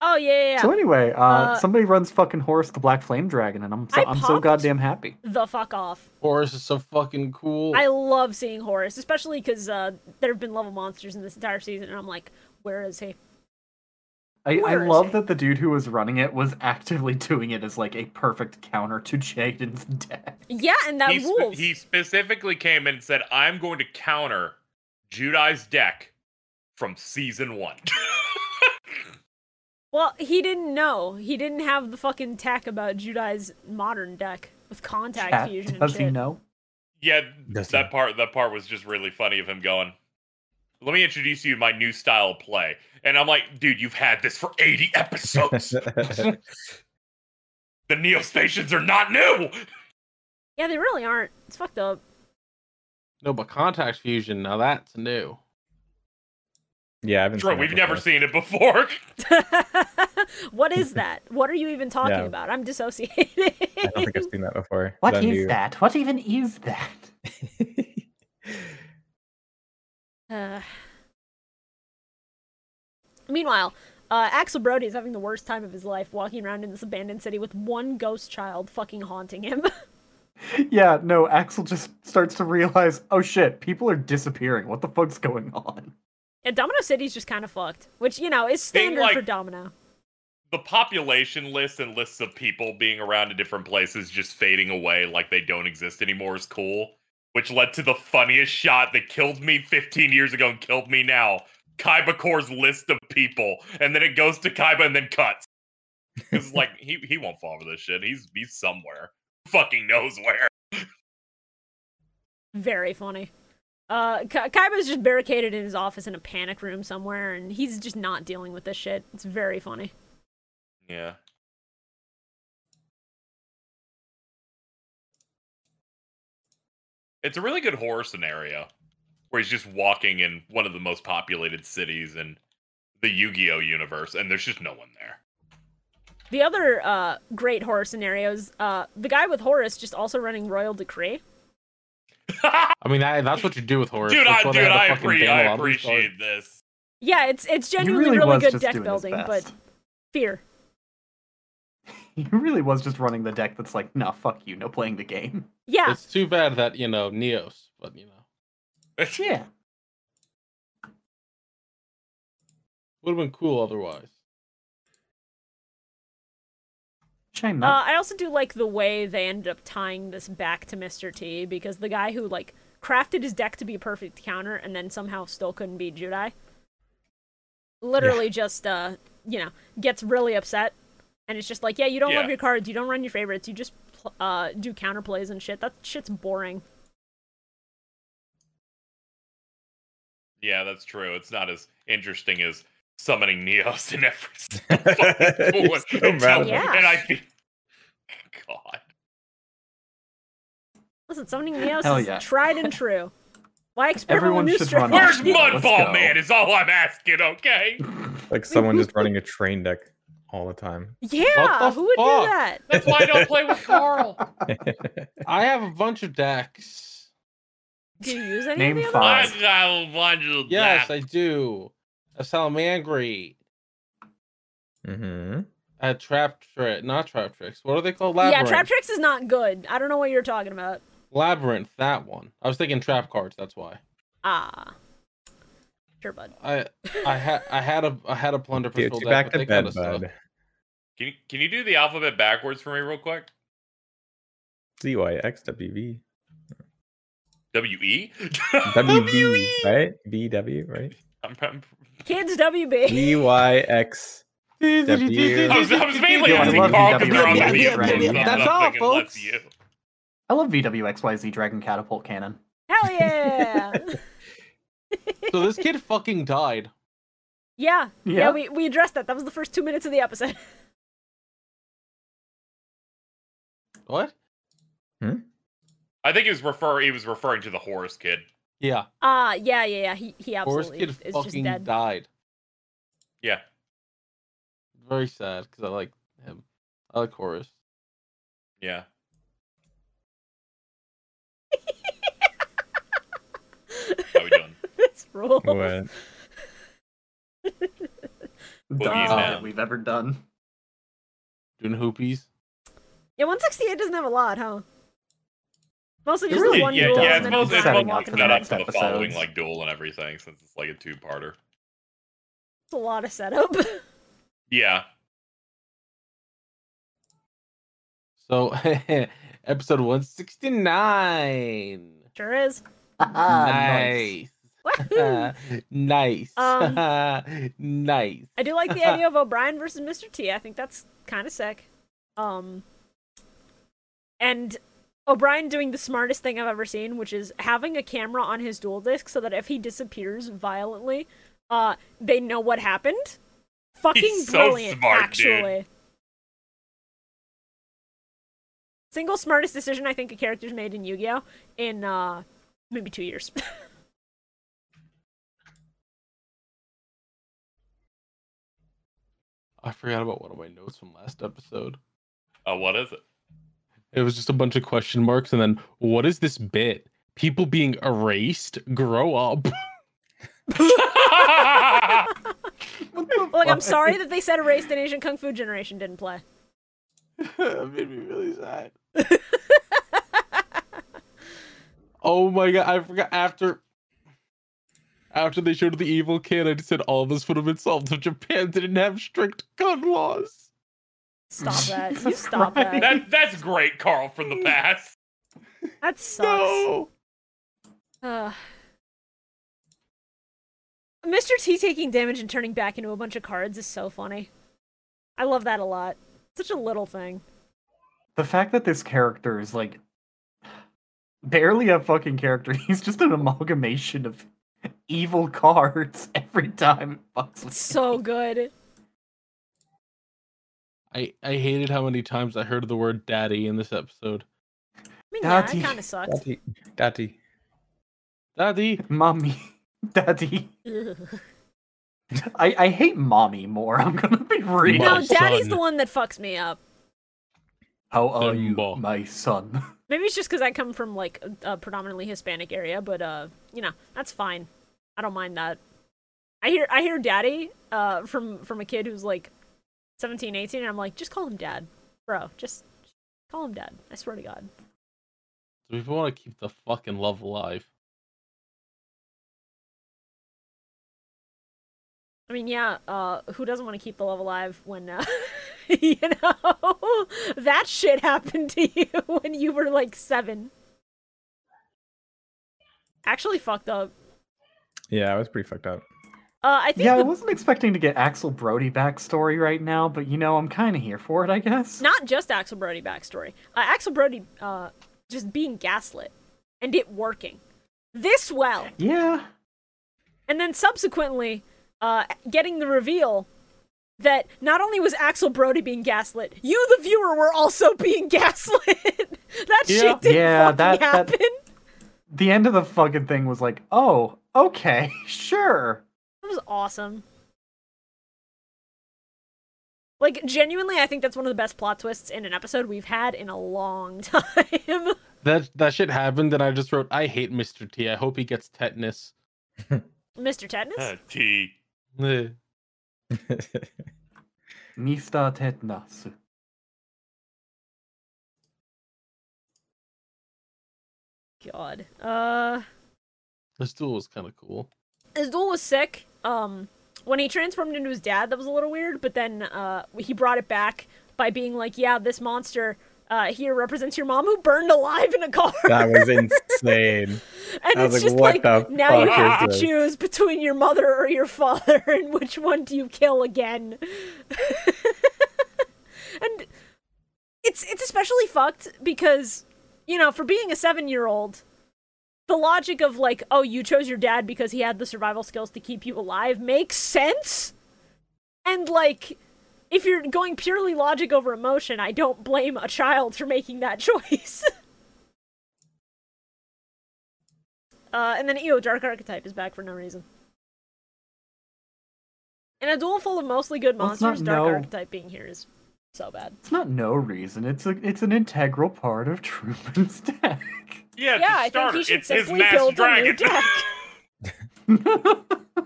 Speaker 1: Oh yeah, yeah, yeah.
Speaker 2: So anyway, uh,
Speaker 1: Uh,
Speaker 2: somebody runs fucking Horus the Black Flame Dragon, and I'm so,
Speaker 1: I
Speaker 2: I'm so
Speaker 1: popped-
Speaker 2: goddamn happy.
Speaker 1: the fuck off.
Speaker 3: Horus is so fucking cool.
Speaker 1: I love seeing Horus, especially because uh, there have been level monsters in this entire season, and I'm like, where is he?
Speaker 2: I, I
Speaker 1: Where is
Speaker 2: love
Speaker 1: it?
Speaker 2: that the dude who was running it was actively doing it as like a perfect counter to Jaden's death.
Speaker 1: Yeah, and that
Speaker 5: he, spe-
Speaker 1: wolf.
Speaker 5: he specifically came and said, I'm going to counter Judai's deck from season one.
Speaker 1: Well, he didn't know. He didn't have the fucking tech about Judai's modern deck with contact
Speaker 2: Chat,
Speaker 1: fusion. and
Speaker 2: does
Speaker 1: shit.
Speaker 2: he know?
Speaker 5: yeah,
Speaker 4: Does
Speaker 5: that
Speaker 4: he?
Speaker 5: part that part was just really funny of him going, Let me introduce you to my new style of play. And I'm like, dude, you've had this for 80 episodes. the Neospatians are not new.
Speaker 1: Yeah, they really aren't. It's fucked up.
Speaker 3: No, but contact fusion. Now that's new.
Speaker 4: yeah, I haven't
Speaker 5: True,
Speaker 4: seen it
Speaker 5: we've never
Speaker 4: before.
Speaker 5: seen it before.
Speaker 1: what is that? What are you even talking
Speaker 4: Yeah.
Speaker 1: about? I'm dissociating.
Speaker 4: I don't think I've seen that before.
Speaker 2: What is
Speaker 4: that new-
Speaker 2: that? What even is that?
Speaker 1: Uh, meanwhile, uh, Axel Brody is having the worst time of his life walking around in this abandoned city with one ghost child fucking haunting him.
Speaker 2: yeah, no, Axel just starts to realize, oh shit, people are disappearing. What the fuck's going on?
Speaker 1: and Domino City's just kind of fucked, which, you know, is
Speaker 5: They,
Speaker 1: standard
Speaker 5: like-
Speaker 1: for Domino.
Speaker 5: the population list and lists of people being around in different places just fading away like they don't exist anymore is cool, which led to the funniest shot that killed me 15 years ago and killed me now. Kaiba Core's list of people, and then it goes to Kaiba and then cuts. It's like he he won't fall for this shit. He's he's somewhere. Fucking knows where.
Speaker 1: Very funny. Uh, Ka- Kaiba's just barricaded in his office in a panic room somewhere, and he's just not dealing with this shit. It's very funny.
Speaker 5: Yeah. It's a really good horror scenario where he's just walking in one of the most populated cities in the Yu Gi Oh universe and there's just no one there.
Speaker 1: The other uh, great horror scenario is uh, the guy with Horus just also running Royal Decree.
Speaker 3: I mean, I, that's what you do with Horus.
Speaker 5: dude, I,
Speaker 3: That's why
Speaker 5: dude,
Speaker 3: they had the
Speaker 5: I,
Speaker 3: fucking
Speaker 5: appre- I
Speaker 3: Bangalore Blue Stars.
Speaker 5: appreciate this.
Speaker 1: Yeah, it's it's
Speaker 2: He
Speaker 1: genuinely really,
Speaker 2: was
Speaker 1: good
Speaker 2: just
Speaker 1: deck
Speaker 2: doing his
Speaker 1: building, but
Speaker 2: best.
Speaker 1: fear.
Speaker 2: he really was just running the deck that's like, nah, fuck you, no playing the game.
Speaker 1: Yeah,
Speaker 3: It's too bad that you know Neos, but you know
Speaker 2: Yeah.
Speaker 3: would have been cool otherwise.
Speaker 2: Shame
Speaker 1: Uh,
Speaker 2: not.
Speaker 1: I also do like the way they ended up tying this back to Mr. T because the guy who like crafted his deck to be a perfect counter and then somehow still couldn't beat Judai, literally just uh you know gets really upset and it's just like yeah you don't
Speaker 5: Yeah.
Speaker 1: love your cards you don't run your favorites you just pl- uh do counterplays and shit that shit's boring.
Speaker 5: Yeah, that's true. It's not as interesting as summoning Neos in every single fucking
Speaker 4: You're
Speaker 5: one.
Speaker 4: so
Speaker 5: and,
Speaker 4: mad
Speaker 5: tell-
Speaker 4: about
Speaker 1: Yeah.
Speaker 5: and I think God.
Speaker 1: Listen, summoning Neos
Speaker 2: Hell
Speaker 1: is
Speaker 2: yeah.
Speaker 1: tried and true. Why experiment
Speaker 2: Everyone
Speaker 1: with new
Speaker 2: should run
Speaker 1: strategies?
Speaker 5: Where's
Speaker 2: Yeah, let's
Speaker 5: Mudball
Speaker 2: go.
Speaker 5: Man is all I'm asking, okay?
Speaker 4: Like someone just running a train deck all the time.
Speaker 1: Yeah,
Speaker 3: the
Speaker 1: who would do
Speaker 3: fuck?
Speaker 1: that?
Speaker 5: That's why I don't play with
Speaker 1: Uh,
Speaker 5: Carl.
Speaker 1: oh.
Speaker 3: I have a bunch of decks.
Speaker 1: Do you use any
Speaker 2: Name
Speaker 1: of the other
Speaker 2: five.
Speaker 5: I
Speaker 1: ones?
Speaker 5: don't want you to
Speaker 3: Yes,
Speaker 5: laugh.
Speaker 3: I do. That's how I'm angry.
Speaker 4: Mm-hmm.
Speaker 3: I had trap trick, not trap tricks. What are they called?
Speaker 1: Yeah,
Speaker 3: Labyrinth.
Speaker 1: Trap Tricks is not good. I don't know what you're talking about.
Speaker 3: Labyrinth. That one. I was thinking trap cards. That's why.
Speaker 1: Ah. Sure, bud.
Speaker 3: I I had I had a I had a plunder
Speaker 4: Get
Speaker 3: pistol
Speaker 4: you back
Speaker 3: deck, but
Speaker 4: to
Speaker 3: they kinda
Speaker 4: bed,
Speaker 3: suck.
Speaker 4: bud.
Speaker 5: Can you, can you do the alphabet backwards for me real quick?
Speaker 4: Z Y X W V
Speaker 5: W E.
Speaker 4: W V right? V W right?
Speaker 5: I'm, I'm,
Speaker 1: Kids WB.
Speaker 4: V Y X W.
Speaker 5: I was, I was mainly
Speaker 2: Yeah, I
Speaker 5: asking
Speaker 2: love
Speaker 5: Carl
Speaker 3: E?
Speaker 5: because
Speaker 2: VW.
Speaker 5: they're on the
Speaker 2: Yeah,
Speaker 5: lead.
Speaker 2: right.
Speaker 5: so I'm
Speaker 2: That's
Speaker 5: not
Speaker 3: all,
Speaker 5: thinking less
Speaker 3: folks.
Speaker 5: you.
Speaker 2: I love VWXYZ Dragon Catapult Cannon.
Speaker 1: Hell yeah.
Speaker 3: So this kid fucking died.
Speaker 1: yeah. Yeah,
Speaker 2: Yeah.
Speaker 1: we, we addressed that. That was the first two minutes of the episode.
Speaker 3: What?
Speaker 5: I think he was refer he was referring to the Horus kid.
Speaker 3: Yeah,
Speaker 1: Ah, yeah, yeah, yeah. He, he
Speaker 3: horse
Speaker 1: absolutely
Speaker 3: kid
Speaker 1: is is just
Speaker 3: fucking
Speaker 1: dead.
Speaker 3: died.
Speaker 5: Yeah.
Speaker 3: Very sad because I like him. I like Horus.
Speaker 5: Yeah. How we doing?
Speaker 1: this rule.
Speaker 3: Oh.
Speaker 4: What?
Speaker 5: Boogie
Speaker 2: Dumbest
Speaker 3: now.
Speaker 2: shit we've ever done.
Speaker 3: Doing hoopies.
Speaker 1: Yeah, 168 doesn't have a lot, huh? Mostly
Speaker 2: It
Speaker 1: just
Speaker 2: really-
Speaker 1: the one
Speaker 5: yeah,
Speaker 1: duel,
Speaker 2: does.
Speaker 5: yeah,
Speaker 1: and
Speaker 5: it's
Speaker 1: then
Speaker 5: mostly it's
Speaker 1: Dragon
Speaker 2: setting
Speaker 5: mostly
Speaker 2: up
Speaker 1: Walk
Speaker 5: for
Speaker 1: in the
Speaker 2: for
Speaker 5: that
Speaker 2: the
Speaker 5: up
Speaker 1: middle.
Speaker 5: to
Speaker 2: next
Speaker 5: the following
Speaker 2: episodes.
Speaker 5: like duel and everything since it's like a two parter.
Speaker 1: It's a lot of setup.
Speaker 5: Yeah.
Speaker 3: So episode one sixty nine.
Speaker 1: sure is.
Speaker 2: Ah,
Speaker 3: nice.
Speaker 1: Wahoo!
Speaker 3: nice. nice.
Speaker 1: I do like the idea of O'Brien versus Mr. T. I think that's kind of sick. Um, and O'Brien doing the smartest thing I've ever seen, which is having a camera on his dual disc so that if he disappears violently, uh, they know what happened. Fucking
Speaker 5: He's so
Speaker 1: brilliant,
Speaker 5: smart, dude.
Speaker 1: actually. Single smartest decision I think a character's made in Yu-Gi-Oh in uh, maybe two years.
Speaker 3: I forgot about one of my notes from last episode.
Speaker 5: Uh, what is it?
Speaker 3: It was just a bunch of question marks and then what is this bit? People being erased? Grow up.
Speaker 1: like, I'm sorry that they said a race that Asian Kung Fu Generation didn't play.
Speaker 3: That made me really sad. oh my god, I forgot after after they showed the evil kid, I just said all of us would have been solved if Japan didn't have strict gun laws.
Speaker 1: Stop that. You
Speaker 2: Jesus
Speaker 1: stop
Speaker 2: Christ.
Speaker 1: that.
Speaker 5: That that's great, Carl from
Speaker 1: Hmm.
Speaker 5: the past.
Speaker 1: That sucks.
Speaker 3: No.
Speaker 1: Ugh. Mr. T taking damage and turning back into a bunch of cards is so funny. I love that a lot. Such a little thing.
Speaker 2: The fact that this character is like barely a fucking character, he's just an amalgamation of evil cards every time it fucks
Speaker 1: It's
Speaker 2: with
Speaker 1: so good.
Speaker 3: I, I hated how many times I heard the word daddy in this episode.
Speaker 1: I mean, yeah,
Speaker 2: Daddy.
Speaker 1: it kind of sucks.
Speaker 4: Daddy. Daddy.
Speaker 3: Daddy.
Speaker 2: mommy, daddy.
Speaker 1: Ugh.
Speaker 2: I, I hate mommy more. I'm gonna be real.
Speaker 1: No,
Speaker 3: My
Speaker 1: Daddy's
Speaker 3: son.
Speaker 1: the one that fucks me up.
Speaker 2: How are you,
Speaker 3: Simba.
Speaker 2: my son?
Speaker 1: Maybe it's just because I come from like a, a predominantly Hispanic area, but uh, you know, that's fine. I don't mind that. I hear I hear daddy uh from from a kid who's like 17, 18 and I'm like just call him dad. Bro, just, just call him dad. I swear to god.
Speaker 3: So if we want to keep the fucking love alive.
Speaker 1: I mean, yeah, uh who doesn't want to keep the love alive when uh you know that shit happened to you when you were like 7. Actually fucked up.
Speaker 4: Yeah, I was pretty fucked up.
Speaker 1: Uh I think
Speaker 2: Yeah, I
Speaker 1: the
Speaker 2: wasn't expecting to get Axel Brody backstory right now, but you know, I'm kind of here for it, I guess.
Speaker 1: not just Axel Brody backstory. Uh, Axel Brody uh, just being gaslit and it working this well,
Speaker 2: Yeah,
Speaker 1: and then subsequently uh, getting the reveal that not only was Axel Brody being gaslit, you, the viewer, were also being gaslit. that
Speaker 3: Yeah.
Speaker 1: shit didn't
Speaker 2: Yeah,
Speaker 1: fucking
Speaker 2: that- that-
Speaker 1: happen. That...
Speaker 2: the end of the fucking thing was like, oh, okay, sure.
Speaker 1: was awesome. Like genuinely, I think that's one of the best plot twists in an episode we've had in a long time.
Speaker 3: That that shit happened and I just wrote, I hate Mr. T. I hope he gets tetanus.
Speaker 1: Mr. Tetanus.
Speaker 5: Uh, T.
Speaker 3: Eh.
Speaker 2: Mista Tetnasu.
Speaker 1: God. Uh. Uh,
Speaker 3: This duel was kind of cool.
Speaker 1: his duel was sick. Um, when he transformed into his dad, that was a little weird, but then uh, he brought it back by being like, "Yeah, this monster uh, here represents your mom who burned alive in a car."
Speaker 4: That was insane.
Speaker 1: and
Speaker 4: I
Speaker 1: it's
Speaker 4: was
Speaker 1: just
Speaker 4: like,
Speaker 1: like
Speaker 4: "What the
Speaker 1: now you
Speaker 4: fuck
Speaker 1: have to
Speaker 4: is this?"
Speaker 1: choose between your mother or your father, and which one do you kill again? and it's it's especially fucked because you know for being a seven year old, the logic of like oh you chose your dad because he had the survival skills to keep you alive makes sense, and like. If you're going purely logic over emotion, I don't blame a child for making that choice. Uh, and then EO Dark Archetype is back for no reason. In a duel full of mostly good
Speaker 2: Well, it's
Speaker 1: monsters,
Speaker 2: not
Speaker 1: Dark
Speaker 2: no.
Speaker 1: Archetype being here is so bad.
Speaker 2: It's not no reason. It's a, it's an integral part of Truman's deck.
Speaker 5: Yeah,
Speaker 1: yeah,
Speaker 5: to
Speaker 1: I think
Speaker 5: start,
Speaker 1: he should
Speaker 5: it's his
Speaker 1: simply
Speaker 5: mass
Speaker 1: build a new
Speaker 5: dragon.
Speaker 1: deck.
Speaker 4: I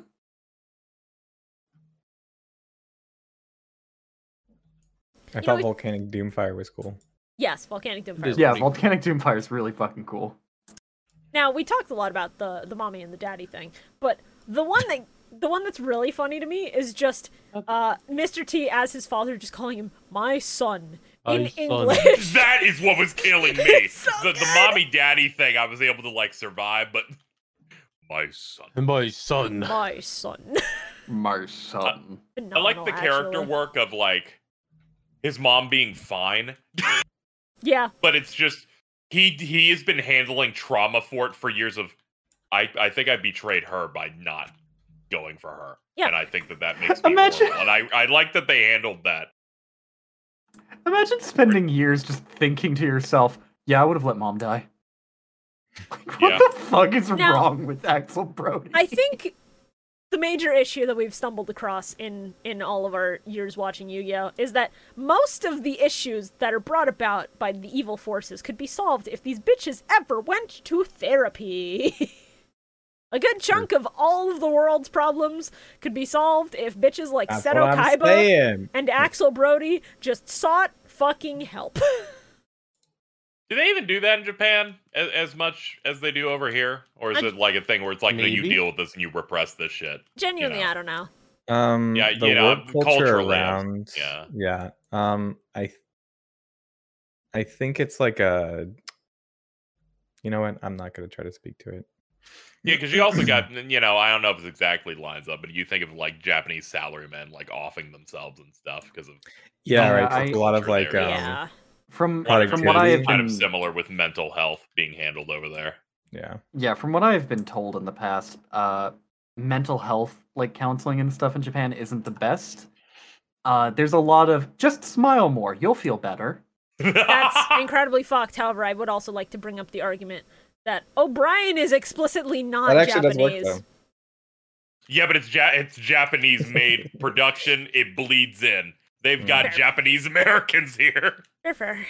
Speaker 1: You
Speaker 4: thought
Speaker 1: know, it-
Speaker 4: volcanic doomfire was cool.
Speaker 1: yes, Volcanic Doomfire.
Speaker 3: Is
Speaker 2: yeah,
Speaker 3: pretty
Speaker 2: Volcanic Doomfire is really fucking cool.
Speaker 1: Now we talked a lot about the the mommy and the daddy thing, but the one that the one that's really funny to me is just uh, Mr. T as his father just calling him my son in
Speaker 3: My son.
Speaker 1: English.
Speaker 5: that is what was killing me.
Speaker 1: It's so
Speaker 5: the, the
Speaker 1: good.
Speaker 5: mommy daddy thing, I was able to like survive, but my son.
Speaker 3: My son.
Speaker 1: my son.
Speaker 2: My son.
Speaker 5: I like the
Speaker 1: Phenomenal,
Speaker 5: character
Speaker 1: actually.
Speaker 5: work of like his mom being fine,
Speaker 1: Yeah,
Speaker 5: but it's just he he has been handling trauma for it for years of I I think I betrayed her by not going for her.
Speaker 1: Yeah.
Speaker 5: And I think that that makes me
Speaker 2: Imagine-
Speaker 5: horrible. And I I like that they handled that.
Speaker 2: Uh, Imagine spending years just thinking to yourself, "Yeah, I would have let mom die." Like, what
Speaker 5: Yeah.
Speaker 2: the fuck is
Speaker 1: Now-
Speaker 2: wrong with Axel Brody?
Speaker 1: I think the major issue that we've stumbled across in in all of our years watching Yu-Gi-Oh is that most of the issues that are brought about by the evil forces could be solved if these bitches ever went to therapy. A good chunk of all of the world's problems could be solved if bitches like
Speaker 4: That's
Speaker 1: Seto
Speaker 4: what I'm
Speaker 1: Kaiba
Speaker 4: saying.
Speaker 1: and Axel Brody just sought fucking help.
Speaker 5: Do they even do that in Japan as, as much as they do over here? Or is
Speaker 1: I-
Speaker 5: it like a thing where it's like, no, you
Speaker 3: Maybe.
Speaker 5: deal with this and you repress this shit?
Speaker 1: Genuinely,
Speaker 5: You know.
Speaker 1: I don't know.
Speaker 4: Um,
Speaker 5: Yeah,
Speaker 4: the
Speaker 5: you know,
Speaker 4: work culture
Speaker 5: culturally,
Speaker 4: around.
Speaker 5: yeah.
Speaker 4: yeah. Um, I, th- I think it's like a. You know what? I'm not gonna try to speak to it.
Speaker 5: Yeah, because you also got, you know, I don't know if it's exactly lines up, but you think of like Japanese salarymen like offing themselves and stuff because of
Speaker 4: Yeah,
Speaker 2: Uh,
Speaker 4: right. so it's a
Speaker 2: I-
Speaker 4: lot of like,
Speaker 5: Culture
Speaker 4: um,
Speaker 5: there,
Speaker 1: yeah.
Speaker 2: From from
Speaker 4: Productivity.
Speaker 2: what I have
Speaker 5: kind of
Speaker 2: been
Speaker 5: similar with mental health being handled over there.
Speaker 4: yeah.
Speaker 2: Yeah, from what I've been told in the past, uh, mental health, like counseling and stuff in Japan, isn't the best. Uh, there's a lot of just smile more, you'll feel better.
Speaker 1: That's incredibly fucked. However, I would also like to bring up the argument that O'Brien is explicitly not
Speaker 4: That actually does work
Speaker 1: Japanese.
Speaker 4: though.
Speaker 5: yeah, but it's ja- it's Japanese made production. It bleeds in.
Speaker 2: Hmm.
Speaker 5: They've got
Speaker 1: Fair.
Speaker 5: Japanese Americans here.
Speaker 1: Fair, fair.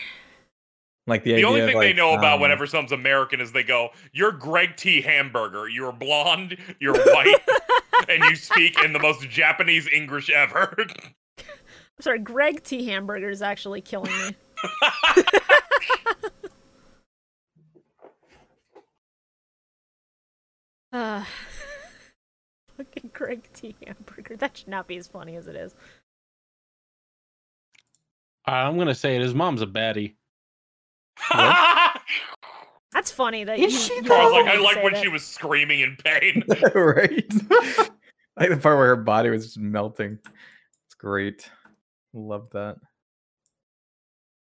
Speaker 4: Like the,
Speaker 5: The only
Speaker 4: idea of,
Speaker 5: thing they
Speaker 4: like,
Speaker 5: know about
Speaker 4: um,
Speaker 5: whenever someone's American is they go, "You're Greg T. Hamburger. You're blonde. You're white, and you speak in the most Japanese English ever."
Speaker 1: I'm sorry, Greg T. Hamburger is actually killing me. uh, fucking Greg T. Hamburger. That should not be as funny as it is.
Speaker 3: I'm gonna say it. His mom's a baddie.
Speaker 1: That's funny that
Speaker 2: Is
Speaker 1: you.
Speaker 2: she
Speaker 1: you
Speaker 2: though?
Speaker 5: Carl's like,
Speaker 1: had
Speaker 5: "I
Speaker 1: to
Speaker 5: like
Speaker 1: say
Speaker 5: when
Speaker 1: that.
Speaker 5: she was screaming in pain."
Speaker 4: right? like the part where her body was just melting. It's great. Love that.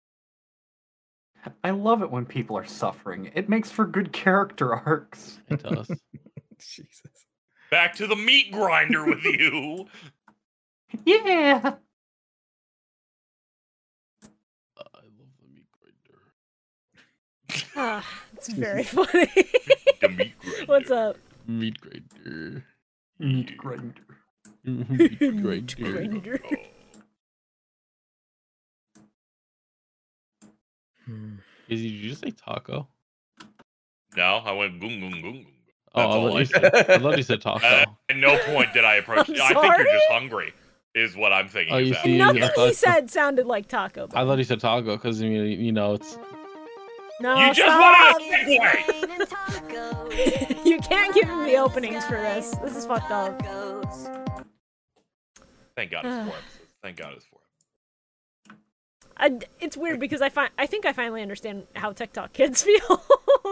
Speaker 2: I love it when people are suffering. It makes for good character arcs.
Speaker 3: It does.
Speaker 4: Jesus.
Speaker 5: Back to the meat grinder with you.
Speaker 2: Yeah.
Speaker 3: I love the meat grinder.
Speaker 1: Ah, it's very funny.
Speaker 5: The meat grinder.
Speaker 1: What's up?
Speaker 3: Meat grinder.
Speaker 2: Meat grinder.
Speaker 3: Meat
Speaker 1: Meat grinder.
Speaker 3: grinder.
Speaker 4: Hmm.
Speaker 3: Is did you just say taco?
Speaker 5: No, I went goong goong goong. goong.
Speaker 3: Oh,
Speaker 5: That's
Speaker 3: I
Speaker 5: all
Speaker 3: love
Speaker 5: I
Speaker 3: you
Speaker 5: said.
Speaker 3: said. I love you said
Speaker 5: Uh,
Speaker 3: taco.
Speaker 5: at no point did I approach.
Speaker 1: I'm
Speaker 5: I think you're just
Speaker 1: sorry.
Speaker 5: hungry, is what I'm thinking.
Speaker 3: Oh,
Speaker 5: is
Speaker 3: you
Speaker 5: happening
Speaker 3: see-
Speaker 5: here.
Speaker 1: Nothing
Speaker 3: Yeah.
Speaker 1: he said sounded like taco. Bell.
Speaker 3: I thought you said taco because I mean, you know, it's
Speaker 1: No,
Speaker 5: You just
Speaker 1: stop.
Speaker 5: wanted Segway.
Speaker 1: You can't give me the openings for this. This is fucked up.
Speaker 5: Thank God it's four episodes. Thank God it's four.
Speaker 1: I, it's weird because I find I think I finally understand how TikTok kids feel.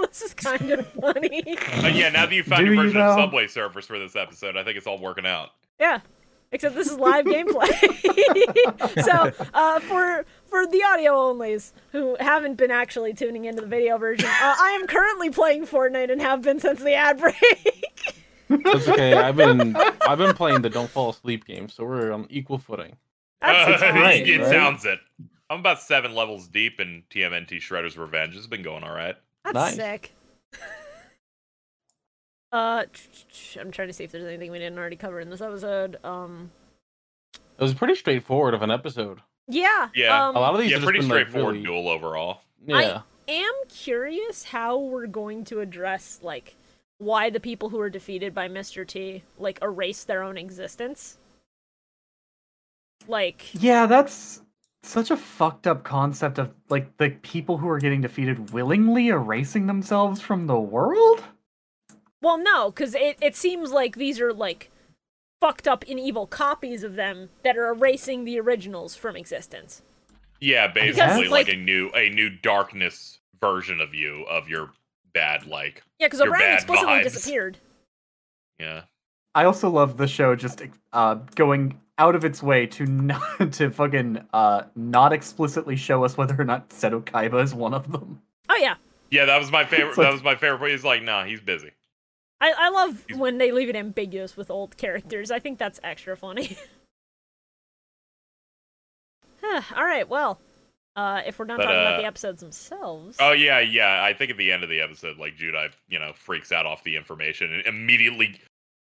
Speaker 1: this is kind of funny.
Speaker 5: But Uh, yeah, now that you
Speaker 2: Do
Speaker 5: found your
Speaker 2: you
Speaker 5: version
Speaker 2: know?
Speaker 5: of Subway Surfers for this episode, I think it's all working out.
Speaker 1: Yeah. Except this is live gameplay. so, uh, for for the audio onlys who haven't been actually tuning into the video version, uh, I am currently playing Fortnite and have been since the ad break.
Speaker 3: That's okay. I've been I've been playing the don't fall asleep game, so we're on equal footing.
Speaker 1: That's
Speaker 5: Uh,
Speaker 1: exciting.
Speaker 5: it
Speaker 3: right?
Speaker 5: sounds it. I'm about seven levels deep in TMNT Shredder's Revenge. It's been going all right.
Speaker 1: That's
Speaker 3: Nice.
Speaker 1: sick. uh, tch, tch, tch, I'm trying to see if there's anything we didn't already cover in this episode. Um,
Speaker 3: It was pretty straightforward of an episode.
Speaker 1: yeah.
Speaker 5: Yeah.
Speaker 1: Um,
Speaker 3: A lot of these
Speaker 5: yeah,
Speaker 3: have just
Speaker 5: pretty
Speaker 3: been, like,
Speaker 5: straightforward
Speaker 3: really-
Speaker 5: duel overall.
Speaker 3: Yeah.
Speaker 1: am curious how we're going to address like why the people who are defeated by Mr. T like erase their own existence. Like
Speaker 2: Yeah, that's such a fucked up concept of like the people who are getting defeated willingly erasing themselves from the world.
Speaker 1: well no, cuz it it seems like these are like fucked up and evil copies of them that are erasing the originals from existence.
Speaker 5: Yeah, basically like,
Speaker 1: like-
Speaker 5: a new a new darkness version of you of your bad like
Speaker 1: Yeah, cuz
Speaker 5: Your
Speaker 1: O'Brien
Speaker 5: bad
Speaker 1: explicitly
Speaker 5: vibes.
Speaker 1: disappeared.
Speaker 5: yeah.
Speaker 2: I also love the show just uh, going out of its way to not to fucking uh, not explicitly show us whether or not Seto Kaiba is one of them.
Speaker 1: Oh yeah.
Speaker 5: Yeah, that was my favorite
Speaker 2: It's like-
Speaker 5: that was my favorite part. He's like, nah, he's busy.
Speaker 1: I, I love when they leave it ambiguous with old characters. I think that's extra funny. Huh, All right, well, uh, if we're not
Speaker 5: But,
Speaker 1: talking about
Speaker 5: uh,
Speaker 1: the episodes themselves,
Speaker 5: Oh yeah, yeah. I think at the end of the episode, like Judai, you know, freaks out off the information and immediately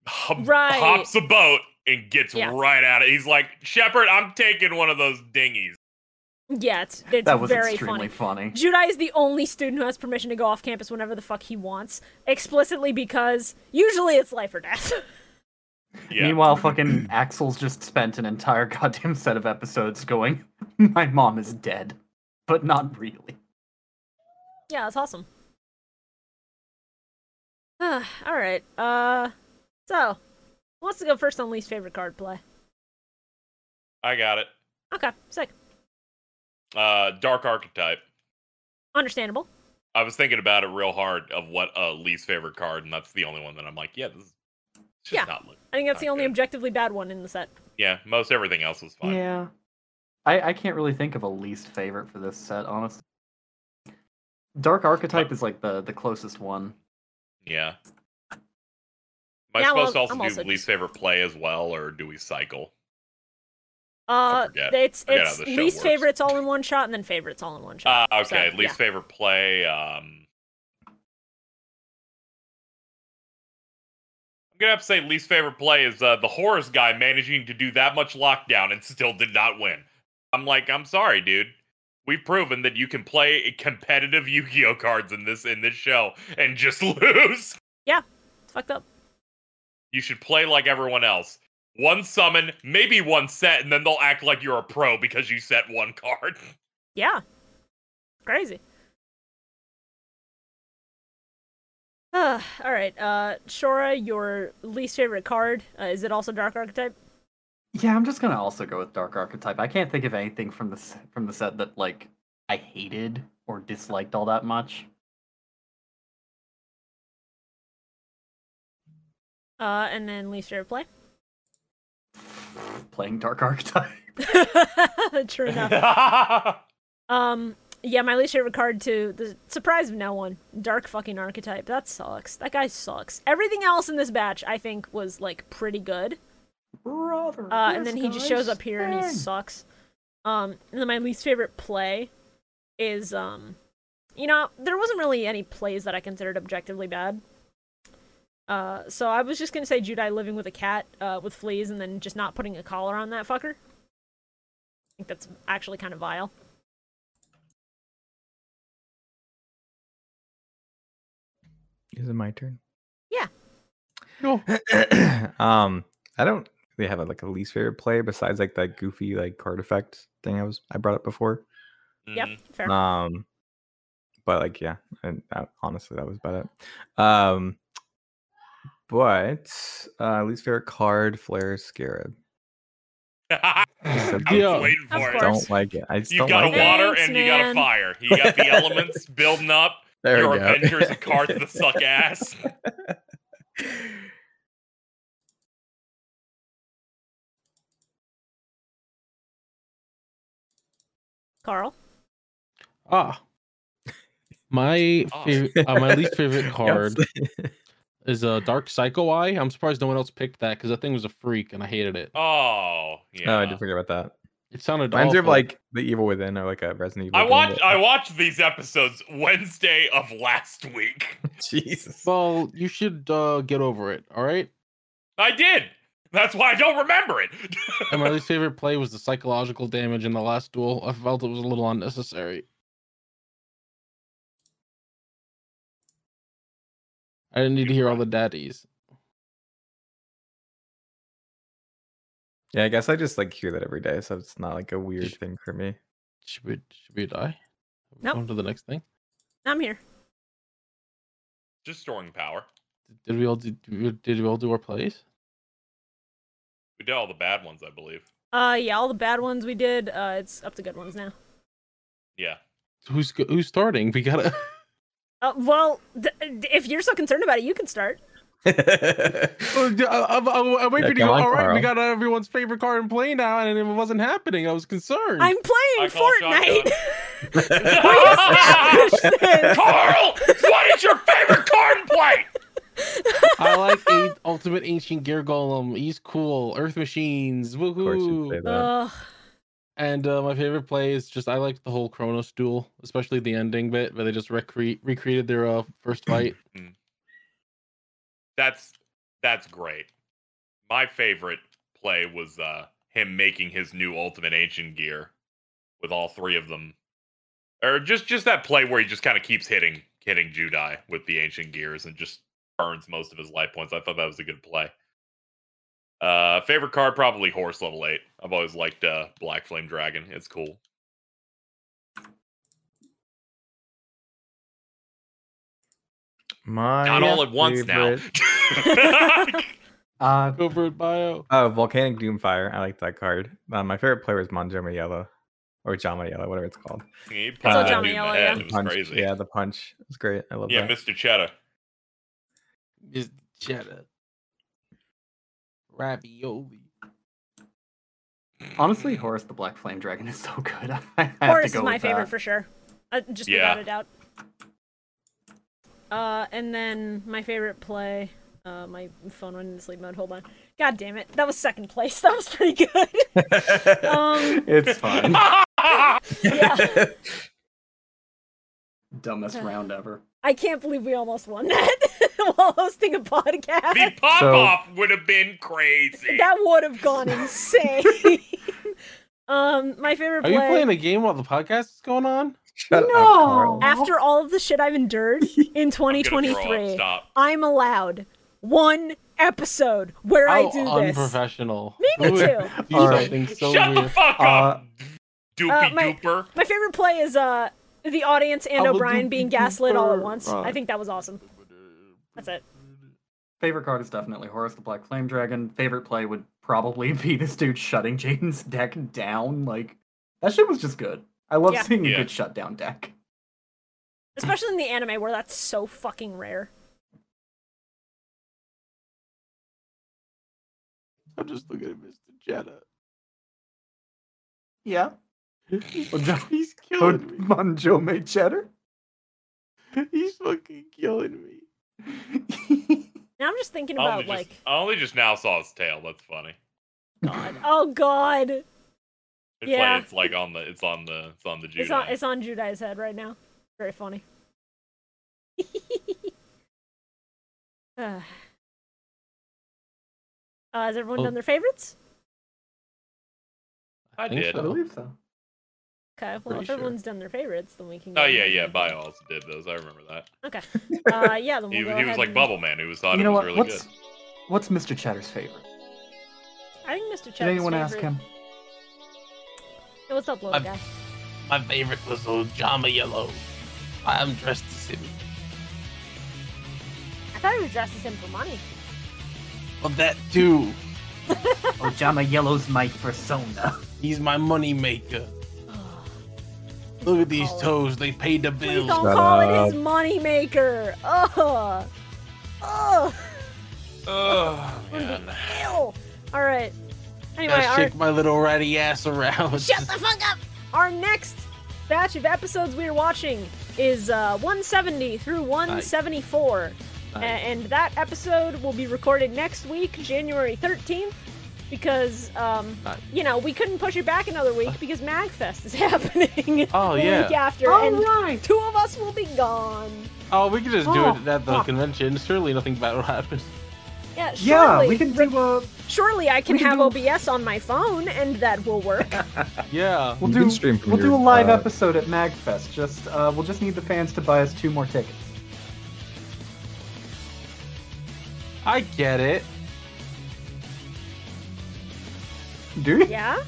Speaker 5: hop,
Speaker 1: Right.
Speaker 5: hops a boat and gets
Speaker 1: Yeah.
Speaker 5: right at it. He's like, Shepard, I'm taking one of those dinghies.
Speaker 1: yeah, it's, it's
Speaker 2: that was
Speaker 1: very
Speaker 2: extremely
Speaker 1: funny.
Speaker 2: funny.
Speaker 1: Judai is the only student who has permission to go off campus whenever the fuck he wants, explicitly because usually it's life or death.
Speaker 5: Yeah.
Speaker 2: Meanwhile, fucking Axel's just spent an entire goddamn set of episodes going, "My mom is dead," but not really.
Speaker 1: yeah, that's awesome. All right, uh, so who wants to go first on least favorite card play?
Speaker 5: I got it.
Speaker 1: Okay, sick,
Speaker 5: Uh Dark Archetype.
Speaker 1: understandable.
Speaker 5: I was thinking about it real hard of what a uh, least favorite card, and that's the only one that I'm like, yeah, this is it's just
Speaker 1: Yeah.
Speaker 5: not look.
Speaker 1: I think that's the
Speaker 5: Not
Speaker 1: only
Speaker 5: good.
Speaker 1: objectively bad one in the set.
Speaker 5: Yeah, most everything else was fine.
Speaker 2: Yeah, I I can't really think of a least favorite for this set, honestly. Dark Archetype is like the the closest one.
Speaker 5: Yeah. Am I
Speaker 1: Yeah,
Speaker 5: supposed
Speaker 1: well,
Speaker 5: to also
Speaker 1: I'm
Speaker 5: do
Speaker 1: also
Speaker 5: least
Speaker 1: just-
Speaker 5: favorite play as well, or do we cycle?
Speaker 1: Uh,
Speaker 5: forget.
Speaker 1: it's
Speaker 5: Forget how
Speaker 1: it's
Speaker 5: this show
Speaker 1: least
Speaker 5: works.
Speaker 1: favorites all in one shot, and then favorites all in one
Speaker 5: Uh,
Speaker 1: shot. So,
Speaker 5: okay, least
Speaker 1: yeah.
Speaker 5: favorite play. Um, I'm gonna have to say least favorite play is uh, the Horus guy managing to do that much lockdown and still did not win. I'm like, I'm sorry, dude. We've proven that you can play competitive Yu-Gi-Oh cards in this in this show and just lose.
Speaker 1: It's fucked up.
Speaker 5: You should play like everyone else. One summon, maybe one set, and then they'll act like you're a pro because you set one card.
Speaker 1: Yeah, crazy. Uh, all right, uh, Shora, your least favorite card uh, is it also Dark Archetype?
Speaker 2: Yeah, I'm just gonna also go with Dark Archetype. I can't think of anything from the s- from the set that like I hated or disliked all that much.
Speaker 1: Uh, and then least favorite play.
Speaker 2: Playing Dark Archetype.
Speaker 1: True enough.
Speaker 5: yeah,
Speaker 1: Um, yeah, my least favorite card to the surprise of no one, Dark fucking archetype. That sucks. That guy sucks. Everything else in this batch, I think, was like pretty good.
Speaker 2: Brother.
Speaker 1: Uh, and
Speaker 2: this
Speaker 1: then he just
Speaker 2: guy's
Speaker 1: shows up here and he
Speaker 2: bang.
Speaker 1: sucks. Um, and then my least favorite play is um, you know, there wasn't really any plays that I considered objectively bad. Uh, so I was just gonna say Judai living with a cat, uh, with fleas, and then just not putting a collar on that fucker. I think that's actually kind of vile.
Speaker 4: Is it my turn?
Speaker 1: Yeah.
Speaker 3: Go.
Speaker 4: um, I don't. They have a, like a least favorite play besides like that goofy
Speaker 5: Mm-hmm. Hmm.
Speaker 4: like card effect thing I was I brought up before.
Speaker 1: Yep, fair.
Speaker 4: Um, but like yeah and that, honestly that was about it um but uh least favorite card flare scarab
Speaker 5: I
Speaker 3: Yeah.
Speaker 5: was waiting
Speaker 1: Of
Speaker 5: for it.
Speaker 1: course.
Speaker 4: don't like it i just
Speaker 5: You
Speaker 4: don't
Speaker 5: got a
Speaker 4: like it
Speaker 5: water
Speaker 1: Thanks,
Speaker 5: and you got a
Speaker 1: man.
Speaker 5: fire. You got the elements building up.
Speaker 4: there
Speaker 5: your
Speaker 4: we go.
Speaker 5: Avengers and Karth the suck ass.
Speaker 1: Carl.
Speaker 3: Ah. My
Speaker 5: Ah.
Speaker 3: favorite, uh, my least favorite card
Speaker 4: Yes.
Speaker 3: is a Dark Psycho Eye. I'm surprised no one else picked that because that thing was a freak and I hated it.
Speaker 5: Oh yeah.
Speaker 4: oh i did forget about that
Speaker 3: It sounded
Speaker 4: Reminds me of
Speaker 3: awful.
Speaker 4: like the Evil Within or like a Resident Evil.
Speaker 5: I
Speaker 4: game
Speaker 5: watched
Speaker 4: that-
Speaker 5: I watched these episodes Wednesday of last week.
Speaker 4: Jesus.
Speaker 3: Well, you should uh, get over it. All right.
Speaker 5: I did. That's why I don't remember it.
Speaker 3: And my least favorite play was the psychological damage in the last duel. I felt it was a little unnecessary. I didn't need to hear all the daddies.
Speaker 4: Yeah, I guess I just like hear that every day, so it's not like a weird
Speaker 3: Sh-
Speaker 4: thing for me.
Speaker 3: Should we should we die?
Speaker 1: Nope.
Speaker 3: On to the next thing.
Speaker 1: I'm here.
Speaker 5: Just storing power.
Speaker 3: Did we all do, did we- did we all do our plays?
Speaker 5: We did all the bad ones, I believe.
Speaker 1: Uh, yeah, all the bad ones we did. Uh, it's up to good ones now.
Speaker 5: Yeah.
Speaker 3: Who's go- who's starting? We gotta.
Speaker 1: Uh, well, d- d- if you're so concerned about it, you can start.
Speaker 3: Oh, d- I- I- I- I'm
Speaker 4: Yeah,
Speaker 3: waiting for you.
Speaker 4: go on,
Speaker 3: All right, we
Speaker 4: Carl.
Speaker 3: got everyone's favorite card in play now, and it wasn't happening. I was concerned.
Speaker 1: I'm
Speaker 5: I
Speaker 1: playing
Speaker 5: call
Speaker 1: Fortnite.
Speaker 5: shotgun.
Speaker 1: This-
Speaker 5: Carl, what is your favorite card to play?
Speaker 3: I like a- Ultimate Ancient Gear Golem. He's cool. Earth Machines.
Speaker 4: Of course you'd say
Speaker 3: Woohoo.
Speaker 4: that.
Speaker 1: Ugh.
Speaker 3: And uh, my favorite play is just I like the whole Kronos duel, especially the ending bit where they just recre- recreated their uh, first fight.
Speaker 5: That's that's great. My favorite play was uh him making his new ultimate ancient gear with all three of them. Or just just that play where he just kind of keeps hitting hitting Judai with the ancient gears and just burns most of his life points. I thought that was a good play. Uh favorite card probably horse level 8. I've always liked uh Black Flame Dragon. It's cool.
Speaker 4: My
Speaker 5: Not all at once
Speaker 4: favorite-
Speaker 5: now.
Speaker 2: Uh,
Speaker 3: Over at Bio.
Speaker 4: Oh, Volcanic Doomfire. I like that card. Uh, my favorite player is Manjoma Yellow or Jama Yellow, whatever it's called. all
Speaker 5: He punched that
Speaker 4: Johnny
Speaker 5: dude in the
Speaker 1: Yellow,
Speaker 5: head.
Speaker 1: yeah.
Speaker 5: It was
Speaker 4: Punch.
Speaker 5: crazy.
Speaker 4: Yeah, the punch. It's great. I love
Speaker 5: yeah
Speaker 4: that.
Speaker 5: Mr. Cheddar.
Speaker 3: Is Jetta. Ravioli.
Speaker 2: honestly, Horus the Black Flame Dragon is so good. I have to
Speaker 1: Horus
Speaker 2: go
Speaker 1: is my
Speaker 2: with
Speaker 1: favorite
Speaker 2: that.
Speaker 1: for sure. Uh, just
Speaker 5: Yeah.
Speaker 1: without a doubt. Uh, and then my favorite play. Uh, my phone went into sleep mode. Hold on. God damn it. That was second place. That was pretty good. um,
Speaker 2: It's fine.
Speaker 1: yeah.
Speaker 2: Dumbest
Speaker 1: Okay.
Speaker 2: round ever.
Speaker 1: I can't believe we almost won that while hosting a podcast.
Speaker 5: The pop off would have been crazy.
Speaker 1: That would have gone insane. um, my favorite
Speaker 3: Are
Speaker 1: play.
Speaker 3: you playing a game while the podcast is going on?
Speaker 4: Shut up, Carl.
Speaker 1: After all of the shit I've endured in
Speaker 5: I'm gonna throw up.
Speaker 1: 2023,
Speaker 5: Stop.
Speaker 1: I'm allowed one episode where I
Speaker 3: How
Speaker 1: do this.
Speaker 3: Oh, unprofessional.
Speaker 1: Me
Speaker 3: Who would
Speaker 1: too.
Speaker 3: Do
Speaker 2: All right.
Speaker 3: something so
Speaker 5: Shut
Speaker 3: weird.
Speaker 5: the fuck
Speaker 2: Uh,
Speaker 5: up, doopy
Speaker 1: uh, my-
Speaker 5: dooper.
Speaker 1: My favorite play is uh the audience and
Speaker 3: I will
Speaker 1: O'Brien
Speaker 3: do
Speaker 1: being
Speaker 3: it
Speaker 1: gaslit all at
Speaker 3: for-
Speaker 1: once. I
Speaker 3: Right.
Speaker 1: think that was awesome. That's it.
Speaker 2: Favorite card is definitely Horus the Black Flame Dragon. Favorite play would probably be this dude shutting Jaden's deck down. Like that shit was just good. I love
Speaker 1: Yeah.
Speaker 2: seeing a
Speaker 5: Yeah.
Speaker 2: good shutdown deck.
Speaker 1: Especially in the anime where that's so fucking rare.
Speaker 3: I'm just looking at Mr. Jetta.
Speaker 2: Yeah. Well, Jo-
Speaker 3: He's
Speaker 2: Oh,
Speaker 3: killing me.
Speaker 2: Manjome Cheddar.
Speaker 3: He's fucking killing me.
Speaker 1: Now I'm just thinking
Speaker 5: I
Speaker 1: about
Speaker 5: only,
Speaker 1: like
Speaker 5: Oh, just, I only just now saw his tail. That's funny.
Speaker 1: God. Oh God.
Speaker 5: It's
Speaker 1: Yeah.
Speaker 5: like it's like on the it's on the it's on the Judai.
Speaker 1: It's on it's on Judai's head right now. Very funny. uh, has everyone
Speaker 3: Well-
Speaker 1: done their favorites?
Speaker 5: I
Speaker 3: think
Speaker 5: did.
Speaker 2: I
Speaker 3: so.
Speaker 2: believe so.
Speaker 1: Okay. Well,
Speaker 3: Pretty
Speaker 1: if
Speaker 3: sure.
Speaker 1: everyone's done their favorites, then we can.
Speaker 5: Oh
Speaker 1: go
Speaker 5: yeah,
Speaker 1: ahead
Speaker 5: yeah.
Speaker 1: and-
Speaker 5: Bio also did those. I remember that.
Speaker 1: Okay. Uh, yeah. Then we'll
Speaker 5: He,
Speaker 1: go
Speaker 5: he was
Speaker 1: ahead
Speaker 5: like
Speaker 1: and-
Speaker 5: Bubble Man. He was thought
Speaker 2: you
Speaker 5: it
Speaker 2: know
Speaker 5: was
Speaker 2: what?
Speaker 5: really
Speaker 2: what's
Speaker 5: good.
Speaker 2: what's Mr. Cheddar's favorite?
Speaker 1: I think Mr. Cheddar's
Speaker 2: Did anyone
Speaker 1: favorite.
Speaker 2: ask him?
Speaker 1: Hey, what's up, little
Speaker 8: I've-
Speaker 1: guy?
Speaker 8: My favorite was little Jama Yellow.
Speaker 3: I'm dressed as him.
Speaker 1: I thought he was dressed as him for money.
Speaker 3: Well, that too.
Speaker 5: Oh,
Speaker 11: Ojama Yellow's my persona.
Speaker 3: He's my money maker. Look at these toes. They paid the
Speaker 1: Oh. Please
Speaker 3: bills.
Speaker 1: don't
Speaker 4: Shut
Speaker 1: call it
Speaker 4: up.
Speaker 1: his moneymaker. Ugh. Ugh.
Speaker 3: Oh, man.
Speaker 1: Ew. All right. Anyway,
Speaker 3: Gotta
Speaker 1: our,
Speaker 3: shake my little ratty ass around.
Speaker 1: shut the fuck up. Our next batch of episodes we are watching is uh, 170 through 174, A- and that episode will be recorded next week, January 13th, because um,
Speaker 3: Nice.
Speaker 1: you know we couldn't push it back another week because Magfest is happening.
Speaker 3: Oh,
Speaker 1: the
Speaker 3: yeah.
Speaker 1: Week after,
Speaker 2: All
Speaker 1: and
Speaker 2: right.
Speaker 1: two of us will be gone.
Speaker 3: Oh, we could just do
Speaker 2: Oh,
Speaker 3: it at the
Speaker 2: fuck.
Speaker 3: convention. Surely nothing bad will happen.
Speaker 1: Yeah.
Speaker 2: Yeah,
Speaker 1: surely-
Speaker 2: we can do a.
Speaker 1: Surely I can
Speaker 2: We can
Speaker 1: have
Speaker 2: do-
Speaker 1: OBS on my phone and that will work.
Speaker 3: Yeah.
Speaker 2: We'll
Speaker 4: You
Speaker 2: do.
Speaker 4: can stream from
Speaker 2: we'll do a
Speaker 4: your,
Speaker 2: live
Speaker 4: uh,
Speaker 2: episode at Magfest. Just uh, we'll just need the fans to buy us two more tickets.
Speaker 3: I get it.
Speaker 2: Do you?
Speaker 1: yeah?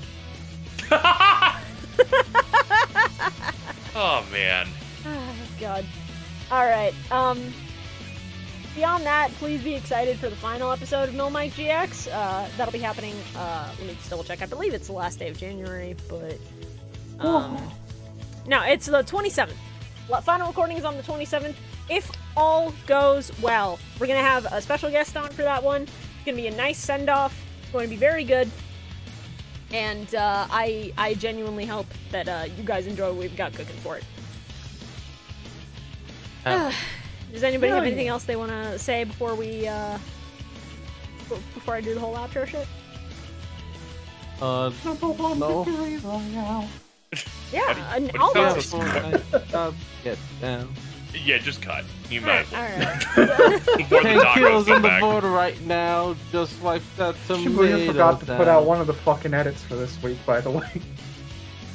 Speaker 5: Oh man.
Speaker 1: Oh, God. All right. Um beyond that, please be excited for the final episode of Mill Mike GX. Uh, that'll be happening uh let me just double check. I believe it's the last day of January, but um, No, it's the 27th. La- Final recording is on the 27th. If all goes well, we're going to have a special guest on for that one. It's going to be a nice send off. It's going to be very good. And uh, I, I genuinely hope that uh, you guys enjoy what we've got cooking for it.
Speaker 3: Uh,
Speaker 1: Does anybody have
Speaker 2: Really?
Speaker 1: anything else they want to say before we, uh, b- before I do the whole outro shit?
Speaker 3: uh, no.
Speaker 1: Yeah,
Speaker 5: That
Speaker 1: an,
Speaker 5: but it
Speaker 1: all
Speaker 5: sounds
Speaker 1: those.
Speaker 5: like-
Speaker 3: Get down.
Speaker 5: Yeah, just cut. You
Speaker 1: All
Speaker 5: might
Speaker 1: right,
Speaker 5: as
Speaker 1: all
Speaker 5: well.
Speaker 1: right.
Speaker 5: Before the
Speaker 3: Ten
Speaker 5: tacos
Speaker 3: kills
Speaker 5: come
Speaker 3: on the
Speaker 5: back.
Speaker 3: board right now. Just like that tomato.
Speaker 2: Shibuya forgot to put
Speaker 3: down.
Speaker 2: out one of the fucking edits for this week, by the way.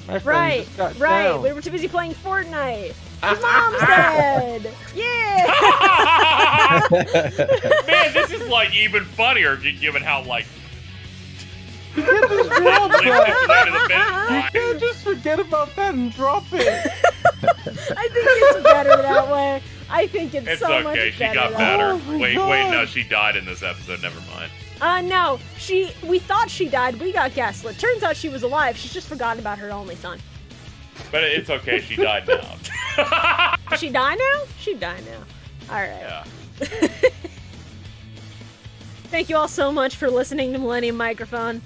Speaker 3: My friend
Speaker 1: Right,
Speaker 3: just got
Speaker 1: right.
Speaker 3: down.
Speaker 1: We were too busy playing Fortnite. His mom's dead. Yeah.
Speaker 5: Man, this is like even funnier g- given how like
Speaker 3: Get this
Speaker 5: they
Speaker 3: drop
Speaker 5: played
Speaker 3: it.
Speaker 5: this out of the bed.
Speaker 3: You can't just forget about that and drop it.
Speaker 1: I think it's better that way. I think it's,
Speaker 5: It's
Speaker 1: so much
Speaker 5: okay.
Speaker 1: better.
Speaker 5: She got
Speaker 1: that
Speaker 5: better.
Speaker 3: Oh my
Speaker 5: wait, wait,
Speaker 3: God.
Speaker 5: no, she died in this episode. Never mind.
Speaker 1: way. Uh, no, she. We thought she died. We got gaslit. Turns out she was alive. She's just forgotten about her only son.
Speaker 5: But it's okay. She died now.
Speaker 1: Does she die now? She died now. All right.
Speaker 5: yeah.
Speaker 1: Thank you all so much for listening to Millennium Microphone.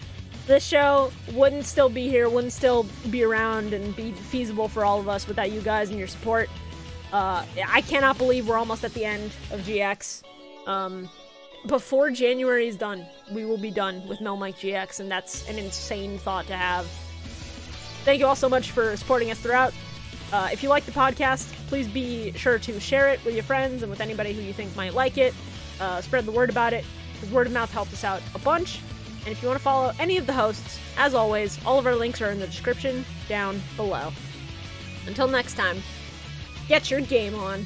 Speaker 1: This show wouldn't still be here, wouldn't still be around and be feasible for all of us without you guys and your support. Uh, I cannot believe we're almost at the end of GX. Um, before January is done, we will be done with Mel Mike GX, and that's an insane thought to have. Thank you all so much for supporting us throughout. Uh, if you like the podcast, please be sure to share it with your friends and with anybody who you think might like it. Uh, spread the word about it, because word of mouth helps us out a bunch. And if you want to follow any of the hosts, as always, all of our links are in the description down below. Until next time, get your game on.